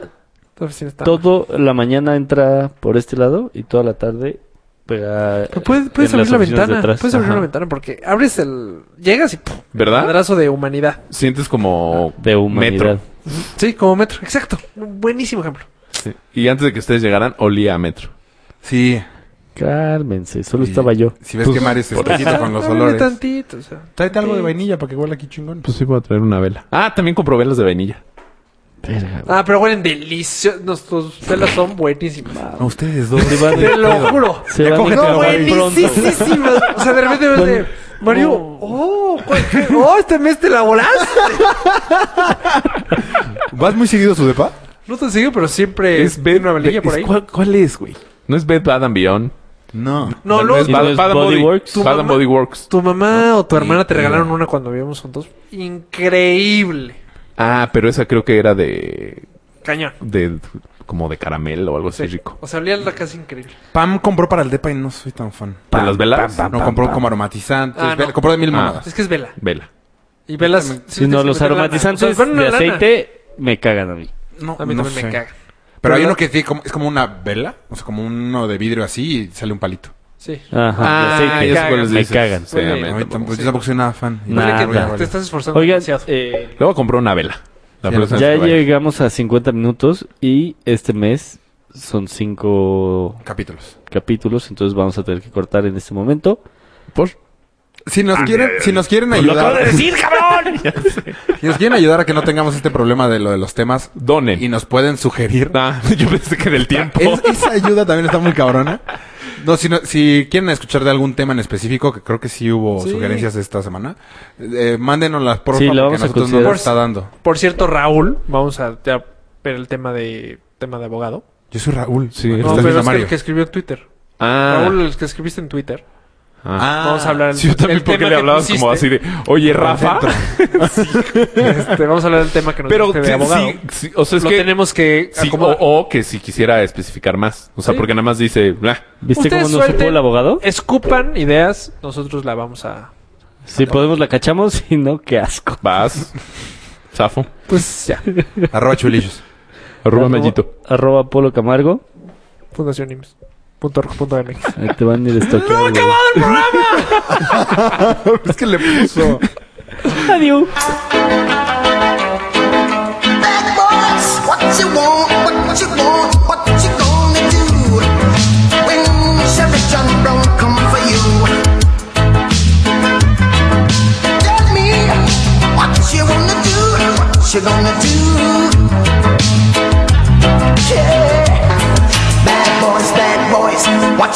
[SPEAKER 2] Entonces, sí está-
[SPEAKER 4] todo la mañana entra por este lado y toda la tarde pega
[SPEAKER 2] Pero puedes,
[SPEAKER 4] eh,
[SPEAKER 2] puedes
[SPEAKER 4] en
[SPEAKER 2] abrir
[SPEAKER 4] las
[SPEAKER 2] la
[SPEAKER 4] oficinas de
[SPEAKER 2] ventana.
[SPEAKER 4] atrás.
[SPEAKER 2] Puedes abrir
[SPEAKER 4] Ajá.
[SPEAKER 2] la ventana porque abres el. Llegas y. ¡pum!
[SPEAKER 3] ¿Verdad?
[SPEAKER 2] Madrazo de humanidad.
[SPEAKER 3] Sientes como
[SPEAKER 4] De humanidad.
[SPEAKER 3] metro.
[SPEAKER 2] Sí, como metro. Exacto. Un Buenísimo ejemplo.
[SPEAKER 3] Sí. Y antes de que ustedes llegaran, olía a metro.
[SPEAKER 5] Sí.
[SPEAKER 4] Cálmense, solo
[SPEAKER 5] Y
[SPEAKER 4] estaba yo.
[SPEAKER 5] Si ves
[SPEAKER 3] Pues,
[SPEAKER 5] que Mario se
[SPEAKER 3] por
[SPEAKER 5] está quita con los
[SPEAKER 2] Ábrele
[SPEAKER 5] olores.
[SPEAKER 2] tantito, o sea.
[SPEAKER 5] Tráete algo de vainilla para que huela aquí chingón.
[SPEAKER 3] Pues sí, voy a traer una vela. Ah, también compró velas de vainilla.
[SPEAKER 4] Verga, güey.
[SPEAKER 2] Ah, pero huelen deliciosos. Nuestros velas son buenísimas.
[SPEAKER 5] No, ustedes dos.
[SPEAKER 4] Se van-
[SPEAKER 2] Te lo juro.
[SPEAKER 4] Se
[SPEAKER 5] Ya
[SPEAKER 4] van a
[SPEAKER 5] cógete la
[SPEAKER 4] acabar
[SPEAKER 2] No,
[SPEAKER 4] pronto.
[SPEAKER 2] buenísísimas. O sea, de repente ves de. Mario, oh, ¿cuál- qué? oh, este mes te la volaste.
[SPEAKER 5] ¿Vas muy seguido a su depa?
[SPEAKER 2] No te sigo, pero siempre
[SPEAKER 3] Bed-
[SPEAKER 2] Eh, una velilla por
[SPEAKER 3] es-
[SPEAKER 2] ahí.
[SPEAKER 3] ¿cuál, cuál es, güey? No es Bed Bad and Beyond.
[SPEAKER 5] No.
[SPEAKER 2] No,
[SPEAKER 3] no
[SPEAKER 2] luego
[SPEAKER 3] es
[SPEAKER 4] ¿Y no
[SPEAKER 3] Bad,
[SPEAKER 4] es
[SPEAKER 3] Bad and
[SPEAKER 4] Body
[SPEAKER 3] Body
[SPEAKER 4] Works?
[SPEAKER 3] Works.
[SPEAKER 2] Tu
[SPEAKER 3] Bad and
[SPEAKER 2] mamá-
[SPEAKER 3] Body Works.
[SPEAKER 2] Tu mamá o tu hermana te
[SPEAKER 5] ni
[SPEAKER 2] regalaron
[SPEAKER 5] idea.
[SPEAKER 2] una cuando vivíamos juntos. Increíble.
[SPEAKER 3] Ah, pero esa creo que era de.
[SPEAKER 2] Cañón.
[SPEAKER 3] de como de caramelo o algo así rico.
[SPEAKER 2] O sea, olía la casa increíble.
[SPEAKER 5] Pam compró para el depa y no soy tan fan.
[SPEAKER 3] ¿De las velas?
[SPEAKER 5] no, compró como aromatizantes.
[SPEAKER 2] Ah, no.
[SPEAKER 5] vela- Compró de mil
[SPEAKER 3] Ah.
[SPEAKER 5] mamadas.
[SPEAKER 2] Es que es vela.
[SPEAKER 3] Vela.
[SPEAKER 2] Y velas. sí,
[SPEAKER 4] Si no,
[SPEAKER 2] sí,
[SPEAKER 4] los
[SPEAKER 2] sí, de lana. O sea,
[SPEAKER 4] aromatizantes
[SPEAKER 2] van una
[SPEAKER 4] de
[SPEAKER 2] lana.
[SPEAKER 4] aceite me cagan a mí.
[SPEAKER 5] No,
[SPEAKER 2] A mí
[SPEAKER 5] no
[SPEAKER 2] también
[SPEAKER 5] sé.
[SPEAKER 2] me caga.
[SPEAKER 5] Pero hay
[SPEAKER 2] Pero-
[SPEAKER 5] uno que sí, como- es como una vela, o sea, como uno de vidrio así y sale un palito.
[SPEAKER 2] Ah, Sí.
[SPEAKER 4] Ajá, de aceite.
[SPEAKER 3] Ah, ya sé cuáles
[SPEAKER 4] me
[SPEAKER 3] dices.
[SPEAKER 4] cagan.
[SPEAKER 3] Sí, a mí
[SPEAKER 2] Muy
[SPEAKER 5] No, yo tampoco,
[SPEAKER 3] tampoco.
[SPEAKER 5] yo tampoco soy nada fan.
[SPEAKER 4] Nah,
[SPEAKER 2] Ponle que
[SPEAKER 4] Nada.
[SPEAKER 2] te, te estás esforzando
[SPEAKER 4] Oigan,
[SPEAKER 2] demasiado.
[SPEAKER 4] eh,
[SPEAKER 3] Luego compró una vela. La
[SPEAKER 5] Sí,
[SPEAKER 3] próxima
[SPEAKER 4] Ya
[SPEAKER 3] vez que vaya.
[SPEAKER 4] llegamos a 50 minutos y este mes son 5
[SPEAKER 5] Capítulos.
[SPEAKER 4] capítulos, entonces vamos a tener que cortar en este momento.
[SPEAKER 3] ¿Por?
[SPEAKER 5] Si nos quieren, si nos quieren ayudar,
[SPEAKER 4] decir, cabrón!
[SPEAKER 5] si nos quieren ayudar a que no tengamos este problema de lo de los temas
[SPEAKER 3] Donen.
[SPEAKER 5] y nos pueden sugerir.
[SPEAKER 3] Ah, yo pensé que del tiempo.
[SPEAKER 5] Es- esa ayuda también está muy cabrona. No, si, no- si quieren escuchar de algún tema en específico, que creo que sí hubo
[SPEAKER 2] Sí.
[SPEAKER 5] sugerencias esta semana, eh, mándenoslas por
[SPEAKER 4] Sí,
[SPEAKER 5] favor,
[SPEAKER 4] lo
[SPEAKER 5] porque
[SPEAKER 4] vamos a
[SPEAKER 5] nosotros no
[SPEAKER 4] considerar.
[SPEAKER 5] nos está dando.
[SPEAKER 2] Por cierto, Raúl, vamos a ya ver el tema de tema de abogado.
[SPEAKER 5] Yo soy Raúl.
[SPEAKER 3] Sí,
[SPEAKER 2] No,
[SPEAKER 3] Está
[SPEAKER 5] Bueno, estás
[SPEAKER 2] pero
[SPEAKER 5] viendo
[SPEAKER 2] es que
[SPEAKER 5] Mario.
[SPEAKER 2] el que escribió en Twitter.
[SPEAKER 3] Ah.
[SPEAKER 2] Raúl, el que escribiste en Twitter.
[SPEAKER 3] Ah.
[SPEAKER 2] Vamos a hablar del
[SPEAKER 3] Sí, yo también
[SPEAKER 2] el
[SPEAKER 3] porque
[SPEAKER 2] tema
[SPEAKER 3] le
[SPEAKER 2] que
[SPEAKER 3] hablabas
[SPEAKER 2] pusiste.
[SPEAKER 3] como así de, oye, Rafa.
[SPEAKER 2] Este, vamos a hablar del tema que nos
[SPEAKER 3] Pero
[SPEAKER 2] dijiste
[SPEAKER 3] sí,
[SPEAKER 2] de abogado.
[SPEAKER 3] sí, sí, o sea, es
[SPEAKER 2] Lo
[SPEAKER 3] que
[SPEAKER 2] tenemos que
[SPEAKER 3] sí, o,
[SPEAKER 2] acomodar.
[SPEAKER 3] o que si quisiera especificar más. O sea,
[SPEAKER 2] Sí.
[SPEAKER 3] porque nada más dice, "Blah".
[SPEAKER 4] ¿Viste
[SPEAKER 2] Ustedes
[SPEAKER 4] cómo nos
[SPEAKER 2] suelten-
[SPEAKER 4] supo el abogado?
[SPEAKER 3] Eh.
[SPEAKER 2] Escupan ideas, nosotros la vamos a...
[SPEAKER 4] Si podemos la cachamos, si no, qué asco.
[SPEAKER 3] vas, zafo,
[SPEAKER 2] Pues ya,
[SPEAKER 5] Arroba chulillos.
[SPEAKER 3] arroba mallito.
[SPEAKER 4] Arroba Polo Camargo.
[SPEAKER 2] Fundación IMSS. Punto org, punto MX.
[SPEAKER 4] Ahí te van a ir a stalkear, güey.
[SPEAKER 5] es que le puso.
[SPEAKER 4] Adiós.
[SPEAKER 6] bad boys, what you want, what, what you want, what you gonna do when Chevy John Brown come for you? Tell me what you wanna do, what you gonna do? Yeah, bad boys, bad boys, what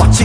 [SPEAKER 6] what you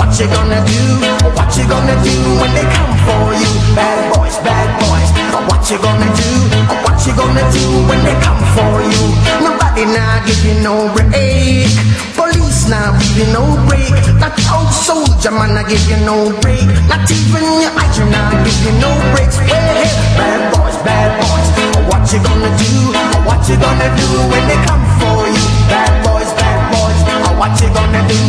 [SPEAKER 6] what you gonna do? What you gonna do when they come for you? Bad boys, bad boys, what you gonna do? What you gonna do when they come for you? Nobody now give you no break. Police now give you no break. That old soldier man I give you no break. Not even your agent now give you no breaks. Hey, hey, bad boys, bad boys, what you gonna do? What you gonna do when they come for you? Bad boys, bad boys, what you gonna do?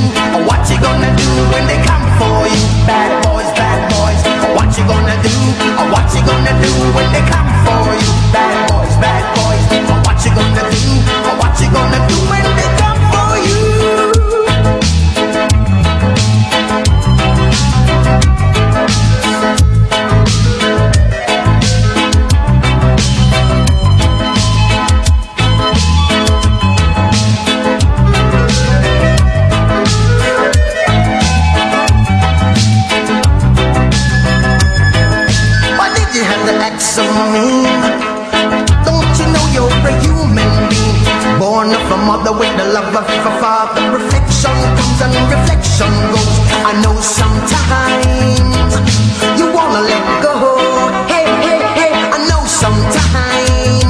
[SPEAKER 6] What you gonna do when they come for you? Bad boys, bad boys, what you gonna do? What you gonna do when they come for you? Bad boys, bad boys, what you gonna do? What you gonna do when they come for you? Why did you have to act so mean? Don't you know you're a human being? Born of a mother with the love of a father. Reflection comes and reflection goes. I know sometimes you wanna let go. Hey, hey, hey, I know sometimes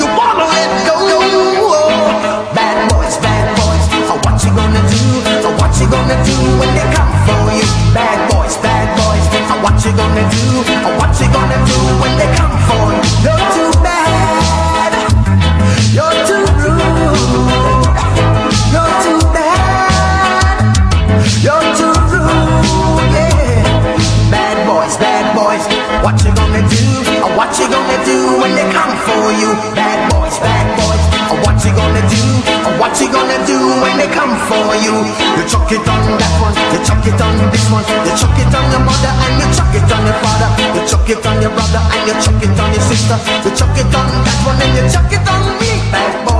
[SPEAKER 6] you wanna let go. Bad boys, bad boys, what you gonna do? What you gonna do when they come for you? Bad boys, bad boys, what you gonna do? What you gonna do when they come for you? You're too bad, you're too rude, you're too bad. You're too rude, yeah. Bad boys, bad boys, what you gonna do? Or what you gonna do when they come for you? Bad boys, bad boys, What you gonna do? What you gonna do when they come for you? You chuck it on that one, you chuck it on this one, you chuck it on your mother and you chuck it on your father, you chuck it on your brother and you chuck it on your sister, you chuck it on that one and you chuck it on me, bad boy. Oh, Oh,